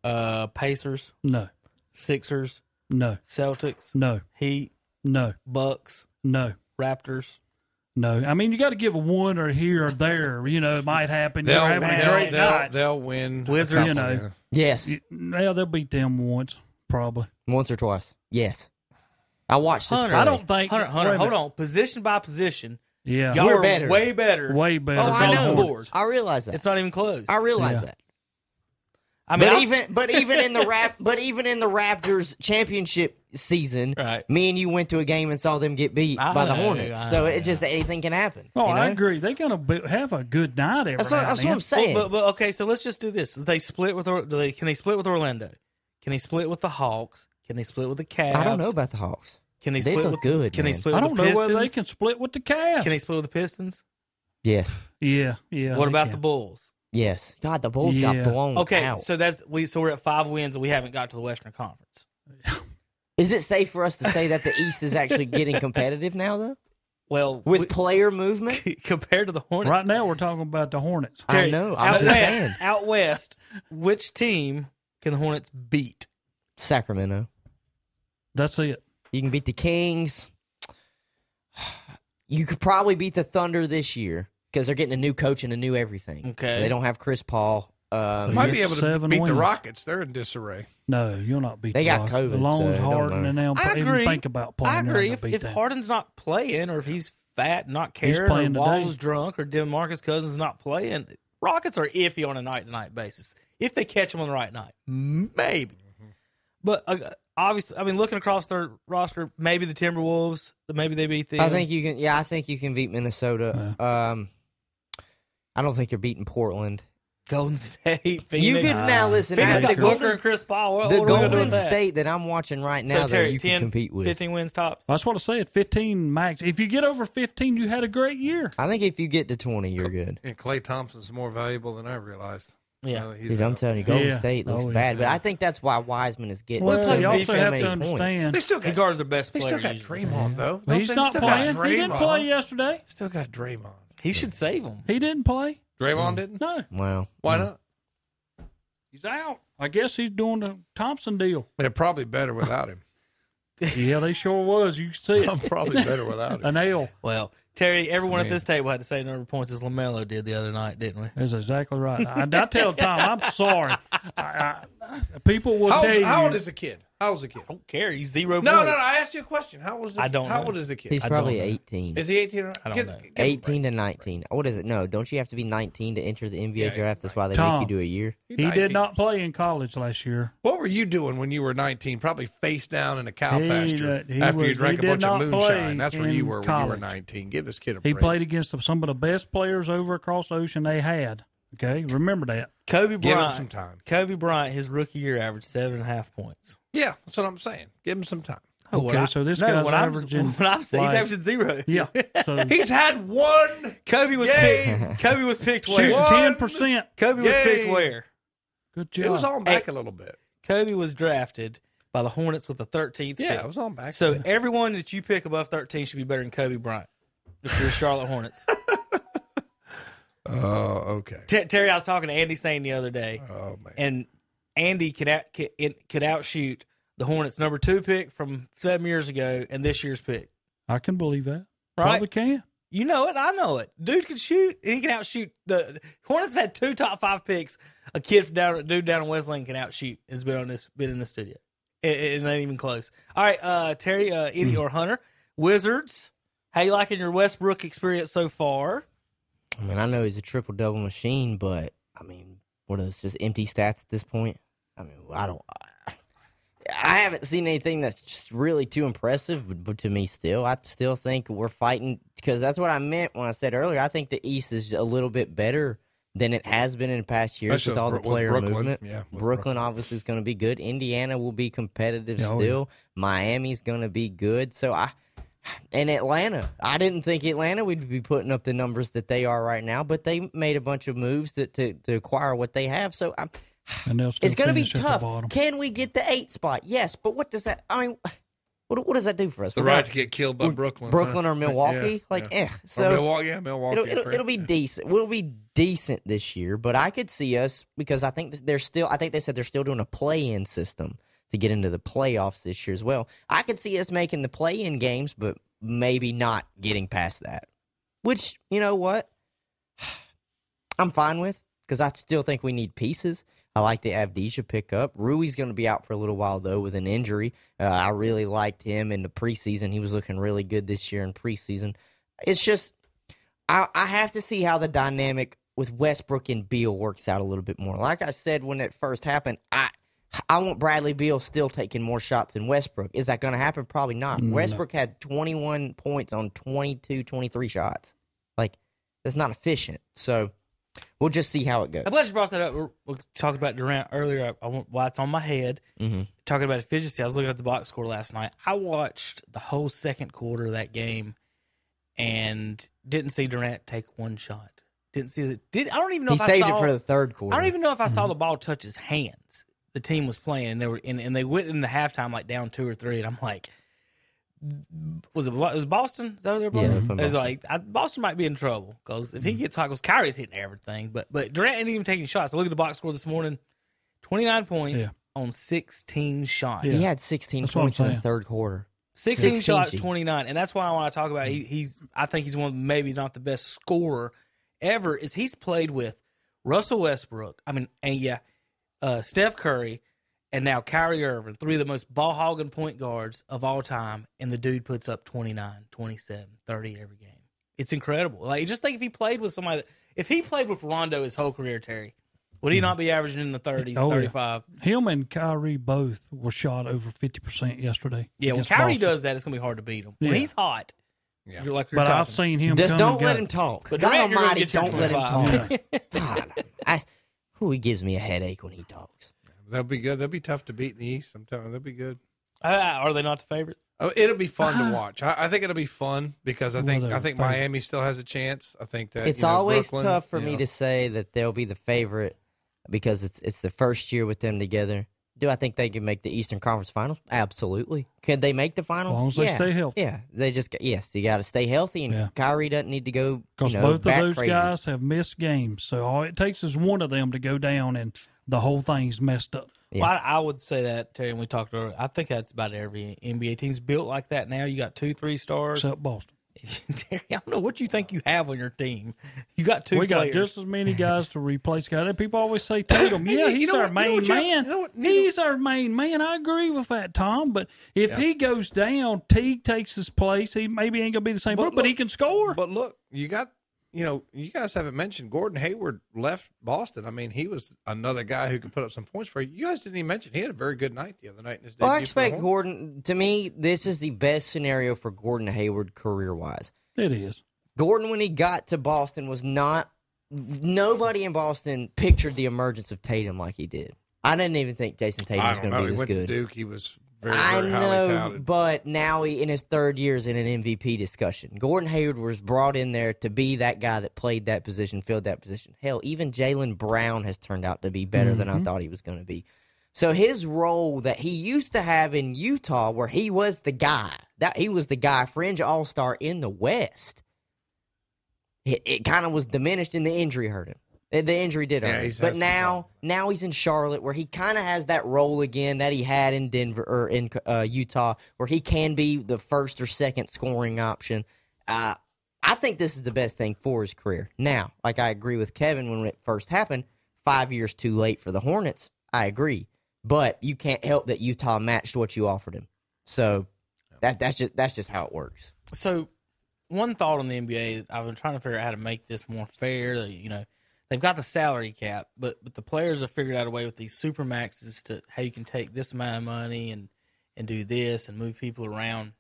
D: Uh, Pacers,
B: no,
D: Sixers,
B: no,
D: Celtics,
B: no,
D: Heat,
B: no,
D: Bucks,
B: no,
D: Raptors.
B: no. I mean, you got to give a one or here or there. You know, it might happen. You're
C: They'll-
B: having a
C: they'll-
B: great
C: they'll-
B: night.
C: they'll win a
B: Wizards, you
C: couple, yeah.
B: know.
E: Yes.
B: You- Yeah, they'll beat them once, probably.
E: Once or twice. Yes. I watched this.
D: Hunter,
E: play.
D: I don't think Hunter. Hunter
B: wait a
D: hold
B: minute.
D: on, position by position.
B: Yeah.
D: y'all
E: We're
D: are
E: better.
D: way better.
B: Way better.
D: Oh, I
B: than
D: know.
B: Hornets.
D: Board.
E: I realize that.
D: It's not even close.
E: I realize
B: Yeah.
E: that.
D: I mean,
E: but
B: [laughs]
D: I'll-
E: even but even in the rap but even in the Raptors championship season,
D: Right.
E: me and you went to a game and saw them get beat
D: I
E: by the
D: know,
E: Hornets.
D: I
E: so
D: know.
E: it just anything can happen.
B: Oh,
E: you know?
B: I agree. They're going to have a good night every
E: That's
B: now
E: what,
B: and
E: that's what
B: then.
E: I'm saying.
D: Well, but, but okay, so let's just do this. They split with Or- do they, can they split with Orlando? Can they split with the Hawks? Can they split with the Cavs?
E: I don't know about the Hawks.
D: Can they
E: They
D: split
E: look
D: with
E: good,
D: Can
E: man.
D: they split
B: I
D: with
B: don't
D: the
B: know
D: Pistons?
B: whether they can split with the Cavs.
D: Can they split with the Pistons?
E: Yes.
B: yeah, yeah.
D: what
B: they
D: about
B: can.
D: the Bulls?
E: Yes. God, the Bulls got
B: Yeah.
E: blown
D: Okay,
E: out.
D: so that's we so we're at five wins and we haven't got to the Western Conference.
E: is it safe for us to say that the East is actually getting
D: [laughs]
E: competitive now though?
D: Well,
E: With player movement?
D: [laughs] we- compared to the Hornets,
B: Right now, we're talking about the Hornets.
E: I know. I'm
D: Out
E: just saying.
D: west, out west, which team can the Hornets beat?
E: Sacramento.
B: That's it.
E: You can beat the Kings. You could probably beat the Thunder this year because they're getting a new coach and a new everything.
D: Okay.
E: They don't have Chris Paul. Um,
C: Might
B: You're
C: be able to
B: seven
C: beat the
B: wins.
C: Rockets. They're in disarray.
B: No, you'll not beat.
E: They
B: the
E: got
B: Rockets.
E: COVID,
B: The loan's
E: so it don't
B: hard, and
E: matter.
B: they don't
D: I
B: even
D: agree.
B: think about playing.
D: I
B: they're not
D: agree.
B: gonna
D: If,
B: beat
D: if
B: that.
D: Harden's not playing, or if he's fat, and not
B: He's
D: caring,
B: playing
D: or
B: today.
D: Wall's drunk, or DeMarcus Cousins not playing, Rockets are iffy on a night-to-night basis. If they catch him on the right night, maybe. But uh, obviously, I mean, looking across their roster, maybe the Timberwolves, maybe they beat them.
E: I think you can. Yeah, I think you can beat Minnesota. Um, I don't think you're beating Portland.
D: Golden State, Phoenix.
E: You can now listen.
D: Phoenix
E: I-
D: got
E: the
D: Booker
E: Golden,
D: and Chris Paul. What,
E: the
D: what are we gonna do
E: Golden
D: with that?
E: State that I'm watching right now,
D: So
E: though,
D: Terry,
E: you
D: 10,
E: can compete with.
D: 15 wins tops.
B: That's what I said. Fifteen max. If you get over fifteen, you had a great year.
E: I think if you get to 20, you're good.
C: And Clay Thompson's more valuable than I realized.
D: Yeah.
C: Uh, he's
E: Dude, I'm telling you, Golden State looks
B: Oh, yeah.
E: bad, but I think that's why Wiseman is getting.
D: Well,
E: so
D: they
B: you
E: many
B: also
D: defense
B: have
E: points.
B: to understand
C: They still
D: He
C: got,
D: guards their best
C: they
D: player.
C: still got
D: usually.
C: Draymond, though.
B: he's
C: They
B: not
C: still got
B: playing. He didn't
C: Draymond.
B: play yesterday.
C: Still got Mm. Draymond.
D: He should save them.
B: He didn't play.
C: Draymond didn't?
B: No,
E: Wow.
C: [laughs] Why not?
B: he's out. I guess he's doing the Thompson deal.
C: They're probably better
B: [laughs]
C: without him.
B: Yeah, they sure was. You could see
C: [laughs]
B: it. [laughs]
C: I'm probably better without him.
B: An L.
D: Well, Terry, everyone at
B: Man.
D: this table had the same number of points as Lamelo did the other night, didn't we?
B: That's exactly right. I, I tell Tom, I'm sorry. I, I, people will
C: How,
B: tell
C: old,
B: you.
C: how old is the kid? How old is the kid? I
D: don't care. He's zero.
C: No, no, no.
D: points.
C: I asked you a question. How old is the
E: I don't
C: How
E: know.
C: old is the kid?
E: He's probably 18.
C: Is he 18 or
E: I
C: Give-
E: don't know. 18 to 19. What is it? No, don't you have to be 19 to enter the NBA draft? That's why they
B: Tom,
E: make you do a year.
B: He did not play in college last year.
C: What were you doing when you were 19? Probably face down in a [laughs] cow
B: He,
C: pasture
B: uh, he
C: after you
B: was-
C: drank a
B: he did
C: bunch of
B: not play
C: moonshine. That's where
B: in
C: you were
B: college.
C: when you were 19. Give this kid a
B: He
C: break.
B: played against some of the best players over across the ocean they had. Okay, remember that.
D: Kobe
B: Give him
D: Bryant.
B: some time.
D: Kobe Bryant, his rookie year, averaged seven and a half points.
C: Yeah, that's what I'm saying. Give him some time.
D: Oh, what
B: Okay,
D: I-
B: so this
D: no,
B: guy's
D: what I'm-
B: averaging.
D: [laughs] what I'm saying, he's
B: like-
D: averaging zero.
B: Yeah, so
C: [laughs] He's had one.
D: Kobe was picked. Kobe was picked where?
B: ten percent.
D: Kobe was picked where?
B: Good job.
D: It was on back
C: a little bit.
D: Kobe was drafted by the Hornets with the 13th.
C: Yeah,
D: pick.
C: it was on back
D: So
C: then.
D: everyone that you pick above 13 should be better than Kobe Bryant. If you're
C: [laughs]
D: Charlotte Hornets.
C: Oh, okay.
D: Ter- Terry, I was talking to Andy Sane the other day. Oh man! And Andy could out, could, it- could outshoot the Hornets' number two pick from seven years ago and this year's pick.
B: I can believe that.
D: Right?
B: Probably can.
D: You know it. I know it. Dude can shoot. And he can outshoot the Hornets. Have had two top five picks. A kid from down, dude down in West Lane can outshoot. Has been on this. Been in the studio. It, it, it ain't even close. All right, uh, Terry, uh, Eddie,
B: Mm.
D: or Hunter, Wizards. How you liking your Westbrook experience so far?
E: I mean, I know he's a triple double machine, but I mean, what are those just empty stats at this point? I mean, I don't. I haven't seen anything that's just really too impressive but, but to me still. I still think we're fighting because that's what I meant when I said earlier. I think the East is a little bit better than it has been in past years
C: Especially
E: with all the
C: with Bro- with
E: player
C: Brooklyn.
E: movement.
C: Yeah, with
E: Brooklyn, obviously is going to be good. Indiana will be competitive
C: Yeah, oh,
E: still. Miami's going to be good. So I and Atlanta. I didn't think Atlanta would be putting up the numbers that they are right now, but they made a bunch of moves to to, to acquire what they have. So I'm,
B: And they'll still
E: it's going to be
B: finish at the
E: tough.
B: bottom.
E: Can we get the eight spot? Yes, but what does that? I mean, what what does that do for us?
C: The
E: We're
C: right
E: not-
C: to get killed by
E: we're-
C: Brooklyn,
E: Brooklyn
C: huh?
E: or Milwaukee,
C: Yeah,
E: like
C: yeah.
E: eh.
C: Or
E: So
C: Milwaukee, yeah, Milwaukee,
E: It'll, it'll,
C: correct.
E: it'll be decent. We'll be decent this year, but I could see us because I think they're still. I think they said they're still doing a play-in system to get into the playoffs this year as well. I could see us making the play-in games, but maybe not getting past that. Which you know what, I'm fine with because I still think we need pieces. I like the Avdija pickup. Rui's going to be out for a little while though with an injury. Uh, I really liked him in the preseason. He was looking really good this year in preseason. It's just I, I have to see how the dynamic with Westbrook and Beal works out a little bit more. Like I said when it first happened, I I want Bradley Beal still taking more shots than Westbrook. Is that going to happen? Probably not.
N: No.
E: Westbrook had 21 points on 22, 23 shots. Like that's not efficient. So we'll just see how it goes.
D: I'm glad you brought that up. We're, we talked about Durant earlier. I, I want why it's on my head.
E: Mm-hmm.
D: Talking about efficiency, I was looking at the box score last night. I watched the whole second quarter of that game and didn't see Durant take one shot. Didn't see it. Did I don't even know
E: He
D: if
E: saved
D: I
E: it
D: saw,
E: for the third quarter. Mm-hmm.
D: I don't even know if I saw the ball touch his hands. The team was playing and they were and, and they went into halftime like down two or three, and I'm like, was it was it Boston? Is that what they're
E: Yeah,
D: playing?
E: they're playing
D: It was
E: Boston. Mm-hmm.
D: like I, Boston might be in trouble because if he gets hot, because Kyrie's hitting everything, but but Durant ain't even taking shots. I look at the box score this morning, twenty nine points
E: Yeah.
D: on sixteen shots.
E: He had 16 points in the third quarter.
D: 16, shots,
E: 16.
D: 29. And that's why when I talk about he, he's I think he's one of maybe not the best scorer ever is he's played with Russell Westbrook. I mean, and yeah, uh, Steph Curry and now Kyrie Irving, three of the most ball hogging point guards of all time and the dude puts up 29, 27, 30 every game. It's incredible. Like just think if he played with somebody that, if he played with Rondo his whole career, Terry, would he not be averaging in the 30s,
B: Hmm. Oh, yeah.
D: 35?
B: Him and Kyrie both were shot over fifty percent yesterday.
D: Yeah, when
B: against
D: Kyrie
B: Boston.
D: does that, it's gonna be hard to beat him. When
B: Yeah.
D: he's hot, you're like you're
B: But I've
D: talking.
B: seen him.
E: Just
B: come
E: don't
B: and
E: let
B: go.
E: him talk. But
D: But Durant,
E: God
D: you're gonna
E: Almighty,
D: get your
E: don't let him talk. [laughs]
D: 25.
E: God, I, who he gives me a headache when he talks.
C: They'll be good. They'll be tough to beat in the East. I'm telling you, they'll be good.
D: Uh, are they not the favorite?
C: Oh, it'll be
E: Uh-huh.
C: fun to watch. I, I think it'll be fun because I think
E: Well,
C: I think
E: they're fun.
C: Miami still has a chance. I think that
E: it's
C: Uh, you know,
E: always
C: Brooklyn,
E: tough for
C: you
E: me
C: know.
E: to say that they'll be the favorite because it's it's the first year with them together. Do I think they can make the Eastern Conference Finals? Absolutely. Could they make the finals?
B: As long as they
E: yeah.
B: stay healthy.
E: Yeah, they just got- yes, you got to stay healthy, and
B: Yeah.
E: Kyrie doesn't need to go
B: Because
E: you know,
B: both of
E: bat
B: those
E: crazy.
B: guys have missed games, so all it takes is one of them to go down, and the whole thing's messed up.
D: Well, I, I would say that Terry. And we talked earlier. I think that's about every NBA team's built like that now. You got two, three stars.
B: Except Boston.
D: [laughs] Terry, I don't know what you think you have on your team. You got two.
B: we got
D: players.
B: just as
D: [laughs]
B: many guys to replace guys. And people always
D: [coughs]
B: say Tatum. Yeah, he's our main man. he's our main man. I agree with that, Tom. But if he goes down, Teague takes his place. He maybe ain't gonna be the same, but, but he can score.
C: But look, you got you know you guys haven't mentioned Gordon Hayward left Boston. I mean, he was another guy who could put up some points for you. You guys didn't even mention he had a very good night the other night in his debut.
E: Well, I
C: for the
E: expect
C: Hornets.
E: Gordon. To me, this is the best scenario for Gordon Hayward career wise.
B: It is.
E: Gordon, when he got to Boston, was not. Nobody in Boston pictured the emergence of Tatum like he did. I didn't even think Jason Tatum
C: I
E: was
C: don't
E: going
C: know. He
E: to be this
C: went to
E: good.
C: Duke. He was very,
E: I
C: very highly
E: know,
C: touted.
E: but now he in his third year is in an MVP discussion. Gordon Hayward was brought in there to be that guy that played that position, filled that position. Hell, even Jalen Brown has turned out to be better than I
N: Mhm.
E: thought he was going to be. So his role that he used to have in Utah, where he was the guy, that he was the guy, fringe all star in the West, it, it kind of was diminished, and the injury hurt him. The the injury did
C: Yeah,
E: hurt him.
C: he's had
E: But
C: some
E: now, now he's in Charlotte, where he kind of has that role again that he had in Denver or in uh, Utah, where he can be the first or second scoring option. Uh, I think this is the best thing for his career. Now, like I agree with Kevin when it first happened, five years too late for the Hornets. I agree, but you can't help that Utah matched what you offered him. So that that's just that's just how it works.
D: So, one thought on the NBA, I've been trying to figure out how to make this more fair. like, You know, they've got the salary cap, but but the players have figured out a way with these super maxes to how you can take this amount of money and and do this and move people around.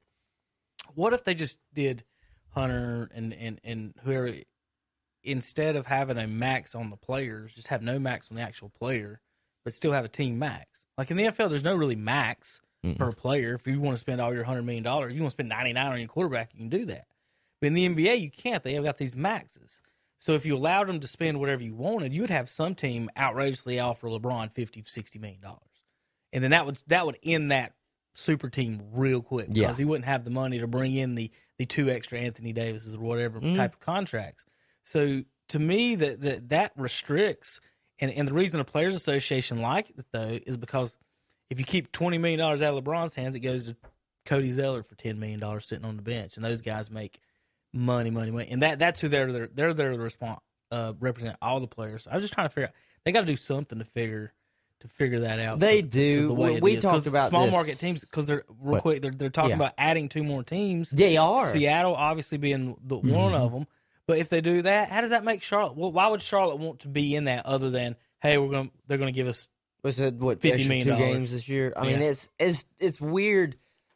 D: What if they just did Hunter and and and whoever instead of having a max on the players, just have no max on the actual player, but still have a team max. Like in the NFL, there's no really max per player. If you want to spend all your hundred million dollars, you want to spend ninety nine on your quarterback, you can do that. But in the NBA, you can't. They have got these maxes. So if you allowed them to spend whatever you wanted, you would have some team outrageously offer LeBron 50, 60 million dollars, and then that would that would end that super team real quick because
E: Yeah.
D: he wouldn't have the money to bring in the the two extra Anthony Davises or whatever
E: Mhm.
D: type of contracts. So to me, that that that restricts, and and the reason a players' association like it though is because if you keep twenty million dollars out of LeBron's hands, it goes to Cody Zeller for ten million dollars sitting on the bench, and those guys make money, money, money, and that that's who they're they're they're there to respond uh, represent all the players. I was just trying to figure out they got to do something to figure to figure that out.
E: They
D: to-
E: do.
D: to the way
E: We-
D: it
E: we
D: is. 'Cause
E: talked about
D: small
E: this.
D: market teams because they're real
E: What?
D: quick. They're they're talking
E: Yeah.
D: about adding two more teams.
E: They are.
D: Seattle obviously being the one
E: Mhm.
D: of them. But if they do that, how does that make Charlotte? Well, why would Charlotte want to be in that other than hey, we're going to they're going to give us
E: Was it what
D: fifty
E: fifty
D: million
E: two
D: dollars
E: games this year? I mean,
D: Yeah.
E: it's it's it's weird
D: [sighs]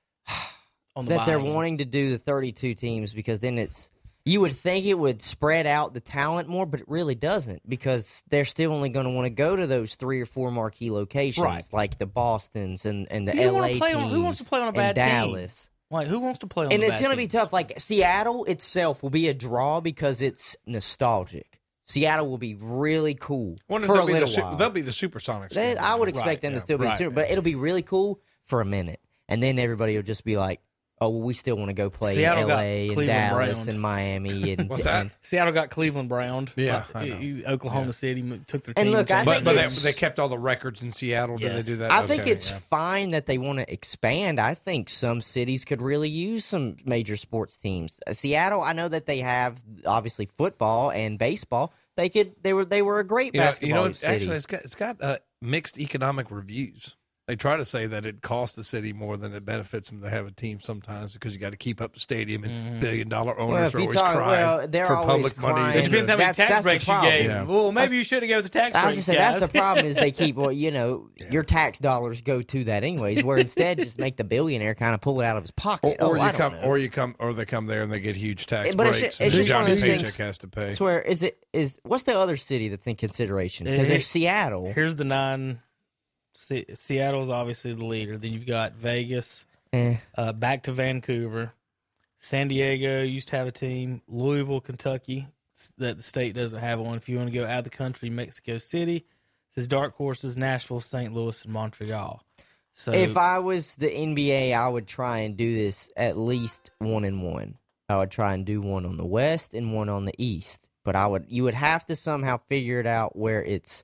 D: On the
E: that they're
D: buy-in.
E: wanting to do the thirty two teams because then it's you would think it would spread out the talent more, but it really doesn't because they're still only going to want to go to those three or four marquee locations
D: Right.
E: like the Boston's and and the
D: You don't
E: LA
D: wanna play on-
E: teams.
D: who wants to play on a
E: and
D: bad team?
E: Dallas.
D: Like who wants to play on?
E: and
D: the
E: it's
D: bad
E: going to be
D: team?
E: tough. Like Seattle itself will be a draw because it's nostalgic. Seattle will be really cool
C: Well,
E: for a
C: they'll, be the,
E: little
C: Su-
E: while.
C: they'll be the Supersonics.
E: They- I would expect them to still be super, but it'll be really cool for a minute, and then everybody will just be like, "Oh, well, we still want to go play
D: Seattle
E: in
D: got
E: LA and
D: Cleveland
E: Dallas
D: Browns.
E: and Miami."
D: [laughs]
C: [laughs]
E: And,
C: What's that?
E: and-
D: Seattle got Cleveland Browned.
C: Yeah, I know.
D: you- Oklahoma City mo- took their
E: And
D: team
E: look, I
C: but,
E: think
C: but they,
E: it's-
C: they kept all the records in Seattle. Did
D: Yes.
C: they do that?
E: I think
C: Okay,
E: it's
C: yeah.
E: fine that they want to expand. I think some cities could really use some major sports teams. Uh, Seattle, I know that they have obviously football and baseball. They could. They were. They were a great
C: You know, you
E: basketball
C: know it's-
E: city.
C: actually, it's got it's got uh, mixed economic reviews. They try to say that it costs the city more than it benefits them to have a team sometimes because you got to keep up the stadium and billion dollar owners
E: if you
C: are always
E: talk-
C: crying
E: well, they're
C: for
E: always
C: public money.
E: crying. It depends how many
D: That's- tax that's the breaks you problem. gave. Well, maybe you should have gave the tax
E: I was
D: breaks,
E: just saying that's the
D: guys.
E: problem
D: [laughs]
E: is they keep well, you know, your tax dollars go to that anyways. Where instead, just make the billionaire kind of pull it out of his pocket.
C: Or, or
E: oh, I
C: you
E: don't
C: come,
E: know.
C: or you come, or they come there and they get huge tax
E: But it's
C: breaks.
E: ju- it's
C: and
E: just one of
C: Johnny
E: those
C: Paycheck
E: things-
C: has to pay.
E: It's where is it is what's the other city that's in consideration? Because
D: Eh,
E: there's Seattle.
D: Here's the nine. Se- Seattle's obviously the leader. Then you've got Vegas.
E: Eh.
D: Uh, back to Vancouver. San Diego used to have a team. Louisville, Kentucky, s- that the state doesn't have one. If you want to go out of the country, Mexico City. Says dark horses: Nashville, St. Louis, and Montreal. So
E: if I was the NBA, I would try and do this at least one and one. I would try and do one on the west and one on the east. But I would you would have to somehow figure it out where it's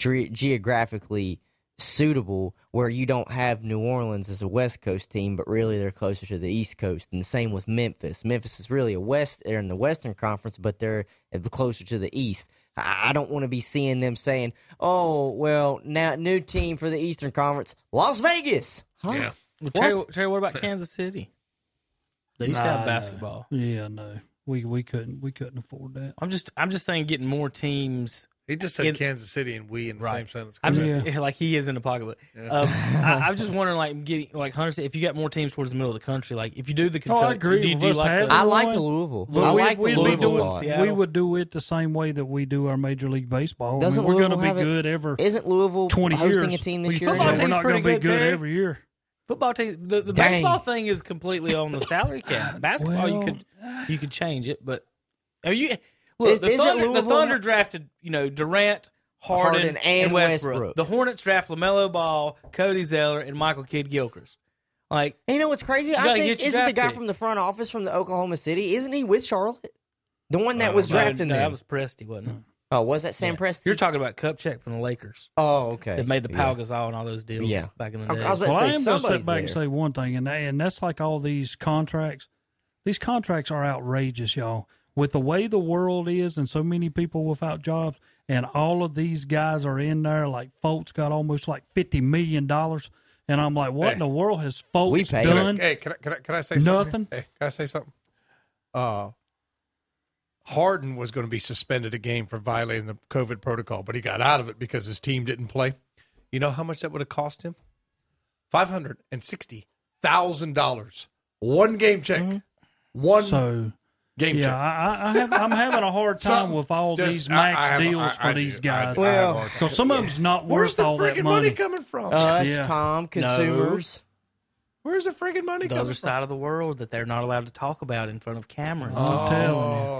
E: dre- geographically suitable where you don't have New Orleans as a West Coast team, but really they're closer to the East Coast. And the same with Memphis. Memphis is really a West, they're in the Western Conference, but they're closer to the East. I I don't want to be seeing them saying, oh, well, now new team for the Eastern Conference, Las Vegas. Huh?
D: Yeah. Well, Terry, what? Terry, what about Kansas City? They used to
B: Nah,
D: have
B: no.
D: basketball.
B: Yeah, no, we we couldn't we couldn't afford that.
D: I'm just I'm just saying getting more teams.
B: He just said
C: Kansas City and we in the same sentence.
D: I'm just
C: Correct.
D: like he is in the pocketbook. Um,
B: [laughs]
D: I, I'm just wondering, like getting like Hunter said, if you got more teams towards the middle of the country, like if you do the
B: Oh,
D: Kentucky,
B: I agree.
D: Do you,
B: with
D: do you
B: us
D: like
B: having
D: the,
B: one.
E: Louisville.
B: But
E: I
B: we-
E: like the
B: we'd be
E: Louisville
B: doing-
E: one.
B: We would do it the same way that we do our Major League Baseball. I mean,
E: Doesn't
B: we're going to
E: Louisville have
B: be
E: it-
B: good ever.
E: Isn't Louisville
B: 20
E: hosting
B: years.
E: a team this
B: Well,
E: year?
B: football
E: Yeah,
B: team's
E: we're not
B: pretty
E: gonna be
B: good,
E: good
B: Terry.
E: every
B: year.
D: Football team. The, the
E: Dang.
D: baseball thing is completely on the
E: [laughs]
D: salary cap. Basketball, you could you could change it, but are you look
E: Is-
D: the,
E: isn't
D: Thunder, the
E: Louisville-
D: Thunder drafted you know Durant, Harden,
E: Harden
D: and,
E: and
D: Westbrook.
E: Westbrook.
D: The Hornets draft Lamelo Ball, Cody Zeller, and Michael Kidd Gilchrist. Like
E: And you know what's crazy?
D: You
E: I
D: gotta
E: think
D: get your
E: isn't the
D: draft
E: guy
D: picks.
E: from the front office from the Oklahoma City? Isn't he with Charlotte? The one that was
D: Uh, No,
E: drafting
D: no,
E: them.
D: That was Presti, wasn't it?
E: oh, was that Sam Preston?
D: You're talking about Kupchak from the Lakers.
E: Oh, okay.
D: That made the
E: Yeah.
D: Pau Gasol and all those deals
E: Yeah.
D: back in the
E: I-
D: day.
E: I was about to
B: Well, I am going to sit back and say one thing, and, that- and that's like all these contracts. These contracts are outrageous, y'all. With the way the world is, and so many people without jobs, and all of these guys are in there. Like Foltz got almost like fifty million dollars, and I'm like, what in the world has Foltz
E: We paid him.
B: done?
C: Hey, can I, can I, can I say
B: Nothing.
C: Something? Hey, can I say something? Uh, Harden was going to be suspended a game for violating the COVID protocol, but he got out of it because his team didn't play. You know how much that would have cost him? Five hundred and sixty thousand dollars. One game check. One
B: Mm-hmm. So,
C: game
B: yeah,
C: check.
B: I, I- I have, I'm having a hard time
C: [laughs] Something
B: with all
C: just-
B: these
C: I-
B: max
C: I have a-
B: deals
C: I-
B: for
C: I do.
B: these
C: I-
B: guys.
C: I have a hard time.
B: because some of them's not
C: Where's
B: worth
C: the
B: all that
C: freaking money?
B: money.
C: coming from?
E: Us,
B: Yeah.
E: Tom, consumers.
C: Where's the freaking money
D: the
C: coming
D: other side of the world that they're not allowed to talk about in front of cameras.
C: Oh,
B: I'm telling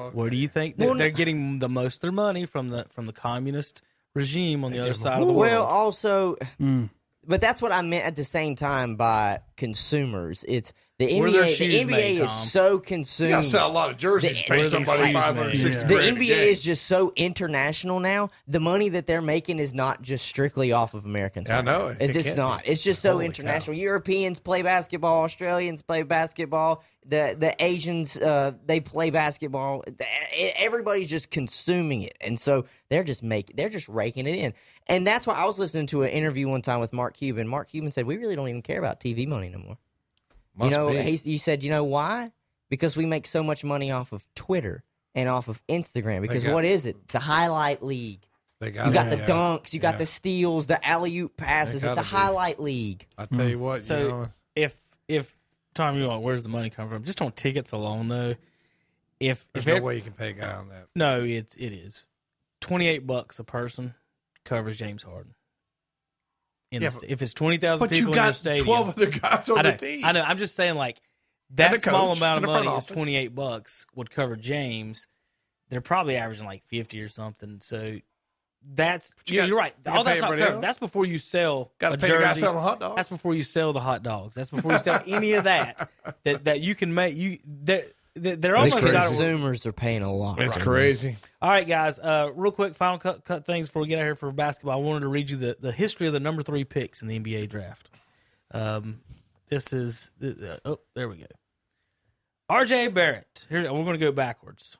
B: you.
C: from?
D: Where do you think that they're getting the most of their money from the from the communist regime on the other side of the world?
E: Well, also,
B: Mm.
E: but that's what I meant at the same time by consumers. It's the
D: Where their
E: NBA. The
D: shoes
E: NBA
D: made,
E: is
D: Tom.
E: so
C: You
E: consumed.
C: gotta sell a lot of jerseys,
E: The-
C: pay
D: Where's the
C: somebody
D: shoes,
C: five hundred sixty.
B: man?
E: The NBA is just so international now. The money that they're making is not just strictly off of Americans.
C: Yeah, I know. It
E: It's just
C: can't
E: not.
C: be.
E: It's just so
C: Holy cow.
E: international. Europeans play basketball. Australians play basketball. The the Asians uh, they play basketball. The- e- Everybody's just consuming it, and so they're just making they're just raking it in. And that's why I was listening to an interview one time with Mark Cuban. Mark Cuban said, "We really don't even care about TV money no more." you know, He, he said, you know why? Because we make so much money off of Twitter and off of Instagram. Because
C: got-
E: what is it? The highlight league.
C: They
E: You got the
C: yeah.
E: dunks, you got
C: Yeah.
E: the steals, the alley oop passes. It's
C: gotta
E: a
C: be.
E: highlight league.
C: I tell you what.
D: Hmm. So-
C: you know,
D: if if Tom, you're like, where's the money come from? Just on tickets alone, though. If
C: there's
D: if
C: no
D: ev-
C: way you can pay a guy on that.
D: no, it's it is twenty eight bucks a person covers James Harden. In
C: Yeah,
D: the,
C: but-
D: sta- if it's twenty thousand
C: But you
D: people in the
C: got
D: stadium,
C: twelve other guys
D: I
C: on
D: know,
C: the team.
D: I know. I'm just saying, like
C: And
D: that
C: the
D: small
C: coach,
D: amount
C: and
D: of
C: the front
D: money is
C: office.
D: 28 bucks would cover James. They're probably averaging like 50 or something. So that's
C: you
D: you
C: got-
D: are right.
C: you gotta
D: All that's
C: pay
D: not
C: everybody
D: covered.
C: else.
D: That's before you sell
C: Gotta
D: a
C: pay the
D: jersey.
C: guy selling hot dogs.
D: That's before you sell the hot dogs. That's before you sell any of that that that you can make. You they're they're they're
E: The
D: almost got it.
E: consumers are paying a lot.
C: It's
E: right
C: crazy.
D: All right, guys. Uh, real quick, final cut, cut things before we get out here for basketball. I wanted to read you the, the history of the number three picks in the NBA draft. Um, this is uh, oh, there we go. R.J. Barrett. Here we're going to go backwards.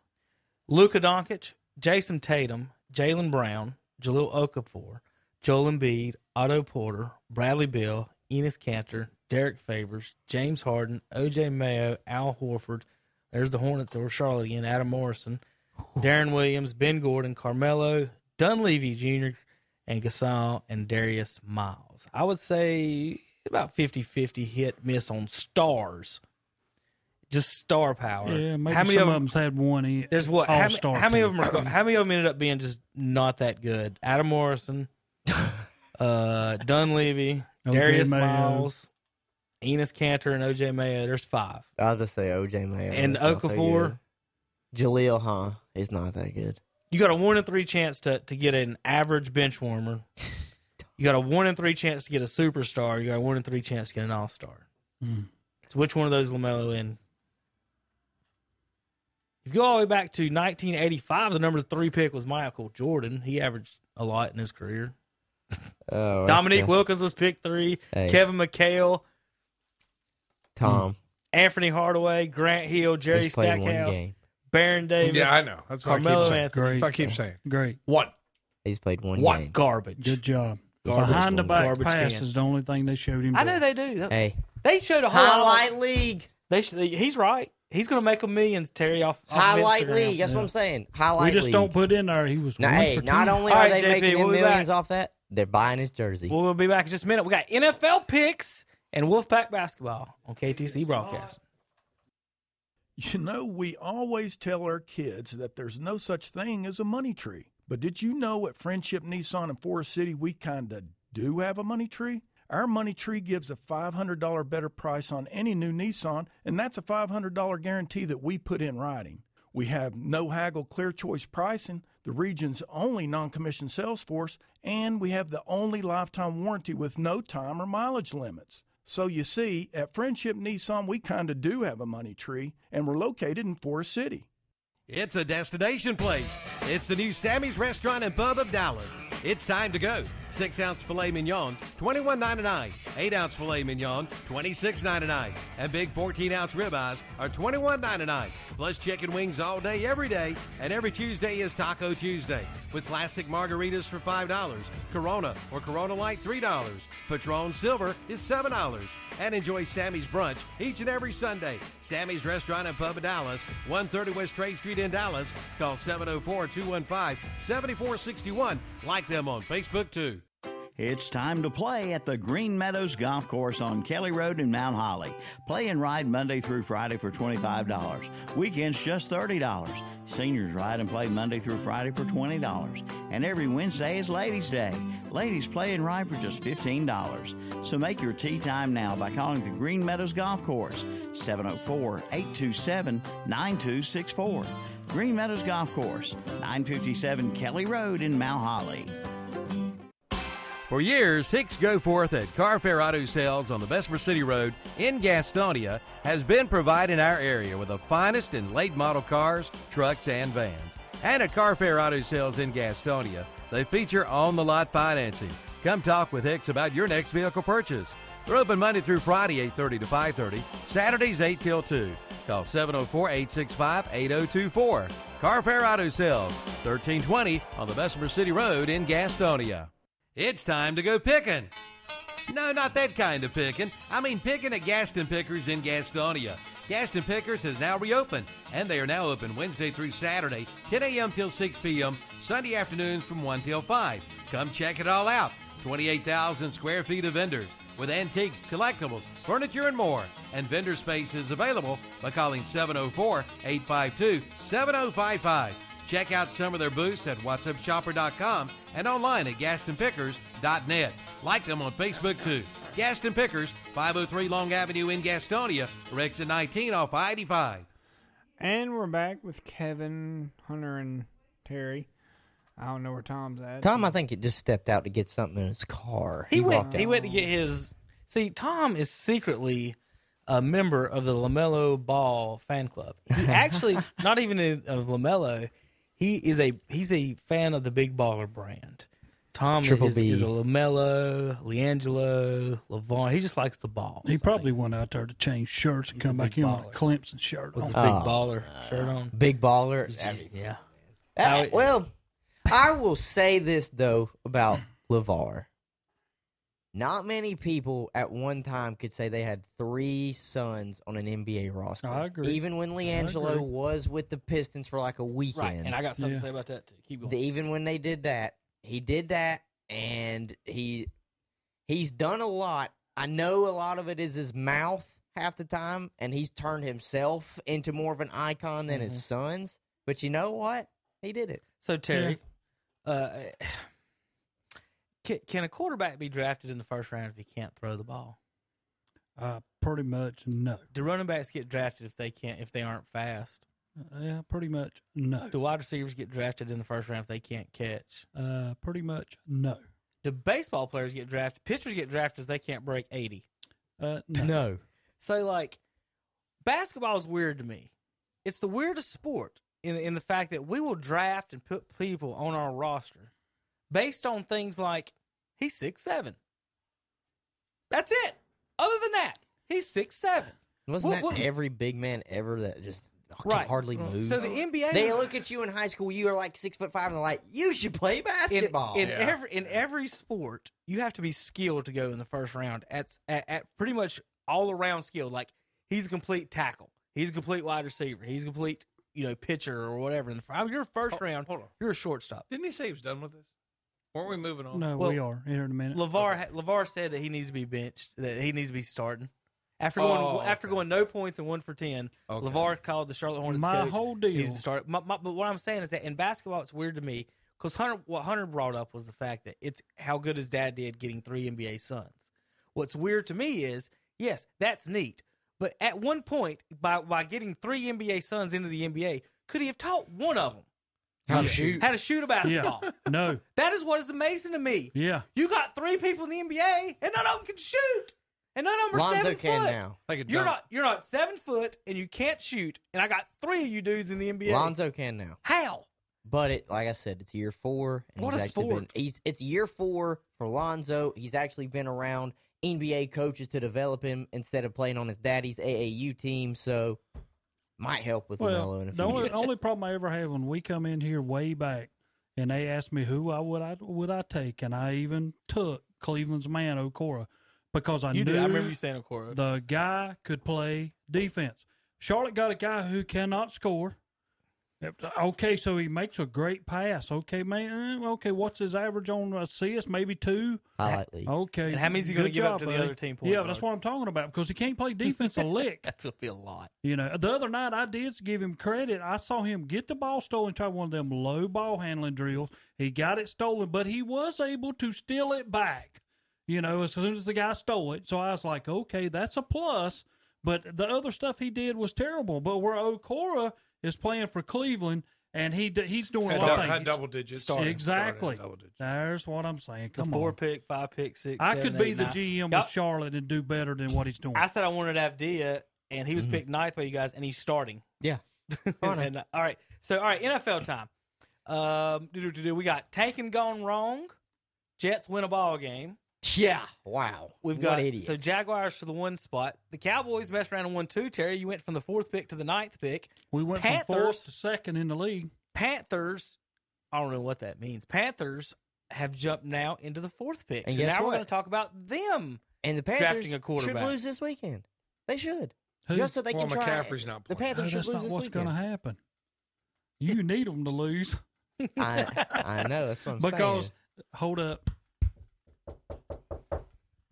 D: Luka Doncic, Jason Tatum, Jalen Brown, Jaleel Okafor, Joel Embiid, Otto Porter, Bradley Bill, Enos Cantor, Derek Favors, James Harden, O.J. Mayo, Al Horford. There's the Hornets over Charlotte again. Adam Morrison, Darren Williams, Ben Gordon, Carmelo, Dunleavy Jr., and Gasol and Darius Miles. I would say about 50 50 hit miss on stars. Just star power.
B: Yeah, maybe
D: how many
B: some of
D: of
B: them's had one. e-
D: There's what? How, ma-
B: all-star
D: how many of
B: team.
D: them? Are, how many of them ended up being just not that good? Adam Morrison, uh, Dunleavy,
B: O.J.
D: Darius
B: Mayo.
D: Miles, Enos Cantor, and OJ Mayo. There's five.
E: now. I'll just say OJ Mayo.
D: And
E: It's not that
D: Okafor?
E: good. Jaleel, huh? Is not that good.
D: You got a one in three chance to, to get an average bench warmer. You got a one in three chance to get a superstar. You got a one in three chance to get an all star.
B: Mm.
D: So which one of those Lamelo in? If you go all the way back to 1985, the number three pick was Michael Jordan. He averaged a lot in his career.
E: Oh, that's
D: Dominique
E: the-
D: Wilkins was pick three.
E: Hey.
D: Kevin McHale,
E: Tom.
D: Anthony Hardaway, Grant Hill, Jerry
E: He's played one
D: Stackhouse,
E: game.
D: Baron Davis.
C: Yeah, I know. That's what I keep
D: Carmelo
C: saying.
D: Anthony.
C: That's what I keep saying.
B: Great.
C: One.
E: He's played one
C: One.
E: game.
D: Garbage.
B: Good job.
E: Garbage
B: Behind the
E: one.
B: back
E: Garbage
B: pass
E: can.
B: is the only thing they showed him.
D: [laughs] I
B: do.
D: know they do.
E: Hey,
D: They showed a whole lot
E: highlight
D: of-
E: league.
D: They sh- he's right. He's going to make a millions, Terry, off, off of
E: Highlight
D: Instagram.
E: league. That's what I'm saying. Highlight
B: we just
E: league.
B: don't put in there. He was
E: Now,
B: one
E: hey,
B: for
E: not
B: two.
E: only
D: All
E: are
D: right,
E: they
D: JP,
E: making them
D: we'll be
E: millions
D: back.
E: off that, they're buying his jersey.
D: We'll be back in just a minute. We got NFL picks and Wolfpack basketball on KTC broadcast.
G: You know, we always tell our kids that there's no such thing as a money tree. But did you know at Friendship Nissan in Forest City, we kind of do have a money tree? Our money tree gives a $500 better price on any new Nissan, and that's a $500 guarantee that we put in writing. We have no haggle clear choice pricing, the region's only non commissioned sales force, and we have the only lifetime warranty with no time or mileage limits. So you see, at Friendship Nissan, we kind of do have a money tree, and we're located in Forest City.
H: It's a destination place. It's the new Sammy's Restaurant and Pub of Dallas. It's time to go. Six ounce filet mignon, twenty one ninety nine. Eight ounce filet mignon, twenty six ninety nine. And big fourteen ounce ribeyes are twenty one ninety nine. Plus chicken wings all day, every day. And every Tuesday is Taco Tuesday with classic margaritas for five dollars. Corona or Corona Light three dollars. Patron Silver is seven dollars. And enjoy Sammy's brunch each and every Sunday. Sammy's Restaurant and Pub of Dallas, 130 West Trade Street in Dallas. Call 704-215-7461. Like them on Facebook too.
J: It's time to play at the Green Meadows Golf Course on Kelly Road in Mount Holly. Play and ride Monday through Friday for $25. Weekends just $30. Seniors ride and play Monday through Friday for $20. And every Wednesday is Ladies' Day. Ladies play and ride for just $15. So make your tea time now by calling the Green Meadows Golf Course 704 827 9264. Green Meadows Golf Course, 957 Kelly Road in Mount Holly.
H: For years, Hicks Go Forth at Carfair Auto Sales on the Bessemer City Road in Gastonia has been providing our area with the finest in late model cars, trucks, and vans. And at Carfair Auto Sales in Gastonia, they feature on the lot financing. Come talk with Hicks about your next vehicle purchase. They're open Monday through Friday, 8.30 to 5.30, Saturdays 8 till 2. Call 704-865-8024. Carfair Auto Sales, 1320 on the Bessemer City Road in Gastonia. It's time to go picking. No, not that kind of picking. I mean picking at Gaston Pickers in Gastonia. Gaston Pickers has now reopened, and they are now open Wednesday through Saturday, 10 a.m. till 6 p.m., Sunday afternoons from 1 till 5. Come check it all out. 28,000 square feet of vendors with antiques, collectibles, furniture, and more. And vendor space is available by calling 704 852 7055. Check out some of their booths at whatsupshopper.com and online at gastonpickers.net. Like them on Facebook too. Gaston Pickers, 503 Long Avenue in Gastonia, or exit 19 off I-85.
F: And we're back with Kevin, Hunter, and Terry. I don't know where Tom's at.
E: Tom, I think it just stepped out to get something in his car.
D: He, went.
E: walked
D: He
E: out.
D: went to get his. See, Tom is secretly a member of the Lamelo Ball fan club.
E: [laughs]
D: He actually, not even a, of Lamelo. He is a he's a fan of the Big Baller brand. Tom
E: Triple
D: is,
E: B.
D: is a Lamelo, Leangelo, Lavon. He just likes the ball.
B: He probably went out there to change shirts and come back in with a Clemson shirt
D: with
B: on.
D: his big baller shirt on.
E: Big baller.
D: Yeah.
E: Ah, well, I will say this though about Levar. Not many people at one time could say they had three sons on an NBA roster.
B: I agree.
E: Even when Leangelo
B: agree.
E: was with the Pistons for like a weekend.
D: Right. And I got something
B: Yeah.
D: to say about that too. Keep going.
E: the- E even when they did that, he did that, and he he's done a lot. I know a lot of it is his mouth half the time, and he's turned himself into more of an icon than his sons. But you know what? He did it.
D: Mm-hmm. So Terry, uh, [sighs] can, can a quarterback be drafted in the first round if he can't throw the ball?
B: Uh, pretty much no.
D: Do running backs get drafted if they can't if they aren't fast?
B: Yeah, pretty much no.
D: Do wide receivers get drafted in the first round if they can't catch?
B: Uh, pretty much no.
D: Do baseball players get drafted? Pitchers get drafted if they can't break eighty.
B: Uh, no.
D: So like, basketball is weird to me. It's the weirdest sport in in the fact that we will draft and put people on our roster based on things like He's six seven. That's it. Other than that, he's six seven.
E: Wasn't that every big man ever that just can
D: Right.
E: hardly
D: Mm.
E: move?
D: So the NBA
E: they look at you in high school. You are like six foot five, and they're like, "You should play basketball."
D: In, in every in every sport, you have to be skilled to go in the first round. At at, at pretty much all around skilled. Like he's a complete tackle. He's a complete wide receiver. He's a complete you know pitcher or whatever. In the fir- you're first round. Hold on, you're a shortstop.
C: Didn't he say he was done with this? Weren't we moving on?
B: No, we are here in a minute.
D: Levar ha- Levar said that he needs to be benched. That he needs to be starting. After
B: Oh,
D: going after going no points and one for ten, Levar called the Charlotte Hornets.
B: My
D: coach.
B: whole
D: He needs
B: deal.
D: to start. My- my- but what I'm saying is that in basketball, it's weird to me because Hunter, what Hunter brought up was the fact that it's how good his dad did getting three NBA sons. What's weird to me is yes, that's neat, but at one point by by getting three NBA sons into the NBA, could he have taught one of them
B: How to shoot.
D: How to shoot a basketball?
B: [laughs] no.
D: That is what is amazing to me.
B: Yeah.
D: You got three people in the NBA, and none of them can shoot, and none of them are
E: Lonzo
D: seven
E: can
D: foot.
E: now. Like a
D: you're
E: dunk.
D: not you're not seven foot, and you can't shoot. And I got three of you dudes in the NBA.
E: Lonzo can now.
D: how?
E: But it, like I said, it's year four. And
D: What
E: he's
D: a
E: actually
D: sport.
E: Been, he's it's year four for Lonzo. He's actually been around NBA coaches to develop him instead of playing on his daddy's AAU team. So might help with Melo in a
B: Well,
E: few
B: the only,
E: years.
B: only problem I ever had when we come in here way back, and they asked me who I would I would I take, and I even took Cleveland's man Okora because I
D: You
B: knew
D: did. I remember you saying Okoro.
B: the guy could play defense. Charlotte got a guy who cannot score. Okay, so he makes a great pass. Okay, man. eh, Okay, what's his average on assists? Maybe two.
E: Highlight league.
B: [laughs] Okay.
D: And how many is he
B: good
D: gonna give up
B: job,
D: to the
B: buddy.
D: other team point
B: Yeah,
D: guard?
B: that's what I'm talking about because he can't play defense a lick.
D: That's gonna be a lot.
B: You know, the other night I did give him credit. I saw him get the ball stolen, try one of them low ball handling drills. He got it stolen, but he was able to steal it back, you know, as soon as the guy stole it. So I was like, okay, that's a plus. But the other stuff he did was terrible. But where Okora is playing for Cleveland, and he d- he's doing
C: Had
B: a lot
C: dou-
B: of
C: had
B: things.
C: double digits. Started-
B: Exactly.
C: started at double digits.
B: There's what I'm saying.
D: The
B: Come
D: four
B: on.
D: pick, five pick, six.
B: I
D: seven,
B: could be
D: eight,
B: the
D: nine.
B: GM
D: Y'all-
B: with Charlotte and do better than what he's doing.
D: I said I wanted Avdia, and he was picked ninth by you guys, and he's starting.
E: [laughs] Yeah.
D: And, uh, all right. So all right, NFL time. Um, do-do-do-do. we got tanking gone wrong. Jets win a ball game.
E: Yeah. Wow.
D: We've
E: What
D: got
E: idiots.
D: so Jaguars to the one spot. The Cowboys messed around and won two. Terry, you went from the fourth pick to the ninth pick.
B: We went from fourth to second in the league.
D: Panthers. I don't know what that means. Panthers have jumped now into the fourth pick.
E: And
D: so
E: guess
D: now we're
E: what?
D: going to talk about them.
E: and the Panthers
D: drafting a quarterback.
E: should lose this weekend. They should.
B: Who?
E: Just so they
C: Well,
E: can try.
C: McCaffrey's not
E: The
C: playing.
E: Panthers
B: No,
E: should
B: that's
E: lose
B: not
E: this
B: what's going to
E: weekend.
B: happen. You [laughs] need them to lose
E: [laughs] I, I know. That's what I'm
B: because
E: saying.
B: hold up,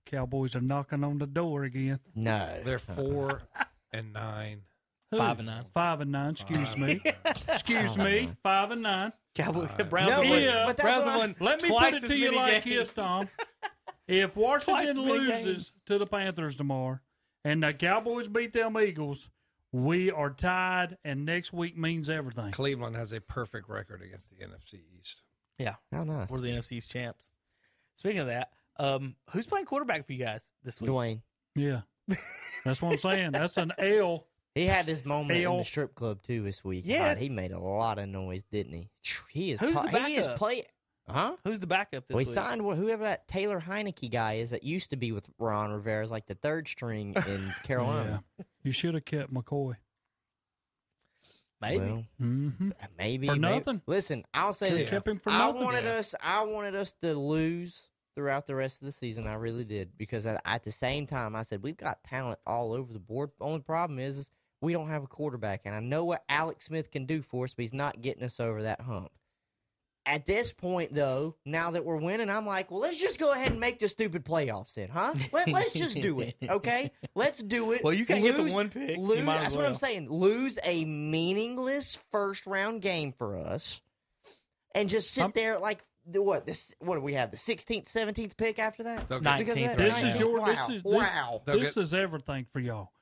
B: Cowboys are knocking on the door again.
E: No. Uh-uh.
C: They're four and nine.
B: Who?
D: Five and nine.
B: Five and nine. Excuse me. Excuse me. Five and nine.
D: Cowboys.
E: Uh,
D: Browns
B: No,
D: have won-
B: yeah, but
E: that's what
D: Browns have
E: I-
D: won
B: [laughs] Let me
D: twice
B: put it
D: as
B: to you
D: many
B: like
D: games.
B: this, Tom. If
D: as
B: Washington
D: many
B: loses
D: games.
B: to the Panthers tomorrow, and the Cowboys beat them Eagles, we are tied, and next week means everything.
C: Cleveland has a perfect record against the NFC East.
D: Yeah.
E: How Oh, nice.
D: We're [laughs] the NFC's champs. Speaking of that, um, who's playing quarterback for you guys this week?
E: Dwayne.
B: Yeah, [laughs] that's what I'm saying. That's an L.
E: He had this moment in
B: Hell.
E: the strip club too this week. God,
D: Yes.
E: he made a lot of noise, didn't he? He is.
D: Who's
E: ta-
D: the
E: he is
D: backup?
E: play. Huh?
D: Who's the backup this
E: We
D: week?
E: signed wh- whoever that Taylor Heineke guy is that used to be with Ron Rivera, is like the third string
D: [laughs]
E: in Carolina.
B: You should have kept McCoy.
D: Maybe.
E: Well, uh,
B: Mm-hmm.
E: maybe
B: For
E: maybe-
B: nothing.
E: Listen, I'll say
B: Could've
E: this:
B: kept him for
E: I
B: nothing.
E: wanted
B: Yeah.
E: us, I wanted us to lose throughout the rest of the season. I really did because at, at the same time, I said we've got talent all over the board. Only problem is, is we don't have a quarterback, and I know what Alex Smith can do for us, but he's not getting us over that hump. At this point, though, now that we're winning, I'm like, well, let's just go ahead and make the stupid playoffs, then, huh? Let, us just do it,
B: [laughs]
E: okay? Let's do it.
D: Well, you can't
E: lose,
D: get the one pick, so you
E: Lose,
D: might as
E: that's what I'm
D: well.
E: saying. Lose a meaningless first round game for us, and just sit there like the, what? This what do we have? The 16th, 17th pick after that.
C: They'll get,
E: Because
D: 19th
E: of that
B: This
D: right
B: is
D: now.
B: your.
E: Wow.
B: This is this,
E: Wow.
C: They'll
B: this
C: get-
B: is everything for y'all.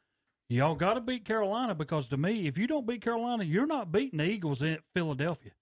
B: Y'all got to beat Carolina because to me, if you don't beat Carolina, you're not beating the Eagles in Philadelphia.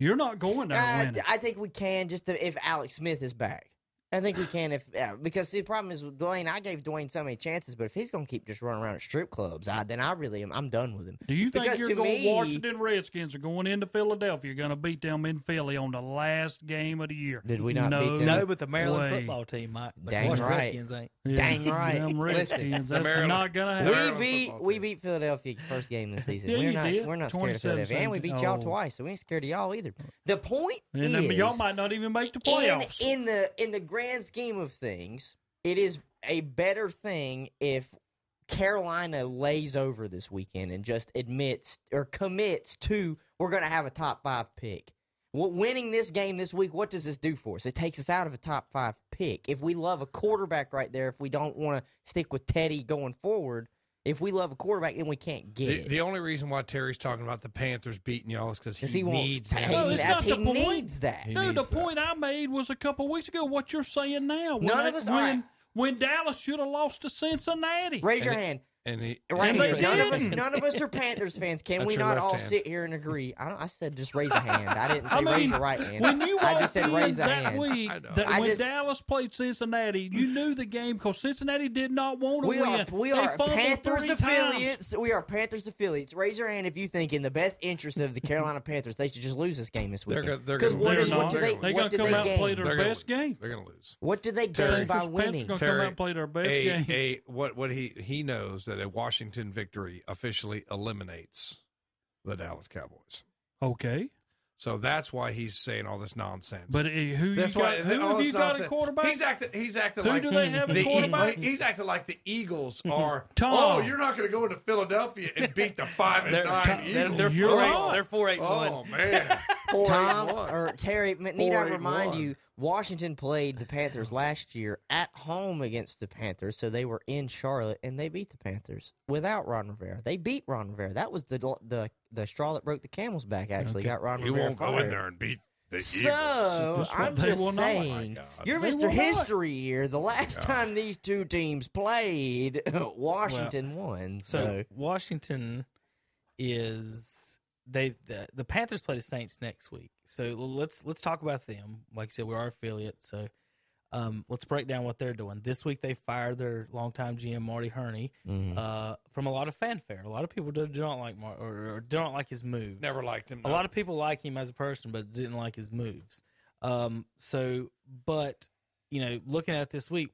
B: You're not going there
E: I,
B: winning.
E: I think we can just if Alex Smith is back. I think we can if yeah, because see, the problem is with Dwayne. I gave Dwayne so many chances, but if he's gonna keep just running around at strip clubs, I, then I really am. I'm done with him.
B: Do you think
E: Because
B: you're
E: to
B: going
E: me-
B: Washington Redskins are going into Philadelphia? You're going to beat them in Philly on the last game of the year?
E: Did we not
B: no
E: beat them?
D: No, but the Maryland
B: way.
D: football team might. But
E: Dang
D: the Washington
E: right.
D: Redskins ain't.
B: Yeah.
E: Dang right.
B: Them
E: Listen,
B: Redskins, that's not going to happen.
E: We beat we beat Philadelphia first game of the season.
B: Yeah,
E: we're
B: you
E: not
B: did.
E: we're not scared of Philadelphia, and we beat y'all
B: 27-17. Oh.
E: twice, so we ain't scared of y'all either. The point
B: And
E: is,
B: then y'all might not even make the
E: in,
B: playoffs.
E: in the in the grand scheme of things, it is a better thing if Carolina lays over this weekend and just admits or commits to we're going to have a top five pick. Well, winning this game this week, what does this do for us? It takes us out of a top five pick. If we love a quarterback right there, if we don't want to stick with Teddy going forward, if we love a quarterback, then we can't get
C: The,
E: it.
C: the only reason why Terry's talking about the Panthers beating y'all is because he,
E: 'Cause he wants
C: needs
E: to-
C: that.
E: No, it's not
B: the
E: he
B: point.
E: needs that.
C: He
B: no, the
C: needs that.
B: point I made was a couple weeks ago. What you're saying now? When
E: None
B: I-
E: of us-
B: when,
E: all right.
B: when Dallas should have lost to Cincinnati.
E: Raise your hand.
C: And he,
E: Right
B: And they
E: here.
C: [laughs]
E: None of, us,
B: didn't.
E: none of us are Panthers fans. Can
C: That's
E: we
C: your
E: not
C: left
E: all
C: hand.
E: sit here and agree? I, don't, I said just raise a hand. I
B: [laughs]
E: didn't say
B: I
E: raise
B: mean,
E: your right hand.
B: when you walked
E: I just said
B: in
E: raise a
B: that
E: hand.
B: week, that
E: I
B: when
E: just-
B: Dallas played Cincinnati, you knew the game because Cincinnati did not want to
E: we
B: win.
E: are we
B: They
E: are
B: fumbled
E: Panthers
B: three times.
E: affiliates. We are Panthers affiliates. Raise your hand if you think, in the best interest of the Carolina Panthers, they should just lose this game this
C: They're gonna-
E: weekend.
C: they're
E: Because
C: gonna
E: what,
C: lose.
E: is- what do
C: They're
E: they
C: gonna-
E: what
B: they're
E: do
B: gonna
E: they
B: come out and
E: gain?
B: play their
C: They're gonna
B: best
C: lose.
B: game.
C: They're going to lose.
E: What do they
C: Terry.
E: gain by
B: Because Pep's
E: winning?
B: gonna- come out and play their best
C: a,
B: game.
C: A, what what he he knows that a Washington victory officially eliminates the Dallas Cowboys.
B: Okay,
C: So that's why he's saying all this nonsense.
B: but uh, who
C: that's
B: you
C: why
B: got? Who
C: all
B: have
C: this
B: you got
C: nonsense.
B: in quarterback?
C: He's acting. He's acting
B: Who
C: like
B: do they have at
C: the E-
B: quarterback?
C: he's acting like the
B: [laughs]
C: Eagles are.
B: Tom.
C: Oh, you're not going to go into Philadelphia and beat the five and
D: They're,
C: nine
D: they're,
C: Eagles.
D: they're
B: You're
D: four eight.
B: wrong.
D: They're four eight one.
C: oh man, Four, eight,
E: Tom
C: one.
E: or Terry, m- need
C: Four,
E: I
C: eight,
E: remind
C: one.
E: you, Washington played the Panthers last year at home against the Panthers, so they were in Charlotte and they beat the Panthers without Ron Rivera. They beat Ron Rivera. That was the the the straw that broke the camel's back. Actually, got Ron
C: You
E: Rivera.
C: won't go in
E: fired.
C: there and beat the Eagles.
E: So
B: That's what
E: I'm
B: they will
E: just
B: not.
E: saying,
C: Oh, my God.
E: your
B: They
E: Mr.
B: will not.
E: History year, the last time these two teams played, [laughs] Washington won.
D: So
E: So
D: Washington is they the, the Panthers play the Saints next week. So let's let's talk about them. Like I said, we're our affiliate. So um, let's break down what they're doing. This week they fired their longtime GM Marty Herney
E: Mm-hmm.
D: uh, from a lot of fanfare. A lot of people do, do not like Mar- or, or do not like his moves.
C: Never liked him.
D: A lot of people like him as a person, but didn't like his moves. Um, so, but you know, looking at this week,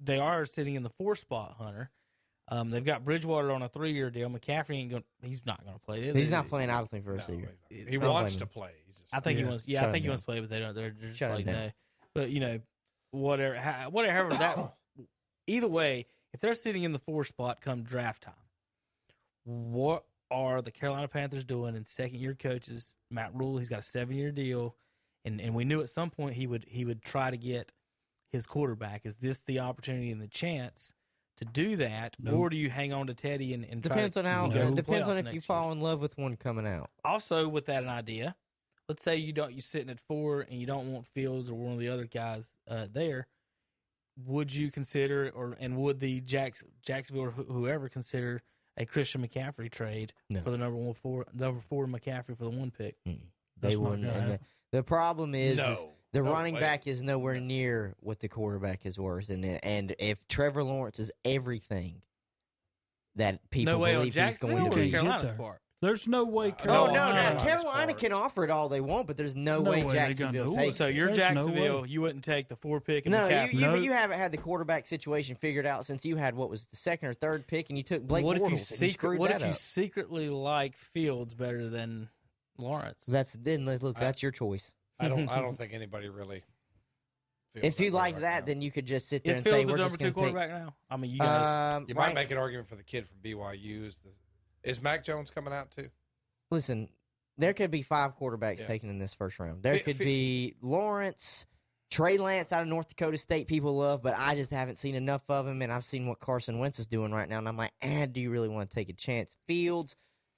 D: they are sitting in the four spot, Hunter. Um, they've got Bridgewater on a three-year deal. McCaffrey ain't going. He's not going to play. They-
E: he's
D: they-
E: not playing. I don't think for a
C: No,
E: year.
C: he
E: Don't
C: wants
E: blame
C: to
E: him.
C: play. He's just-
D: I think he
E: Yeah.
D: wants. Yeah,
E: Shut
D: I
E: him
D: think he
E: down.
D: wants to play, but they don't. They're just
E: Shut him
D: like
E: down.
D: no. But you know, whatever, how, whatever
E: [coughs]
D: that. Either way, if they're sitting in the four spot come draft time, what are the Carolina Panthers doing? And second year coaches Matt Rule, he's got a seven year deal, and and we knew at some point he would he would try to get his quarterback. Is this the opportunity and the chance? To do that, or do you hang on to Teddy and, and try
E: Depends
D: to
E: on how.
D: go to the
E: Depends on if
D: playoffs
E: you
D: next year?
E: fall in love with one coming out.
D: also with that an idea let's say you don't you're sitting at four and you don't want fields or one of the other guys uh, there would you consider or and would the Jacks, jacksonville or wh- whoever consider a christian mccaffrey trade
E: No.
D: for the number one four number four mccaffrey for the one pick
E: They
B: That's not
E: wouldn't.
B: gonna
E: and the,
B: happen.
E: the problem is,
C: No.
E: is the
C: No
E: running
C: way.
E: back is nowhere near what the quarterback is worth, and and if Trevor Lawrence is everything that people
D: no way on
E: believe he's
D: jacksonville
E: going
D: or
E: to be.
B: Carolina?
D: carolina's
B: there.
D: part
B: There's no way.
E: Oh no,
B: Carolina.
E: no,
C: Carolina's
E: Carolina
C: part.
E: can offer it all they want, but there's no,
B: No
E: way
B: way they're
E: Jacksonville
B: gonna do
E: takes
B: it.
D: so you're
B: There's no
D: jacksonville
B: way.
D: you wouldn't take the four pick and
E: No,
D: McCaffrey.
E: you, you,
B: No.
E: you haven't had the quarterback situation figured out since you had what was it, the second or third pick, and you took Blake
D: what
E: Bortles
D: if you,
E: and you
D: secret,
E: screwed
D: what
E: that
D: if you
E: up.
D: secretly like fields better than lawrence
E: That's then look, that's your choice.
C: I don't. I
B: [laughs]
C: don't think anybody really. feels
E: If you
C: way
E: like
C: right
E: that,
C: now.
E: then you could just sit there
D: is
E: and say
D: fields the
E: we're
D: number
E: just
D: two
E: going to take.
D: quarterback now i mean you guys
E: Um,
C: you
E: right.
C: might make an argument for the kid from BYU. Is, the, is Mac Jones coming out too?
E: listen, there could be five quarterbacks
C: Yeah.
E: taken in this first round. There
C: Fi-
E: could
C: fi-
E: be Lawrence, Trey Lance out of North Dakota State people love, but I just haven't seen enough of him, and I've seen what Carson Wentz is doing right now, and I'm like, eh, do you really want to take a chance? Fields,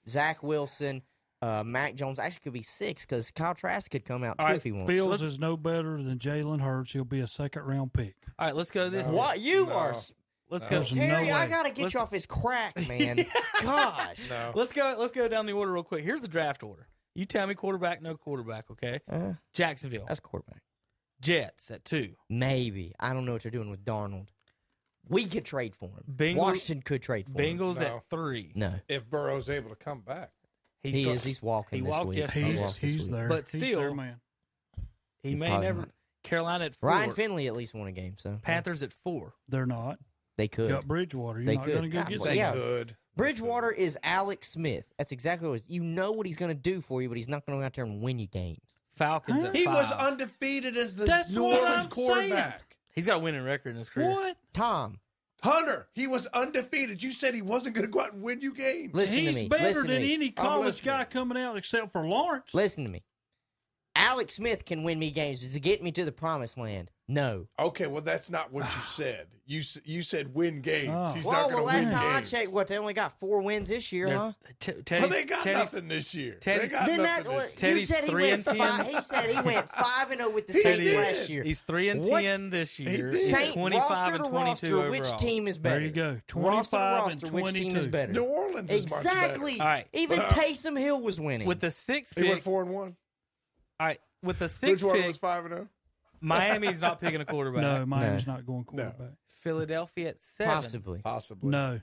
E: Zach Wilson, uh, Mac Jones actually could be six because Kyle Trask could come out too
D: All right,
E: if he wants.
B: Fields is no better than Jalen Hurts. He'll be a second round pick.
D: all right let's go to this
E: what you
C: No.
E: are, s-
D: Let's go.
B: There's no
E: Terry? I
B: way.
E: gotta get
D: [laughs] Let's-
E: you off his crack, man. Gosh,
C: No.
D: Let's go. Let's go down the order real quick. Here's the draft order. You tell me quarterback, no quarterback. Okay.
E: Uh,
D: Jacksonville.
E: that's quarterback.
D: Jets at two.
E: Maybe. I don't know what they're doing with Darnold. We could trade for him. Washington could trade for him.
D: Bengals
E: No.
D: at three.
E: No.
C: If Burrow's able to come back.
E: He He is. He's walking
D: He
E: this
D: walked
E: week.
D: yesterday.
E: He He's- walked this he's week. there.
D: But
E: He's
D: still,
E: their
B: man.
D: He,
E: He
D: may
E: probably
D: never.
E: not.
D: Carolina at four.
E: Ryan Finley at least won a game, so
D: Panthers at four.
B: They're not.
E: They could.
B: Got Bridgewater. You're
E: They
B: not
E: could.
B: going to go
E: God,
B: get
E: well,
B: them.
E: yeah. Bridgewater is Alex Smith. That's exactly what it is. You know what he's going to do for you, but he's not going to go out there and win you games.
D: Falcons at
C: He was
D: five.
C: undefeated as the
D: That's
C: New
D: what I'm
C: Orleans
D: saying.
C: quarterback.
D: He's got a winning record in his career.
B: What?
E: Tom.
C: Hunter, he was undefeated. You said he wasn't going to go out and win you games.
B: He's better than any college guy coming out except for Lawrence.
E: Listen to me. Alex Smith can win me games. Does it get me to the promised land? No.
C: Okay, well that's not what
B: [sighs]
C: you said. You s- you said win games.
B: Oh.
C: He's
E: Well,
C: not
E: well,
C: going to
E: last
C: win
E: time
C: games.
E: I checked, what they only got four wins this year,
C: They're-
E: huh?
C: well, they got nothing this year. They
E: Teddy's-
C: got
E: Then that-
C: nothing
E: well,
C: this
E: you
C: year.
E: Teddy's said he three went and five- 10. he said he
B: [laughs]
E: went five and oh with the
D: He
E: Saints
D: did.
E: last year.
D: He's three and
E: What?
D: ten this year.
E: did.
D: He's
E: Saint
D: twenty-five
E: roster
D: and
E: to
D: twenty-two
E: roster, which
D: overall.
E: team is better?
B: There you go.
E: Roster to
B: 25 and
E: roster, Which team is
B: 22.
E: better? Uh-huh.
B: New Orleans is much better.
E: exactly.
D: All right.
E: Even
C: uh,
D: But-
E: Taysom Hill was winning
D: With the sixth
C: He
D: pick,
C: went four and one.
D: All right, with the sixth
C: Bridgewater
D: pick,
C: was five and zero.
D: Miami's not picking a quarterback.
B: No, Miami's not going quarterback.
D: Philadelphia at seven.
E: Possibly.
C: Possibly.
B: No.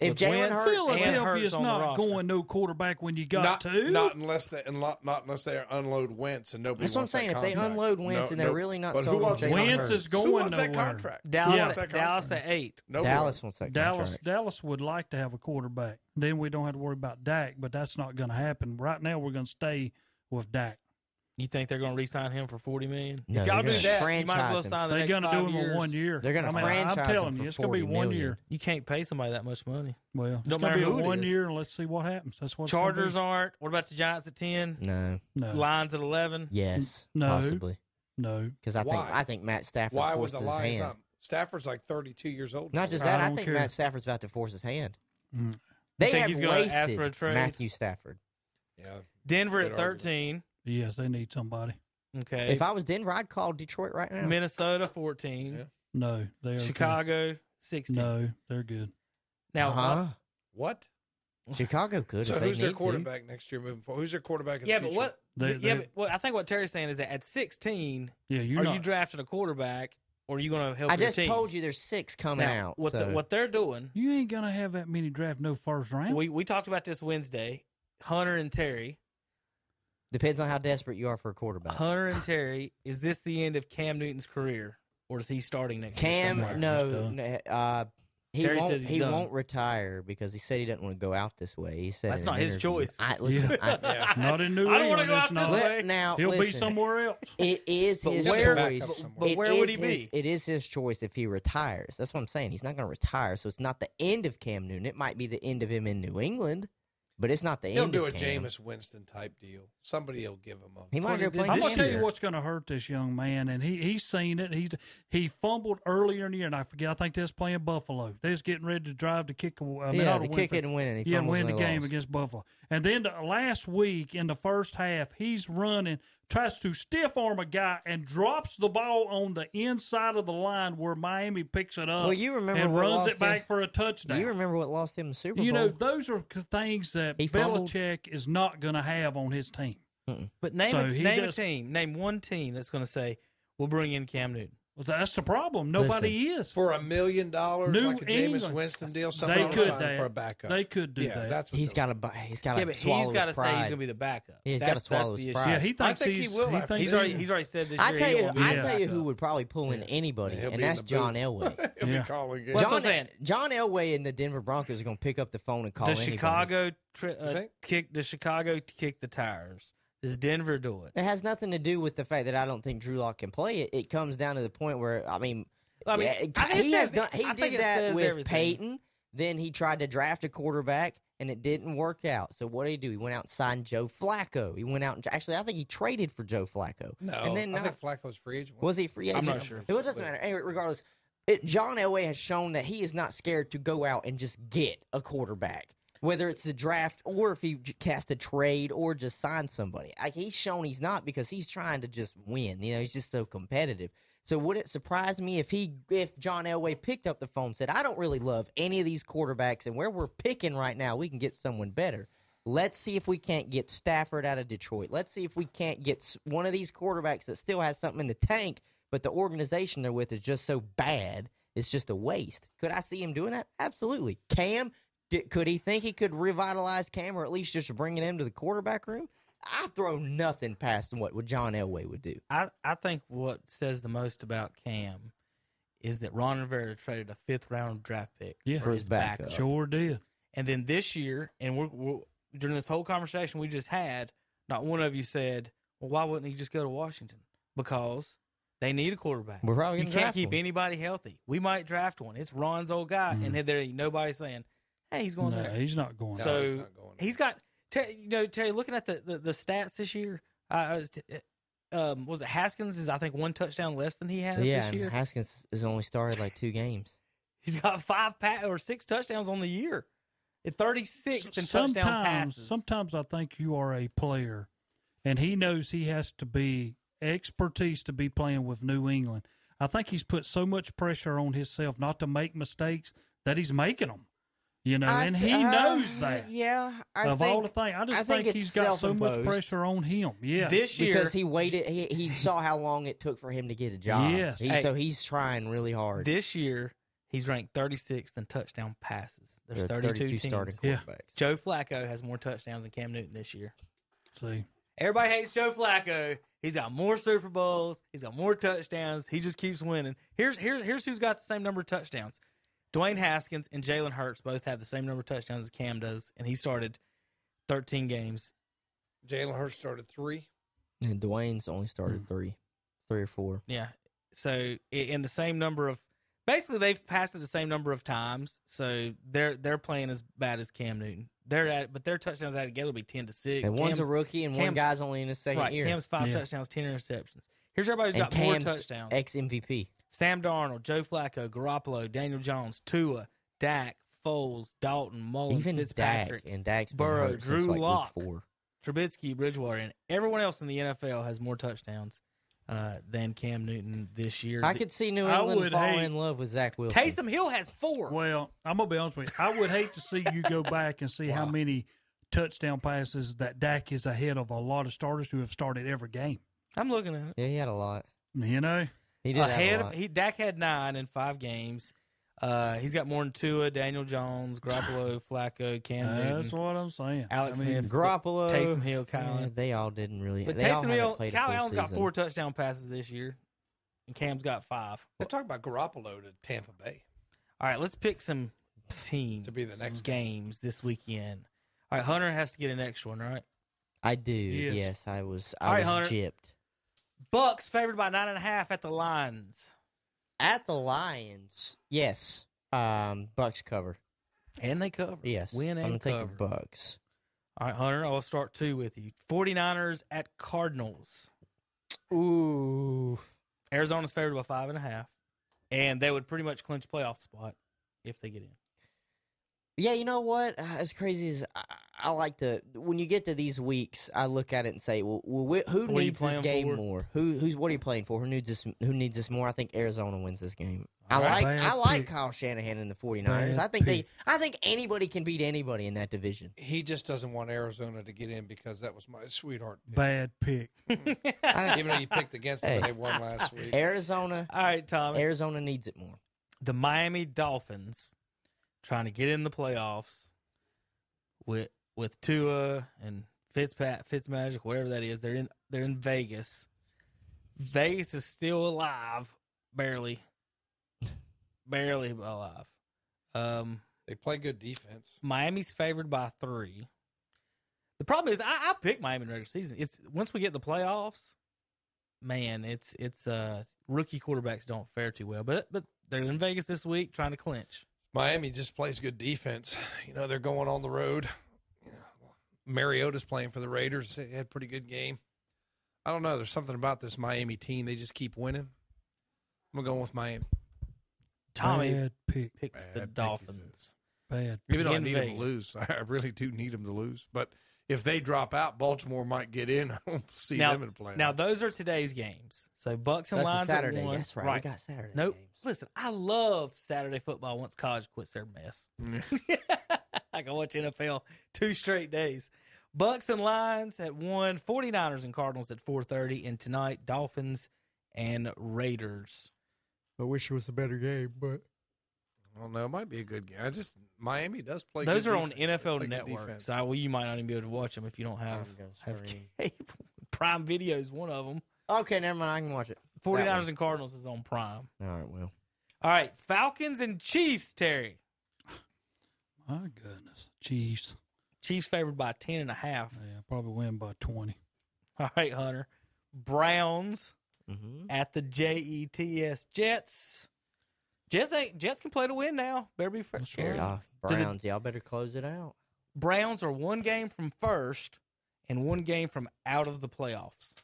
E: If
D: With
E: Jalen
D: Wentz
E: Hurts-
D: and
B: Philadelphia's
D: Hurts on the
B: not
D: roster.
B: going no quarterback when you got
C: not,
B: two.
C: Not unless they unlo- not unless they unload Wentz and nobody.
E: That's what
C: wants
E: I'm saying.
C: That
E: If they
C: contract.
E: unload Wentz and they're really not
C: But who
E: sold on
C: wants that
E: Jalen
C: contract?
E: Hurts. Wentz is
C: Who
B: going
C: wants that
B: nowhere.
C: contract?
D: Dallas,
C: Who wants
D: at,
C: that
D: Dallas
C: contract?
D: at eight.
C: Nobody.
E: Dallas wants that
B: Dallas
E: contract.
B: Dallas would like to have a quarterback. Then we don't have to worry about Dak, but that's not going to happen. Right now, we're going to stay with Dak.
D: You think they're going to re-sign him for forty million?
E: No,
D: if y'all do
E: they're gonna
D: that, you might as well
E: franchise him.
D: sign the
B: They're
D: next
B: gonna
D: five
B: do him in
D: years.
B: one year.
E: They're gonna
B: I mean, I'm
E: franchise
B: telling
E: him
B: you,
E: for
B: it's gonna be
E: 40
B: one
E: million.
B: year.
D: You can't pay somebody that much money.
B: Well, it's
D: Don't
B: going to be
D: matter
B: a
D: who it
B: one
D: is.
B: year, and let's see what happens. That's what it's gonna be.
D: Chargers aren't. What about the Giants at ten?
E: No.
B: No.
D: Lions at eleven.
E: Yes.
B: No.
E: Possibly.
B: No,
E: Because I think
C: Why?
E: I think Matt Stafford
C: Why was
E: forced
C: the
E: his
C: Lions
E: hand.
C: up? Stafford's like 32 years old.
E: Not just
B: I
E: that, I,
B: don't
E: think
B: care.
E: Matt Stafford's about to force his hand.
B: Mm.
E: They
D: think
E: have
D: he's gonna
E: wasted
D: ask for a trade?
E: Matthew Stafford.
C: Yeah.
D: Denver
C: Good
D: at
C: argument.
D: thirteen.
B: yes, they need somebody.
D: Okay.
E: If I was Denver, I'd call Detroit right now.
D: Minnesota fourteen.
B: No, they are good.
D: Chicago sixteen.
B: No, they're good.
D: Now
E: Uh-huh.
C: What?
E: [laughs] Chicago could
C: So
E: if they
C: who's their
E: need to.
C: quarterback next year moving forward? Who's their quarterback? In
D: Yeah,
C: the
D: but
C: future?
D: what?
B: They-
D: yeah,
B: they-
D: but well, I think what Terry's saying is that at sixteen,
B: Yeah, you're
D: are
B: not.
D: you drafting a quarterback, or are you going to help?
E: I
D: your
E: just
D: team?
E: told you there's six coming
D: Now,
E: out.
D: What
E: so.
D: the, what they're doing?
B: you ain't going to have that many draft no first round.
D: We we talked about this Wednesday. Hunter and Terry.
E: Depends on how desperate you are for a quarterback.
D: Hunter and Terry. Is this the end of Cam Newton's career, or is he starting next? year somewhere?
E: Cam, no, no, uh, he
D: Terry
E: won't.
D: says he's
E: he
D: done.
E: won't retire because he said he doesn't want to go out this way. He said
D: That's
E: in
D: not
E: an
D: his
E: interview.
D: choice.
E: I, listen,
D: [laughs]
E: I-
B: not in New
D: I don't
B: England.
D: wanna go
B: it's
D: out this
B: not.
D: way.
E: Let- now
B: He'll be
E: listen,
B: somewhere else.
E: It is
D: But
E: his
D: where- but-
E: choice.
D: but
E: It
D: where would
E: is
D: he be?
E: his- it is his choice if he retires. That's what I'm saying. He's not going to retire, so it's not the end of Cam Newton. It might be the end of him in New England, but it's not the
C: He'll
E: end.
C: do a
E: of Cam.
C: Jameis Winston type deal. Somebody will give him a.
E: He might go play
B: I'm gonna
E: this
B: tell you
E: year.
B: what's gonna hurt this young man, and he he's seen it. He's he fumbled earlier in the year, and I forget. I think they was playing Buffalo. They was getting ready to drive to kick. I mean,
E: Yeah,
B: out
E: to
B: of
E: kick
B: Winfield.
E: it and win it. He
B: yeah,
E: fumbles
B: win
E: and
B: the
E: they
B: game
E: lost.
B: against Buffalo. And then the, last week in the first half, he's running, tries to stiff arm a guy, and drops the ball on the inside of the line where Miami picks it up.
E: Well, you remember
B: and
E: what
B: runs
E: lost
B: it back
E: him-
B: for a touchdown.
E: You remember what lost him the Super Bowl?
B: You know, those are c- things that
E: He fumbled.
B: Belichick is not going to have on his team.
D: But name
B: So
D: a,
B: he
D: name
B: does-
D: a team. Name one team that's going to say we'll bring in Cam Newton.
B: Well, that's the problem. Nobody is.
C: for a million dollars,
B: New
C: like a Jameis
B: England.
C: Winston deal. Somebody
B: They
C: will
B: could
C: sign
B: that.
C: for a backup.
B: They could do
C: yeah,
B: that.
C: that's what
E: he's
C: they'll
E: got to. He's got to.
D: yeah, but he's
E: swallow
D: gotta
E: his
D: say he's
E: pride.
D: going to be the backup.
E: Yeah, he's gotta
D: That's- that's
E: swallow
D: the
E: his
D: issue.
E: pride.
B: yeah, he
C: I
B: thinks
C: think he
B: he's,
C: will after
B: thinks
D: He's
C: this
D: already
C: year.
D: he's already said this
E: I
D: year.
E: tell
D: he
E: you,
D: won't be
E: I
D: the
E: tell you who
D: backup.
E: would probably pull in anybody,
C: He'll be in
E: and that's
C: the booth.
E: John Elway.
C: [laughs]
D: [laughs]
C: He'll
B: Yeah.
C: be calling in.
D: That's what
E: John,
D: I'm saying.
E: John Elway and the Denver Broncos are going to pick up the phone and call
D: Does
E: anybody.
D: Chicago tri- uh,
C: think?
D: kick? Does Chicago kick the tires? Does Denver do it?
E: It has nothing to do with the fact that I don't think Drew Lock can play it. It comes down to the point where I mean,
D: I mean,
E: yeah,
D: I think it
E: he has
D: says-
E: done. He
D: I think
E: did
D: it says
E: that with
D: everything.
E: Peyton. Then he tried to draft a quarterback, and it didn't work out. So what did he do? He went out and signed Joe Flacco. He went out and actually, I think he traded for Joe Flacco.
C: No,
E: and then
C: I
E: not-
C: think Flacco's free agent.
E: was he a free agent?
D: I'm not sure.
E: It doesn't matter. Anyway, regardless, it, John Elway has shown that he is not scared to go out and just get a quarterback, whether it's a draft or if he j- cast a trade or just sign somebody. Like he's shown he's not because he's trying to just win. You know, he's just so competitive. So would it surprise me if he if John Elway picked up the phone and said, "I don't really love any of these quarterbacks, and where we're picking right now, we can get someone better." Let's see if we can't get Stafford out of Detroit. Let's see if we can't get s- one of these quarterbacks that still has something in the tank, but the organization they're with is just so bad. It's just a waste. Could I see him doing that? Absolutely. Cam, did, could he think he could revitalize Cam or at least just bringing him to the quarterback room? I throw nothing past what what John Elway would do.
D: I, I think what says the most about Cam is that Ron Rivera traded a fifth round draft pick
B: Yeah.
D: for his backup.
B: Sure did.
D: And then this year, and we're, we're during this whole conversation we just had, not one of you said, "Well, why wouldn't he just go to Washington?" Because they need a quarterback.
E: We're probably
D: you
E: gonna
D: can't
E: draft
D: keep
E: one.
D: anybody healthy. We might draft one. It's Ron's old guy, and then there ain't nobody saying, "Hey, he's going
B: Mm-hmm. No,
D: there."
B: he's not going
D: So
B: there. No, he's
D: he's got Terry, you know Terry. Looking at the the, the stats this year, I, I was t- um, was it Haskins is I think one touchdown less than he has
E: yeah,
D: this
E: and
D: year.
E: Haskins has only started like two games.
D: He's got five pa- or six touchdowns on the year, and thirty six in touchdown
B: sometimes,
D: passes.
B: sometimes I think you are a player, and he knows he has to be expertise to be playing with New England. I think he's put so much pressure on himself not to make mistakes that he's making them. You know,
E: I
B: and
E: th-
B: he
E: uh,
B: knows that.
E: Yeah, I
B: of all the
E: think-
B: things, I just
E: I think it's
B: he's got so much
E: self-imposed.
B: pressure on him. Yeah,
E: because he waited, he,
D: [laughs]
E: he saw how long it took for him to get a job.
D: Yes.
E: He-
D: Hey.
E: so he's trying really hard.
D: This year, he's ranked 36th in touchdown passes. There's
E: There are
D: 32,
E: 32
D: teams.
E: starting Yeah. quarterbacks.
D: Joe Flacco has more touchdowns than Cam Newton this year.
B: See,
D: Everybody hates Joe Flacco. He's got more Super Bowls. He's got more touchdowns. He just keeps winning. Here's here, here's who's got the same number of touchdowns. Dwayne Haskins and Jalen Hurts both have the same number of touchdowns as Cam does, and he started 13 games.
C: Jalen Hurts started three.
E: and Dwayne's only
D: Hmm.
E: started three, three or four.
D: Yeah. So i- in the same number of basically they've passed it the same number of times. So they're they're playing as bad as Cam Newton. They're at but their touchdowns added together will be ten to six.
E: And one's a
D: Cam's-
E: rookie, and one
D: Cam's-
E: guy's only in his second
D: right,
E: year.
D: Cam's five
E: Yeah.
D: touchdowns, ten interceptions. Here's everybody's
E: and
D: got
E: Cam's
D: more touchdowns.
E: Ex MVP.
D: Sam Darnold, Joe Flacco, Garoppolo, Daniel Jones, Tua, Dak, Foles, Dalton, Mullins,
E: Even
D: Fitzpatrick,
E: Dak, and Dak's been
D: Burrow,
E: hurt since,
D: Drew
E: like, week
D: Lock,
E: four.
D: Trubisky, Bridgewater, and everyone else in the NFL has more touchdowns uh, than Cam Newton this year.
E: I
D: Th-
E: could see New
B: I
E: England
B: would
E: fall
B: hate-
E: in love with Zach Wilson.
D: Taysom Hill has four.
B: Well, I'm gonna be honest with you. I would hate to see you
D: [laughs]
B: go back and see how many touchdown passes that Dak is ahead of a lot of starters who have started every game.
D: I'm looking at it.
E: Yeah, he had a lot.
B: You know,
E: He did have a
D: ahead
E: lot.
D: of he Dak had nine in five games. Uh, he's got more than Tua, Daniel Jones, Garoppolo,
E: [sighs]
D: Flacco, Cam Newton.
B: That's what I'm saying.
D: Alex
B: I mean,
D: Smith,
E: Garoppolo,
D: Taysom Hill, Kyle.
E: yeah,
D: Allen.
E: they all didn't really.
D: But
E: they all
D: Taysom
E: haven't
D: Hill,
E: played a
D: Kyle
E: full
D: Allen's got
E: season.
D: four touchdown passes this year, and Cam's got five.
C: They talk about Garoppolo to Tampa Bay.
D: All right, let's pick some teams to
C: be the next
D: games this weekend. All right, Hunter has to get an extra one, right?
E: I do.
D: Yes.
E: Yes, I was. I
D: All right,
E: was
D: Hunter.
E: gypped
D: Bucks favored by nine and a half at the Lions.
E: at the Lions. Yes, um, Bucks cover.
D: And they cover.
E: Yes,
D: Win
E: I'm
D: and
E: gonna
D: cover.
E: take the Bucks.
D: All right, Hunter, I'll start two with you. 49ers at Cardinals.
E: Ooh.
D: Arizona's favored by five and a half, and they would pretty much clinch playoff spot if they get in.
E: Yeah, you know what? Uh, As crazy as I, I like to, when you get to these weeks, I look at it and say, "Well, well wh- who
D: What are you
E: needs this
D: playing
E: game
D: for?
E: more? Who who's what are you playing for? Who needs this? Who needs this more?" I think Arizona wins this game. I
D: All right.
E: like
D: Bad
E: I like
D: pick.
E: Kyle Shanahan and the 49ers.
C: Bad
E: I think
C: pick.
E: they I think anybody can beat anybody in that division.
C: He just doesn't want Arizona to get in because that was my sweetheart.
E: [laughs]
B: bad pick.
C: Even though you picked against them, and they won
E: [laughs]
C: last week.
E: Arizona.
D: All right, Tom.
E: Arizona needs it more.
D: the Miami Dolphins trying to get in the playoffs with with Tua and Fitzpat Fitzmagic, whatever that is. They're in they're in Vegas. Vegas is still alive, barely, barely alive. Um,
C: They play good defense.
D: Miami's favored by three. The problem is, I, I pick Miami in regular season. It's once we get the playoffs, man, it's it's uh rookie quarterbacks don't fare too well. But but they're in Vegas this week trying to clinch.
C: Miami just plays good defense. [sighs] You know, they're going on the road. You know, Mariota's playing for the Raiders. They had a pretty good game. I don't know. There's something about this Miami team. They just keep winning. I'm going with Miami.
D: Tommy
B: bad pick.
D: picks
C: Bad
D: the
C: pick, he
D: Dolphins.
B: Bad.
C: Even though I
D: In
C: need them
D: Vegas.
C: to lose. [laughs] I really do need them to lose. But if they drop out, Baltimore might get in. [laughs] I don't see
D: now,
C: them in the playoffs.
D: now those are today's games. So Bucks and
E: That's a
D: Lions
E: Saturday.
D: At one.
E: That's right. We got Saturday
D: Nope.
E: games.
D: [laughs] Listen, I love Saturday football once college quits their mess. I can watch NFL two straight days. Bucks and Lions at 1, 49ers and Cardinals at 4.30, and tonight, Dolphins and Raiders.
E: I wish it was a better game, but
C: I don't know. It might be a good game. I just Miami does play.
D: Those
C: good
D: are on
C: defense. They play
D: NFL
C: good
D: Network,
C: defense.
D: so well, you might not even be able to watch them if you don't have, have cable. Prime Video is one of them.
E: Okay, never mind. I can watch it.
D: 49ers and Cardinals is on Prime.
E: All right, well.
D: All right, Falcons and Chiefs, Terry.
B: My goodness. Chiefs.
D: Chiefs favored by 10 and a half.
B: Yeah, probably win by 20.
D: All right, Hunter. Browns
E: Mm-hmm.
D: at the Jets. Jets. Jets ain't, Jets can play to win now. Better be first.
E: Yeah, Browns, y'all better close it out.
D: Browns are one game from first and one game from out of the playoffs.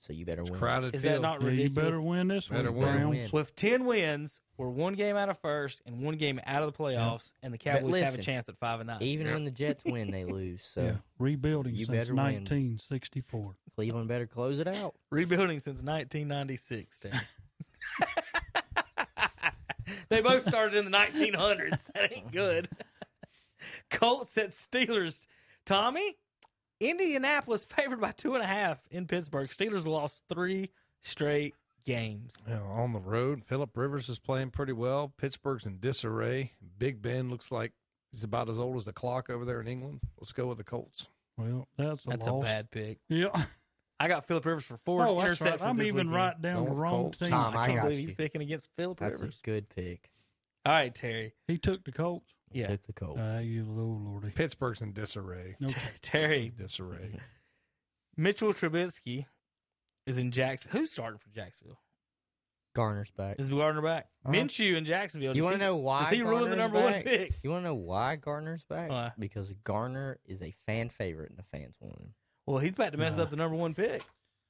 E: So you better win.
C: crowded
D: Is that
C: field.
D: not
B: Yeah, you
D: ridiculous?
B: better win this Better one, win. Browns.
D: With 10 wins, we're one game out of first and one game out of the playoffs, and the Cowboys have a
E: listen,
D: chance at 5 and 9.
E: Even when the
D: [laughs]
E: Jets win, they lose. So
B: Yeah. Rebuilding
E: you
B: since
E: better win.
B: 1964.
E: Cleveland better close it out.
D: Rebuilding since 1996, Terry. [laughs] they both started in the 1900s. That ain't good. Colts at Steelers. Tommy, Indianapolis favored by two and a half in Pittsburgh. Steelers lost three straight games.
C: Yeah, on the road, Philip Rivers is playing pretty well. Pittsburgh's in disarray. Big Ben looks like he's about as old as the clock over there in England. Let's go with the Colts.
B: Well, that's a
D: That's
B: loss.
D: a bad pick.
B: Yeah. [laughs]
D: I got Philip Rivers for four
B: Oh, that's
D: interceptions.
B: right. I'm
D: this
B: even
D: weekend.
B: right down the Going with wrong Colts. team.
E: Tom,
D: I
E: I
D: can't
E: got
D: believe
E: you.
D: he's picking against Philip
E: That's
D: Rivers.
E: a good pick.
D: All right, Terry.
B: He took the Colts.
D: Yeah.
E: Took the Colts.
B: Ah, you little lordy.
C: Pittsburgh's in disarray.
B: Okay.
D: Terry.
C: Disarray.
D: [laughs] Mitchell Trubisky is in Jackson. Who's starting for Jacksonville?
E: Garner's back.
D: Is Gardner back?
E: Uh-huh.
D: Minshew in Jacksonville.
E: You
D: want to
E: know why?
D: Does he ruin the
E: Garner's
D: number one
E: back?
D: pick?
E: You want to know why Garner's back?
D: Why?
E: Because Garner is a fan favorite and the fans want him.
D: Well, he's about to mess up the number one pick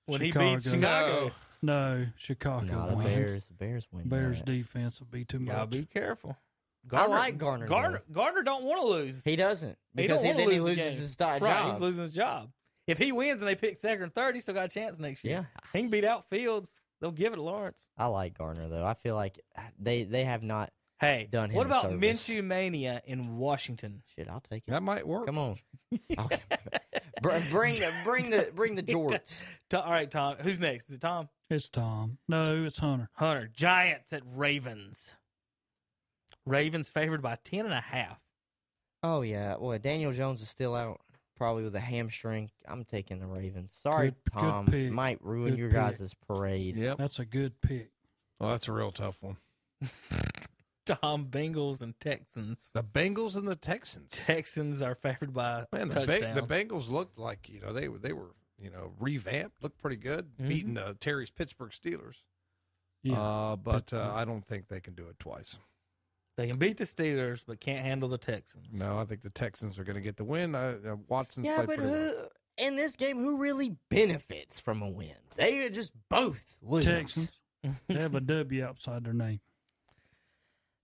D: when he beats
B: Chicago.
D: Chicago.
B: No, Chicago
E: No, the
B: wins.
E: Bears- the Bears win
B: Bears
E: that.
B: defense will be too
D: Y'all
B: much.
D: be careful.
E: I like Garner. though.
D: Gardner, Gardner don't want to lose.
E: He doesn't
D: He
E: because
D: don't
E: he,
D: wanna
E: then he
D: lose the
E: loses
D: game.
E: his di-
D: Right,
E: job.
D: he's losing his job. If he wins and they pick second and third, he still got a chance next year. He can beat out Fields. They'll give it to Lawrence.
E: I like Garner though. I feel like uh, they they have not
D: hey
E: done him
D: What
E: a
D: about
E: service.
D: Minshew Mania in Washington?
E: Shit, I'll take it.
C: That might work.
D: [laughs]
E: Come on, Okay. Br- bring the bring the bring the jorts.
D: To- all right, [laughs] Tom. Who's next? Is it Tom?
B: It's Tom. No, it's Hunter.
D: Hunter. Giants at Ravens. Ravens favored by ten and a half.
E: Oh yeah, well Daniel Jones is still out, probably with a hamstring. I'm taking the Ravens. Sorry,
B: Good- good
E: Tom,
B: pick.
E: might ruin
B: Good
E: your
B: pick.
E: guys' parade.
C: Yep.
B: That's a good pick.
C: Well, that's a real tough one.
D: Tom Bengals and Texans.
C: The Bengals and the Texans.
D: Texans are favored by
C: Man,
D: a
C: the,
D: touchdown.
C: ba- the Bengals looked like you know they were they were you know revamped, looked pretty good,
D: Mm-hmm.
C: beating uh, Terry's Pittsburgh Steelers.
B: Yeah.
C: Uh, but uh, I don't think they can do it twice.
D: they can beat the Steelers, but can't handle the Texans.
C: No, I think the Texans are going to get the win. Uh, uh, Watson's
E: Yeah,
C: played
E: but
C: pretty well.
E: who in this game who really benefits from a win? They are just both lose.
B: Texans. they have a W outside their name.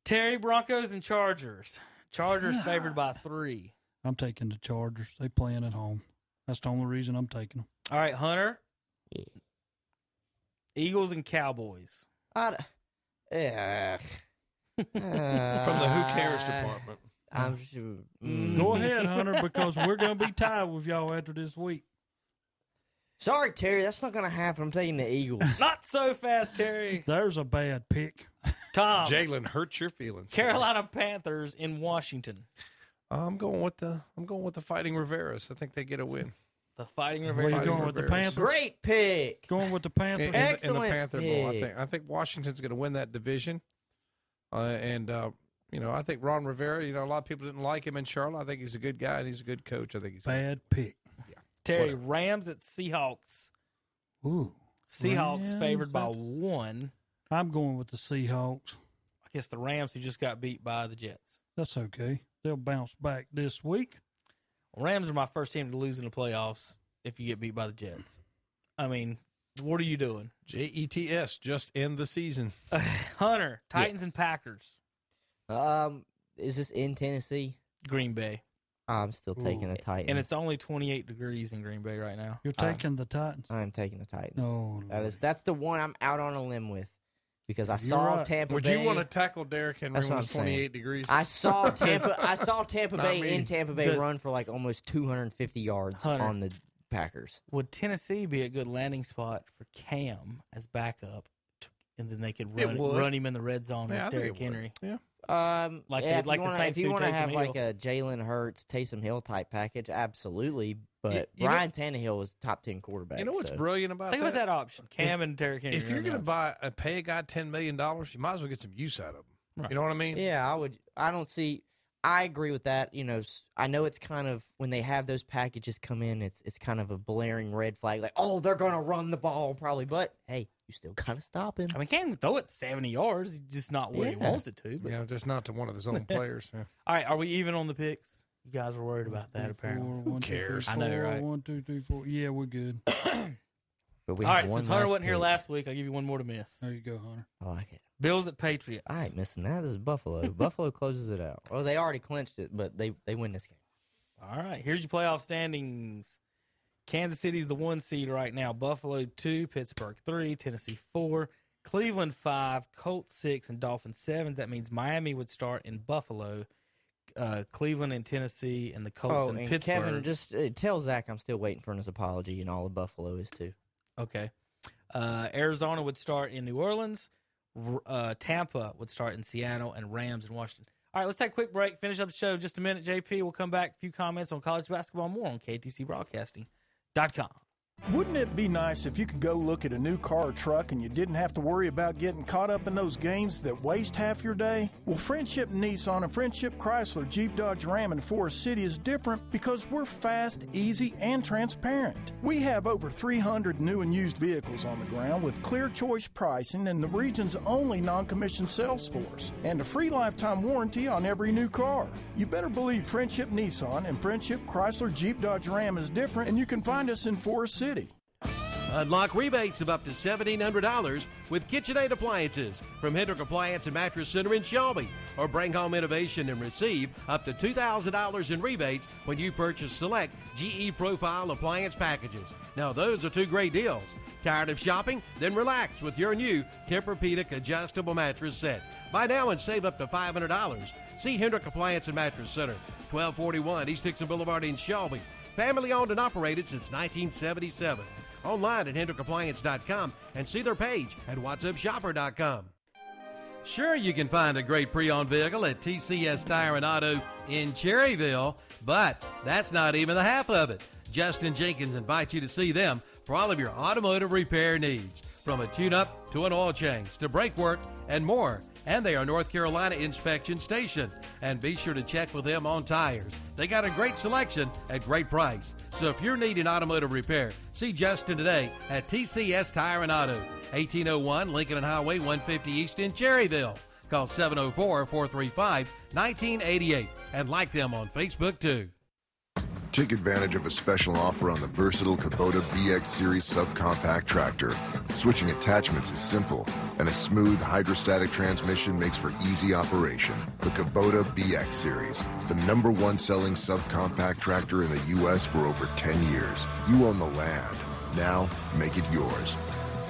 D: Terry Broncos and Chargers. Chargers favored by three.
B: I'm taking the Chargers. They playing at home. That's the only reason I'm taking them.
D: All right, Hunter. Eagles and Cowboys.
E: I, yeah. From the
C: from the Who Cares department.
E: Uh, I'm sure. Mm.
B: Go [laughs] ahead, Hunter, because we're going to be tied with y'all after this week.
E: Sorry, Terry, [laughs] that's not going to happen. I'm taking the Eagles.
B: [laughs]
D: Not so fast, Terry.
B: There's a
C: [laughs]
B: bad pick.
D: Tom.
C: Jalen hurts your feelings.
D: Carolina Panthers in Washington.
C: I'm going with the Uh, I'm going with the Fighting Riveras. I think they get a win.
D: The Fighting
B: Where you
D: River.
B: going with the
C: Bears.
B: Panthers?
E: Great pick.
B: Going with the
C: In, in the- in
B: Panthers?
C: the
E: Excellent
C: Panther Bowl, I
E: pick.
C: think I think Washington's going to win that division. Uh, and uh, you know, I think Ron Rivera. You know, a lot of people didn't like him in Charlotte. I think he's a good guy and he's a good coach. I think he's
B: Bad pick.
D: Terry Rams at Seahawks.
B: Ooh.
D: Seahawks
B: Rams
D: favored by
B: at-
D: one.
B: I'm going with the Seahawks.
D: I guess the Rams who just got beat by the Jets.
B: That's okay. They'll bounce back this week.
D: Rams are my first team to lose in the playoffs if you get beat by the Jets. I mean, what are you doing?
C: J E T S just end the season.
D: [sighs] Hunter, Titans and Packers.
E: Um, is this in Tennessee?
D: Green Bay.
E: I'm still taking the Titans.
D: And it's only 28 degrees in Green Bay right now.
B: Uh, You're taking the Titans.
E: I'm taking the Titans.
B: No,
E: That is that's the one I'm out on a limb with. because I saw Tampa
C: Would
E: Bay.
C: you want to tackle Derrick Henry
E: That's
C: when
E: what
C: it's
E: I'm saying.
C: 28 degrees? [laughs]
E: I [laughs] saw Tampa. I saw Tampa
C: Not
E: Bay
C: me.
E: in Tampa Bay
C: Does-
E: run for like almost 250 yards
D: Hunter.
E: on the Packers.
D: Would Tennessee be a good landing spot for Cam as backup, to, and then they could
E: It
D: run,
E: would.
D: run him in the red zone
E: Yeah, I think
D: with Derrick
E: it would.
D: Henry?
C: Yeah.
E: Um,
D: Like
E: yeah,
D: the-
E: if
D: like
E: you
D: the
E: wanna,
D: Saints
E: if you
D: do
E: wanna
D: Taysom
E: have
D: Hill.
E: like a Jalen Hurts, Taysom Hill type package, absolutely. But
C: you know-
E: Ryan Tannehill is top ten quarterback.
C: [laughs] You know what's
E: so.
C: brilliant about
D: Think
C: that?
D: about that option, Cam and Derrick Henry.
C: If you're
D: right
C: going to
D: now.
C: buy a pay a guy ten million dollars, you might as well get some use out of him. You know what I mean?
E: Yeah, I would. I don't see. I agree with that. You know, s- I know it's kind of when they have those packages come in, it's it's kind of a blaring red flag, like oh they're gonna run the ball probably, but hey, you still gotta stop him.
D: I mean, Cam can throw it 70 yards, he's just not where he
E: Yeah.
D: wants it to. But
C: Yeah, just not to one of his
D: [laughs]
C: own players. yeah.
D: all right, are we even on the picks? You guys were worried about that, apparently.
B: Four, one, two, three,
D: I know,
B: four,
D: right?
B: One, two, three, four. Yeah, we're good.
E: But we
D: All
E: have
D: right,
E: one
D: since Hunter
E: last
D: wasn't here
E: pick.
D: last week, I'll give you one more to miss.
B: There you go, Hunter.
E: I like it.
D: Bills at Patriots.
E: I ain't missing that. This is Buffalo. Buffalo closes it out. Oh, they already clinched it, but they they win this game.
D: All right, here's your playoff standings. Kansas City's the one seed right now. Buffalo two, Pittsburgh three, Tennessee four, Cleveland five, Colts six, and Dolphins seven. That means Miami would start in Buffalo, uh, Cleveland and Tennessee, and the Colts
E: oh,
D: and,
E: and
D: Pittsburgh.
E: Kevin, just uh, tell Zach I'm still waiting for his apology, and all of Buffalo is too.
D: Okay. Uh, Arizona would start in New Orleans. R- Uh, Tampa would start in Seattle and Rams in Washington. All right, let's take a quick break. Finish up the show in just a minute. JP, we'll come back. A few comments on college basketball, more on KTCBroadcasting.com.
G: Wouldn't it be nice if you could go look at a new car or truck and you didn't have to worry about getting caught up in those games that waste half your day? Well, Friendship Nissan and Friendship Chrysler Jeep Dodge Ram in Forest City is different because we're fast, easy, and transparent. We have over 300 new and used vehicles on the ground with clear choice pricing and the region's only non commissioned sales force, and a free lifetime warranty on every new car. You better believe Friendship Nissan and Friendship Chrysler Jeep Dodge Ram is different, and you can find us in Forest City.
H: Unlock rebates of up to $1,700 with KitchenAid appliances from Hendrick Appliance and Mattress Center in Shelby. Or bring home innovation and receive up to $2,000 in rebates when you purchase select GE Profile appliance packages. Now, those are two great deals. Tired of shopping? Then relax with your new Tempur-Pedic adjustable mattress set. Buy now and save up to $500. See Hendrick Appliance and Mattress Center, 1241 East Dixon Boulevard in Shelby. Family owned and operated since 1977. Online at HendrickAppliance.com and see their page at WhatsAppShopper.com. Sure, you can find a great pre owned vehicle at TCS Tire and Auto in Cherryville, but that's not even the half of it. Justin Jenkins invites you to see them for all of your automotive repair needs, from a tune up to an oil change to brake work and more. And they are North Carolina Inspection Station. And be sure to check with them on tires. They got a great selection at great price. So if you're needing automotive repair, see Justin today at TCS Tire and Auto, 1801 Lincoln and Highway 150 East in Cherryville. Call 704 435 1988 and like them on Facebook too.
K: Take advantage of a special offer on the versatile Kubota BX Series subcompact tractor. Switching attachments is simple, and a smooth hydrostatic transmission makes for easy operation. The Kubota BX Series, the number one selling subcompact tractor in the U.S. for over 10 years. You own the land. Now, make it yours.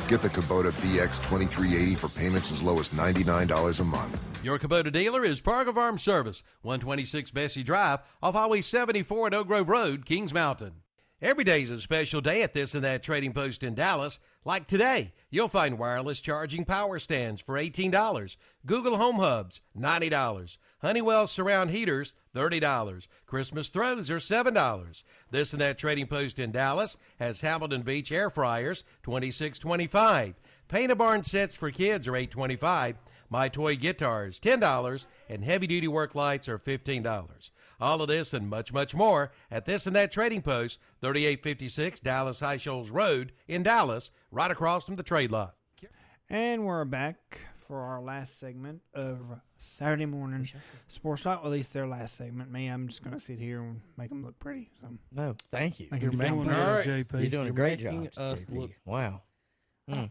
K: Get the Kubota BX 2380 for payments as low as $99 a month.
H: Your Kubota dealer is Park of Arms Service, 126 Bessie Drive, off Highway 74 at Oak Grove Road, Kings Mountain. Every day is a special day at this and that trading post in Dallas. Like today, you'll find wireless charging power stands for $18, Google Home Hubs, $90, Honeywell Surround Heaters, $30, Christmas Throws are $7. This and that trading post in Dallas has Hamilton Beach air fryers, $26.25. Paint a barn sets for kids are $8.25. My toy guitars $10 and heavy duty work lights are $15. All of this and much, much more at this and that trading post, 3856 Dallas High Shoals Road in Dallas, right across from the trade lot.
F: And we're back for our last segment of Saturday morning sports talk. Well, at least their last segment. Me, I'm just gonna sit here and make them look pretty. So
E: No, thank you.
F: Make them sound
E: making us-
F: nice.
E: You're doing a great
D: making
E: job.
D: us
E: JP.
D: look-
E: Wow. Hmm.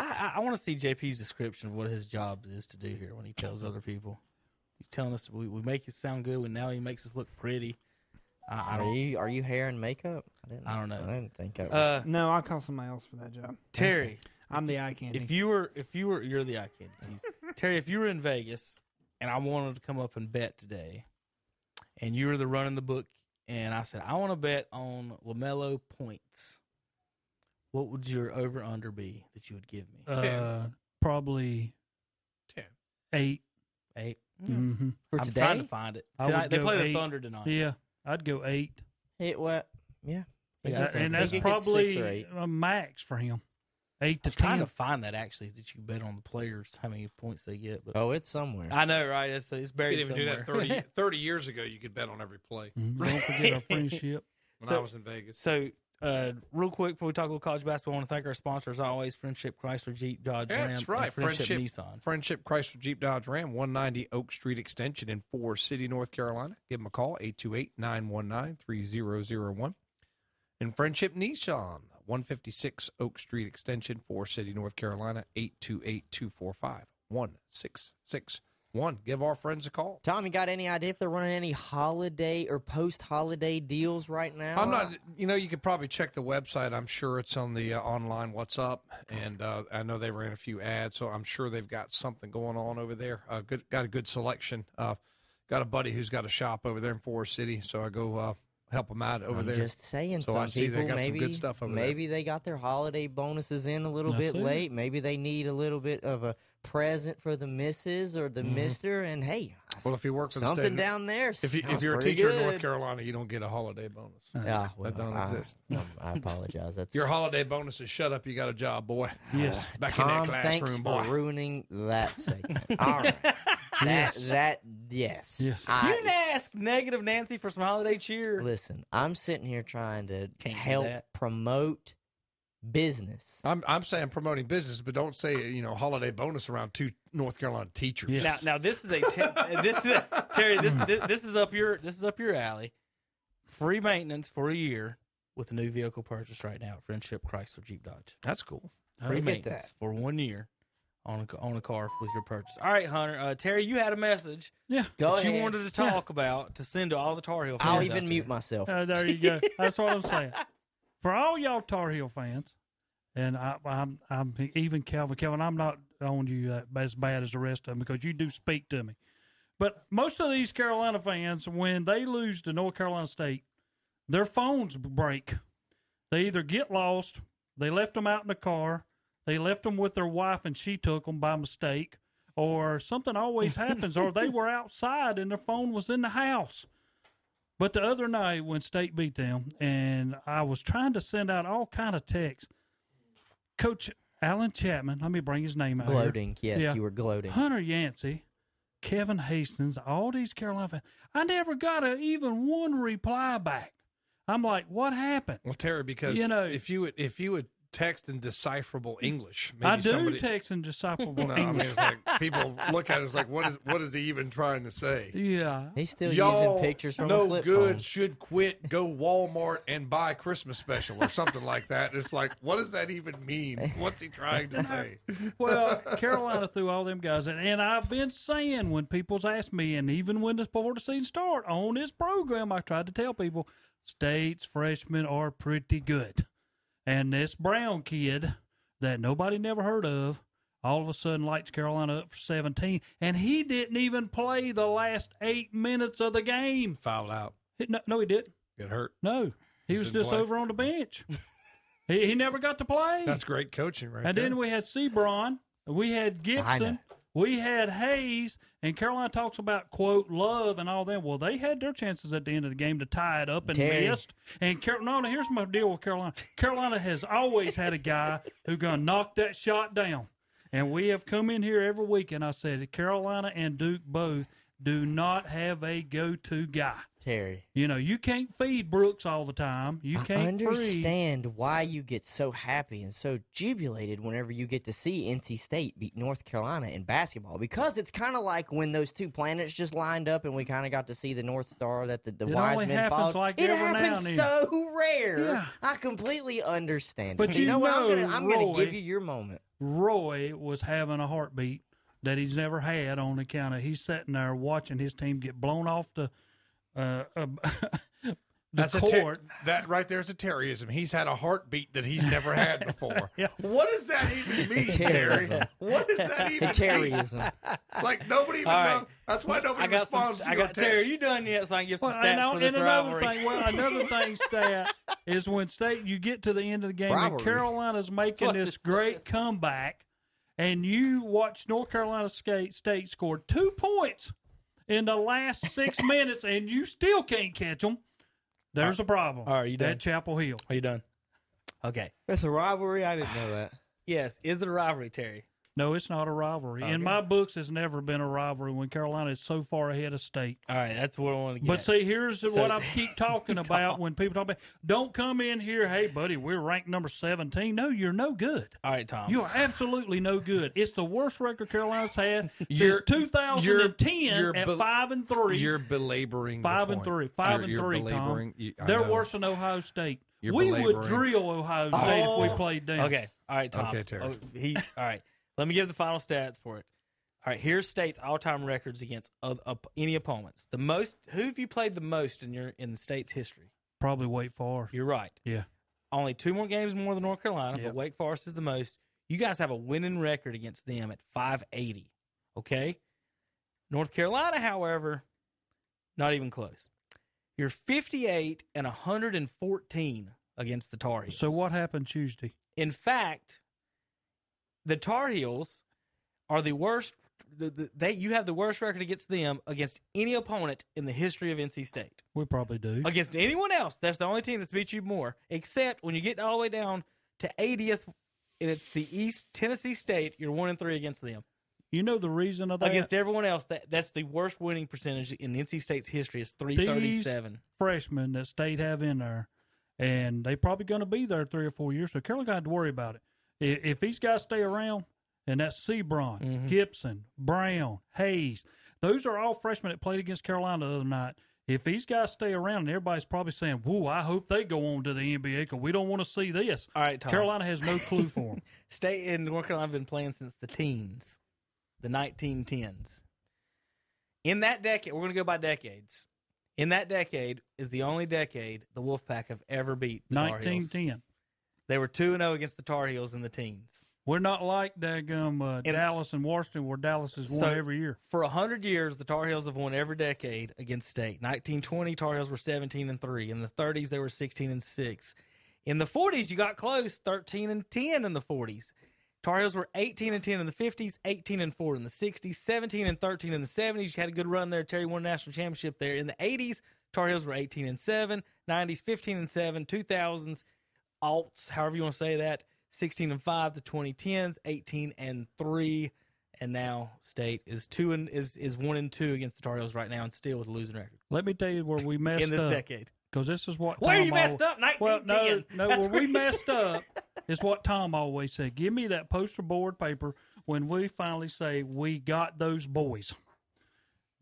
D: I, I, I want to see JP's description of what his job is to do here when he tells other people. He's telling us we, we make it sound good, and now he makes us look pretty. I, I
E: Are
D: don't.
E: you are you hair and makeup? I, didn't,
D: I don't know.
E: I didn't think I was.
D: Uh,
F: no, I'll call somebody else for that job.
D: Terry,
F: I'm the eye candy.
D: If you were, if you were, you're the eye candy.
F: [laughs]
D: Jeez. Terry, if you were in Vegas and I wanted to come up and bet today, and you were the running the book, and I said I want to bet on Lamelo points, what would your over under be that you would give me?
B: Uh, probably
C: ten,
B: eight,
D: eight.
B: Mm-hmm.
D: Mm. For I'm today? trying to find it. Tonight- they play the Thunder tonight.
B: Yeah, I'd go eight.
E: It what? Yeah,
B: Yeah, and that's probably a max for him. Eight to
D: I was trying
B: ten.
D: to find that actually that you bet on the players how many points they get. But
E: Oh, it's somewhere.
D: I know, right? It's it's
C: You
D: buried
C: could even do that
D: somewhere. [laughs]
C: 30, 30 years ago. You could bet on every play.
B: Don't forget our
D: [laughs]
B: friendship.
C: When I was in Vegas.
D: So, uh, real quick before we talk a little college basketball, I want to thank our sponsors always: Friendship Chrysler Jeep Dodge Ram.
C: That's
D: and
C: right.
D: Friendship,
C: Friendship,
D: Nissan.
C: Friendship Chrysler Jeep Dodge Ram, 190 Oak Street Extension in Forest City, North Carolina. Give them a call, 828 919 3001. And Friendship Nissan, 156 Oak Street Extension, Forest City, North Carolina, 828 245 1661. Give our friends a call.
E: Tom, you got any idea if they're running any holiday or post-holiday deals right now?
C: I'm not. You know, you could probably check the website. I'm sure it's on the uh, online. What's up? And uh, I know they ran a few ads, so I'm sure they've got something going on over there. Uh, good, got a good selection. Uh, got a buddy who's got a shop over there in Forest City, so I go uh, help him out over
E: I'm
C: there.
E: Just saying.
C: So
E: some
C: I see
E: people
C: they got
E: maybe,
C: some good stuff over
E: Maybe they got their holiday bonuses in a little
C: That's
E: bit
C: it.
E: late. Maybe they need a little bit of a present for the missus or
D: Mm-hmm.
E: the mister. And hey,
C: there. Well, if you work for the
E: something
C: state of-
E: down there
C: if, you, if
E: sounds
C: you're a
E: pretty
C: teacher in North
E: good.
C: Carolina, you don't get a holiday bonus.
E: Ah, [laughs] well,
C: that don't
E: I-
C: exist.
E: um, I apologize. That's uh,
C: Your holiday bonus is shut up. You got a job, boy. Yes, back
E: Tom,
C: in that
E: thanks
C: classroom,
E: for
C: boy.
E: ruining
C: [laughs]
E: that segment. All
D: [laughs]
E: right. That,
D: Yes.
E: that, yes.
B: Yes.
E: I-
D: you didn't ask negative Nancy for some holiday cheer.
E: Listen, I'm sitting here trying to
D: Can't do
E: help
D: that.
E: promote business.
C: I'm I'm saying promoting business, but don't say you know holiday bonus around two North Carolina teachers. Hmm.
D: Now,
C: [laughs]
D: now this is a te- this is Terry. This, this this is up your this is up your alley. Free maintenance for a year with a new vehicle purchase right now at Friendship Chrysler Jeep Dodge.
C: That's cool.
D: Free maintenance for one year on a ca- on a car with your purchase. All right, Hunter. Uh, Terry, you had a message.
B: Yeah.
E: Go
D: that you
E: ahead.
D: wanted to talk about to send to all the Tar Heel.
E: I'll
D: fans out
E: even
D: there.
E: mute myself.
B: Uh, there you go. That's what I'm saying. [laughs] For all y'all Tar Heel fans, and I, I'm, I'm even Calvin. Calvin, I'm not on you uh, as bad as the rest of them because you do speak to me. But most of these Carolina fans, when they lose to North Carolina State, their phones break. They either get lost, they left them out in the car, they left them with their wife, and she took them by mistake, or something
D: [laughs]
B: always happens, or they were outside and their phone was in the house. But the other night when State beat them, and I was trying to send out all kind of texts, Coach Alan Chapman, let me bring his name out. here.
E: Gloating. Yes, you were gloating.
B: Hunter Yancey, Kevin Hastings, all these Carolina fans. I never got a, even one reply back. I'm like, what happened?
C: Well, Terry, because
B: You
C: you
B: know-
C: know if you would if you would text in decipherable English, maybe
B: I do
C: somebody,
B: text and
C: [laughs]
B: decipherable
C: No, I mean,
B: English.
C: it's like people look at it it's like what is what is he even trying to say?
B: yeah.
E: He's still
C: Y'all
E: using pictures from
C: no
E: a flip
C: good
E: phone.
C: should quit. Go Walmart and buy Christmas special or something like that. It's like what does that even
E: [laughs]
C: mean? What's he trying to say?
B: Well, Carolina threw all them guys, and, and I've been saying when people's asked me, and even when this before the season start on this program, I tried to tell people, states freshmen are pretty good, and this Brown kid that nobody never heard of, all of a sudden lights Carolina up for seventeen, and he didn't even play the last eight minutes of the game.
C: Fouled out.
B: No, no he didn't.
C: Get hurt.
B: No, he
C: Just
B: was
C: didn't
B: just
C: play.
B: over on the bench. he, he never got to play.
C: That's great coaching, right
B: And
C: there.
B: then we had Sebron, we had Gibson, we had Hayes, and Carolina talks about quote love and all them. Well, they had their chances at the end of the game to tie it up and
E: Terry.
B: missed. And Carolina, here's my deal with Carolina. Carolina has always had a guy who gonna knock that shot down. And we have come in here every week, and I said Carolina and Duke both do not have a go-to guy.
E: Terry.
B: You know, you can't feed Brooks all the time. You
E: I
B: can't feed-
E: understand why you get so happy and so jubilated whenever you get to see NC State beat North Carolina in basketball because it's kind of like when those two planets just lined up and we kind of got to see the North Star that the, the
B: It
E: wise
B: only
E: men
B: happens
E: followed.
B: like
E: it
B: every now
E: happens
B: and then.
E: so rare.
B: Yeah.
E: I completely understand. it.
B: But you
E: know what? I'm
B: know,
E: gonna I'm gonna
B: Roy-
E: give you your moment.
B: Roy was having a heartbeat that he's never had on account of he's sitting there watching his team get blown off [laughs] the uh, uh, the
C: That's a ter-
B: court.
C: that right there is a terrorism. He's had a heartbeat that he's never
B: [laughs]
C: had before.
B: Yeah.
C: What does that even mean, Terry?
E: Terrorism.
C: What does
E: [laughs]
C: that even
E: Terrorism.
C: mean? It's like nobody even
D: All right.
C: knows. That's why nobody
D: I got some
C: responds
D: st-
C: to
D: I
C: your
D: got Terry.
C: text.
D: You done yet? So I can get some
B: Well,
D: stats
B: and, I-
D: for this
B: and another
D: rivalry.
B: thing,
D: [laughs]
B: well, another thing, stat is when state you get to the end of the game
E: Rivalry.
B: and Carolina's making
D: what
B: this
D: this-
B: great comeback, and you watch North Carolina State State score two points in the last six minutes, and you still can't catch them. There's a problem.
D: all right, you done?
B: That Chapel Hill.
D: Are you done? Okay.
E: That's a rivalry. I didn't know that.
D: [sighs] Yes. Is it a rivalry, Terry?
B: No, it's not a rivalry. In my books, it's never been a rivalry when Carolina is so far ahead of state.
D: All right. That's what I want to get.
B: But
D: at.
B: see, here's the
C: [laughs]
D: So- [laughs]
B: what I keep talking about when people talk about don't come in here, hey buddy, we're ranked number seventeen. No, you're no good.
D: all right, Tom.
B: You are absolutely no good. It's the worst record Carolina's
C: [laughs]
B: had
C: You're-
B: since 2010
C: you're- you're
B: at
C: bel-
B: five and three.
C: You're belaboring the
B: five and
C: point.
B: three. 5
C: You're-
B: and
C: you're
B: three.
C: belaboring-
B: Tom.
C: you- I
B: They're
C: know.
B: worse than Ohio State.
C: You're
B: we would
C: belaboring.
B: drill Ohio State if we played them.
D: Okay. All right, Tom.
C: Oh. Okay, Terry.
D: Oh, he, all right. Let me give the final stats for it. All right. Here's state's all-time records against oth- op- any opponents. The most. Who have you played the most in your in the state's history?
B: Probably Wake Forest.
D: You're right.
B: Yeah.
D: Only two more games more than North Carolina,
B: Yep.
D: but Wake Forest is the most. You guys have a winning record against them at 580. Okay. North Carolina, however, not even close. You're 58 and 114 against the Tar Heels.
B: So what happened Tuesday?
D: In fact, the Tar Heels are the worst. The, the, they you have the worst record against them against any opponent in the history of NC State
B: We probably do.
D: against anyone else. That's the only team that's beat you more, except when you get all the way down to 80th, and it's the East Tennessee State. You're one and three against them.
B: You know the reason of that?
D: Against everyone else, that that's the worst winning percentage in NC State's history. Is three
B: these
D: thirty-seven.
B: freshmen that state have in there, and they probably going to be there three or four years. So Carolina got to worry about it. I- If these guys stay around, and that's Sebron,
D: Mm-hmm.
B: Gibson, Brown, Hayes, those are all freshmen that played against Carolina the other night. If these guys stay around, and everybody's probably saying, "Whoa, I hope they go on to the NBA because we don't want to see this."
D: All right, Tom.
B: Carolina has no clue for them.
D: [laughs] State in North Carolina have been playing since the teens, the 1910s. In that decade, we're going to go by decades. In that decade is the only decade the Wolfpack have ever beat the Tar Heels.
B: Nineteen ten.
D: They were 2 0 against the Tar Heels in the teens.
B: We're not like daggum uh, Dallas and Washington, where Dallas has won
D: So- [laughs]
B: every year.
D: For 100 years, the Tar Heels have won every decade against state. 1920, Tar Heels were 17 and 3. In the 30s, they were 16 and 6. In the 40s, you got close 13 and 10 in the 40s. Tar Heels were 18 and 10 in the 50s, 18 and 4 in the 60s, 17 and 13 in the 70s. You had a good run there. Terry won a national championship there. In the 80s, Tar Heels were 18 and 7, 90s, 15 and 7, 2000s, alts, however you want to say that, 16 and 5 to 2010s, 18 and 3 and now state is two and is is one and two against the Tar Heels right now and still with a losing record
B: Let me tell you where we messed
D: in this
B: up.
D: decade.
B: Because this is what
D: Where
B: Tom
D: you messed
B: al-
D: up, 1910.
B: Well, no, no,
D: That's
B: where we
D: where-
B: messed up is what Tom always said. Give me that poster board paper when we finally say we got those boys.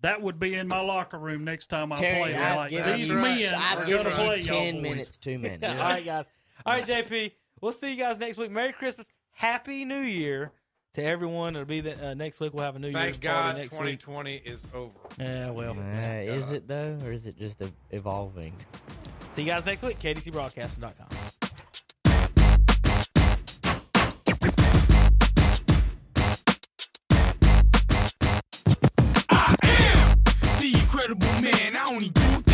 B: That would be in my locker room next time I
E: Terry,
B: play.
E: I've
B: like
E: given
B: these
E: you,
B: men
E: I've
B: are
E: given
B: gonna play
E: you
B: y'all
E: ten
B: boys.
E: minutes too
D: [laughs]
E: many.
D: All right, guys. All right, JP. We'll see you guys next week. Merry Christmas, Happy New Year to everyone. It'll be the, uh, next week. We'll have a New Year's
C: Thank
D: party
C: God
D: next week.
C: 2020 is over.
D: Yeah, well.
E: Uh, is it though, or is it just uh, evolving?
D: See you guys next week. KDCBroadcasting.com.
A: I am the incredible man. I only do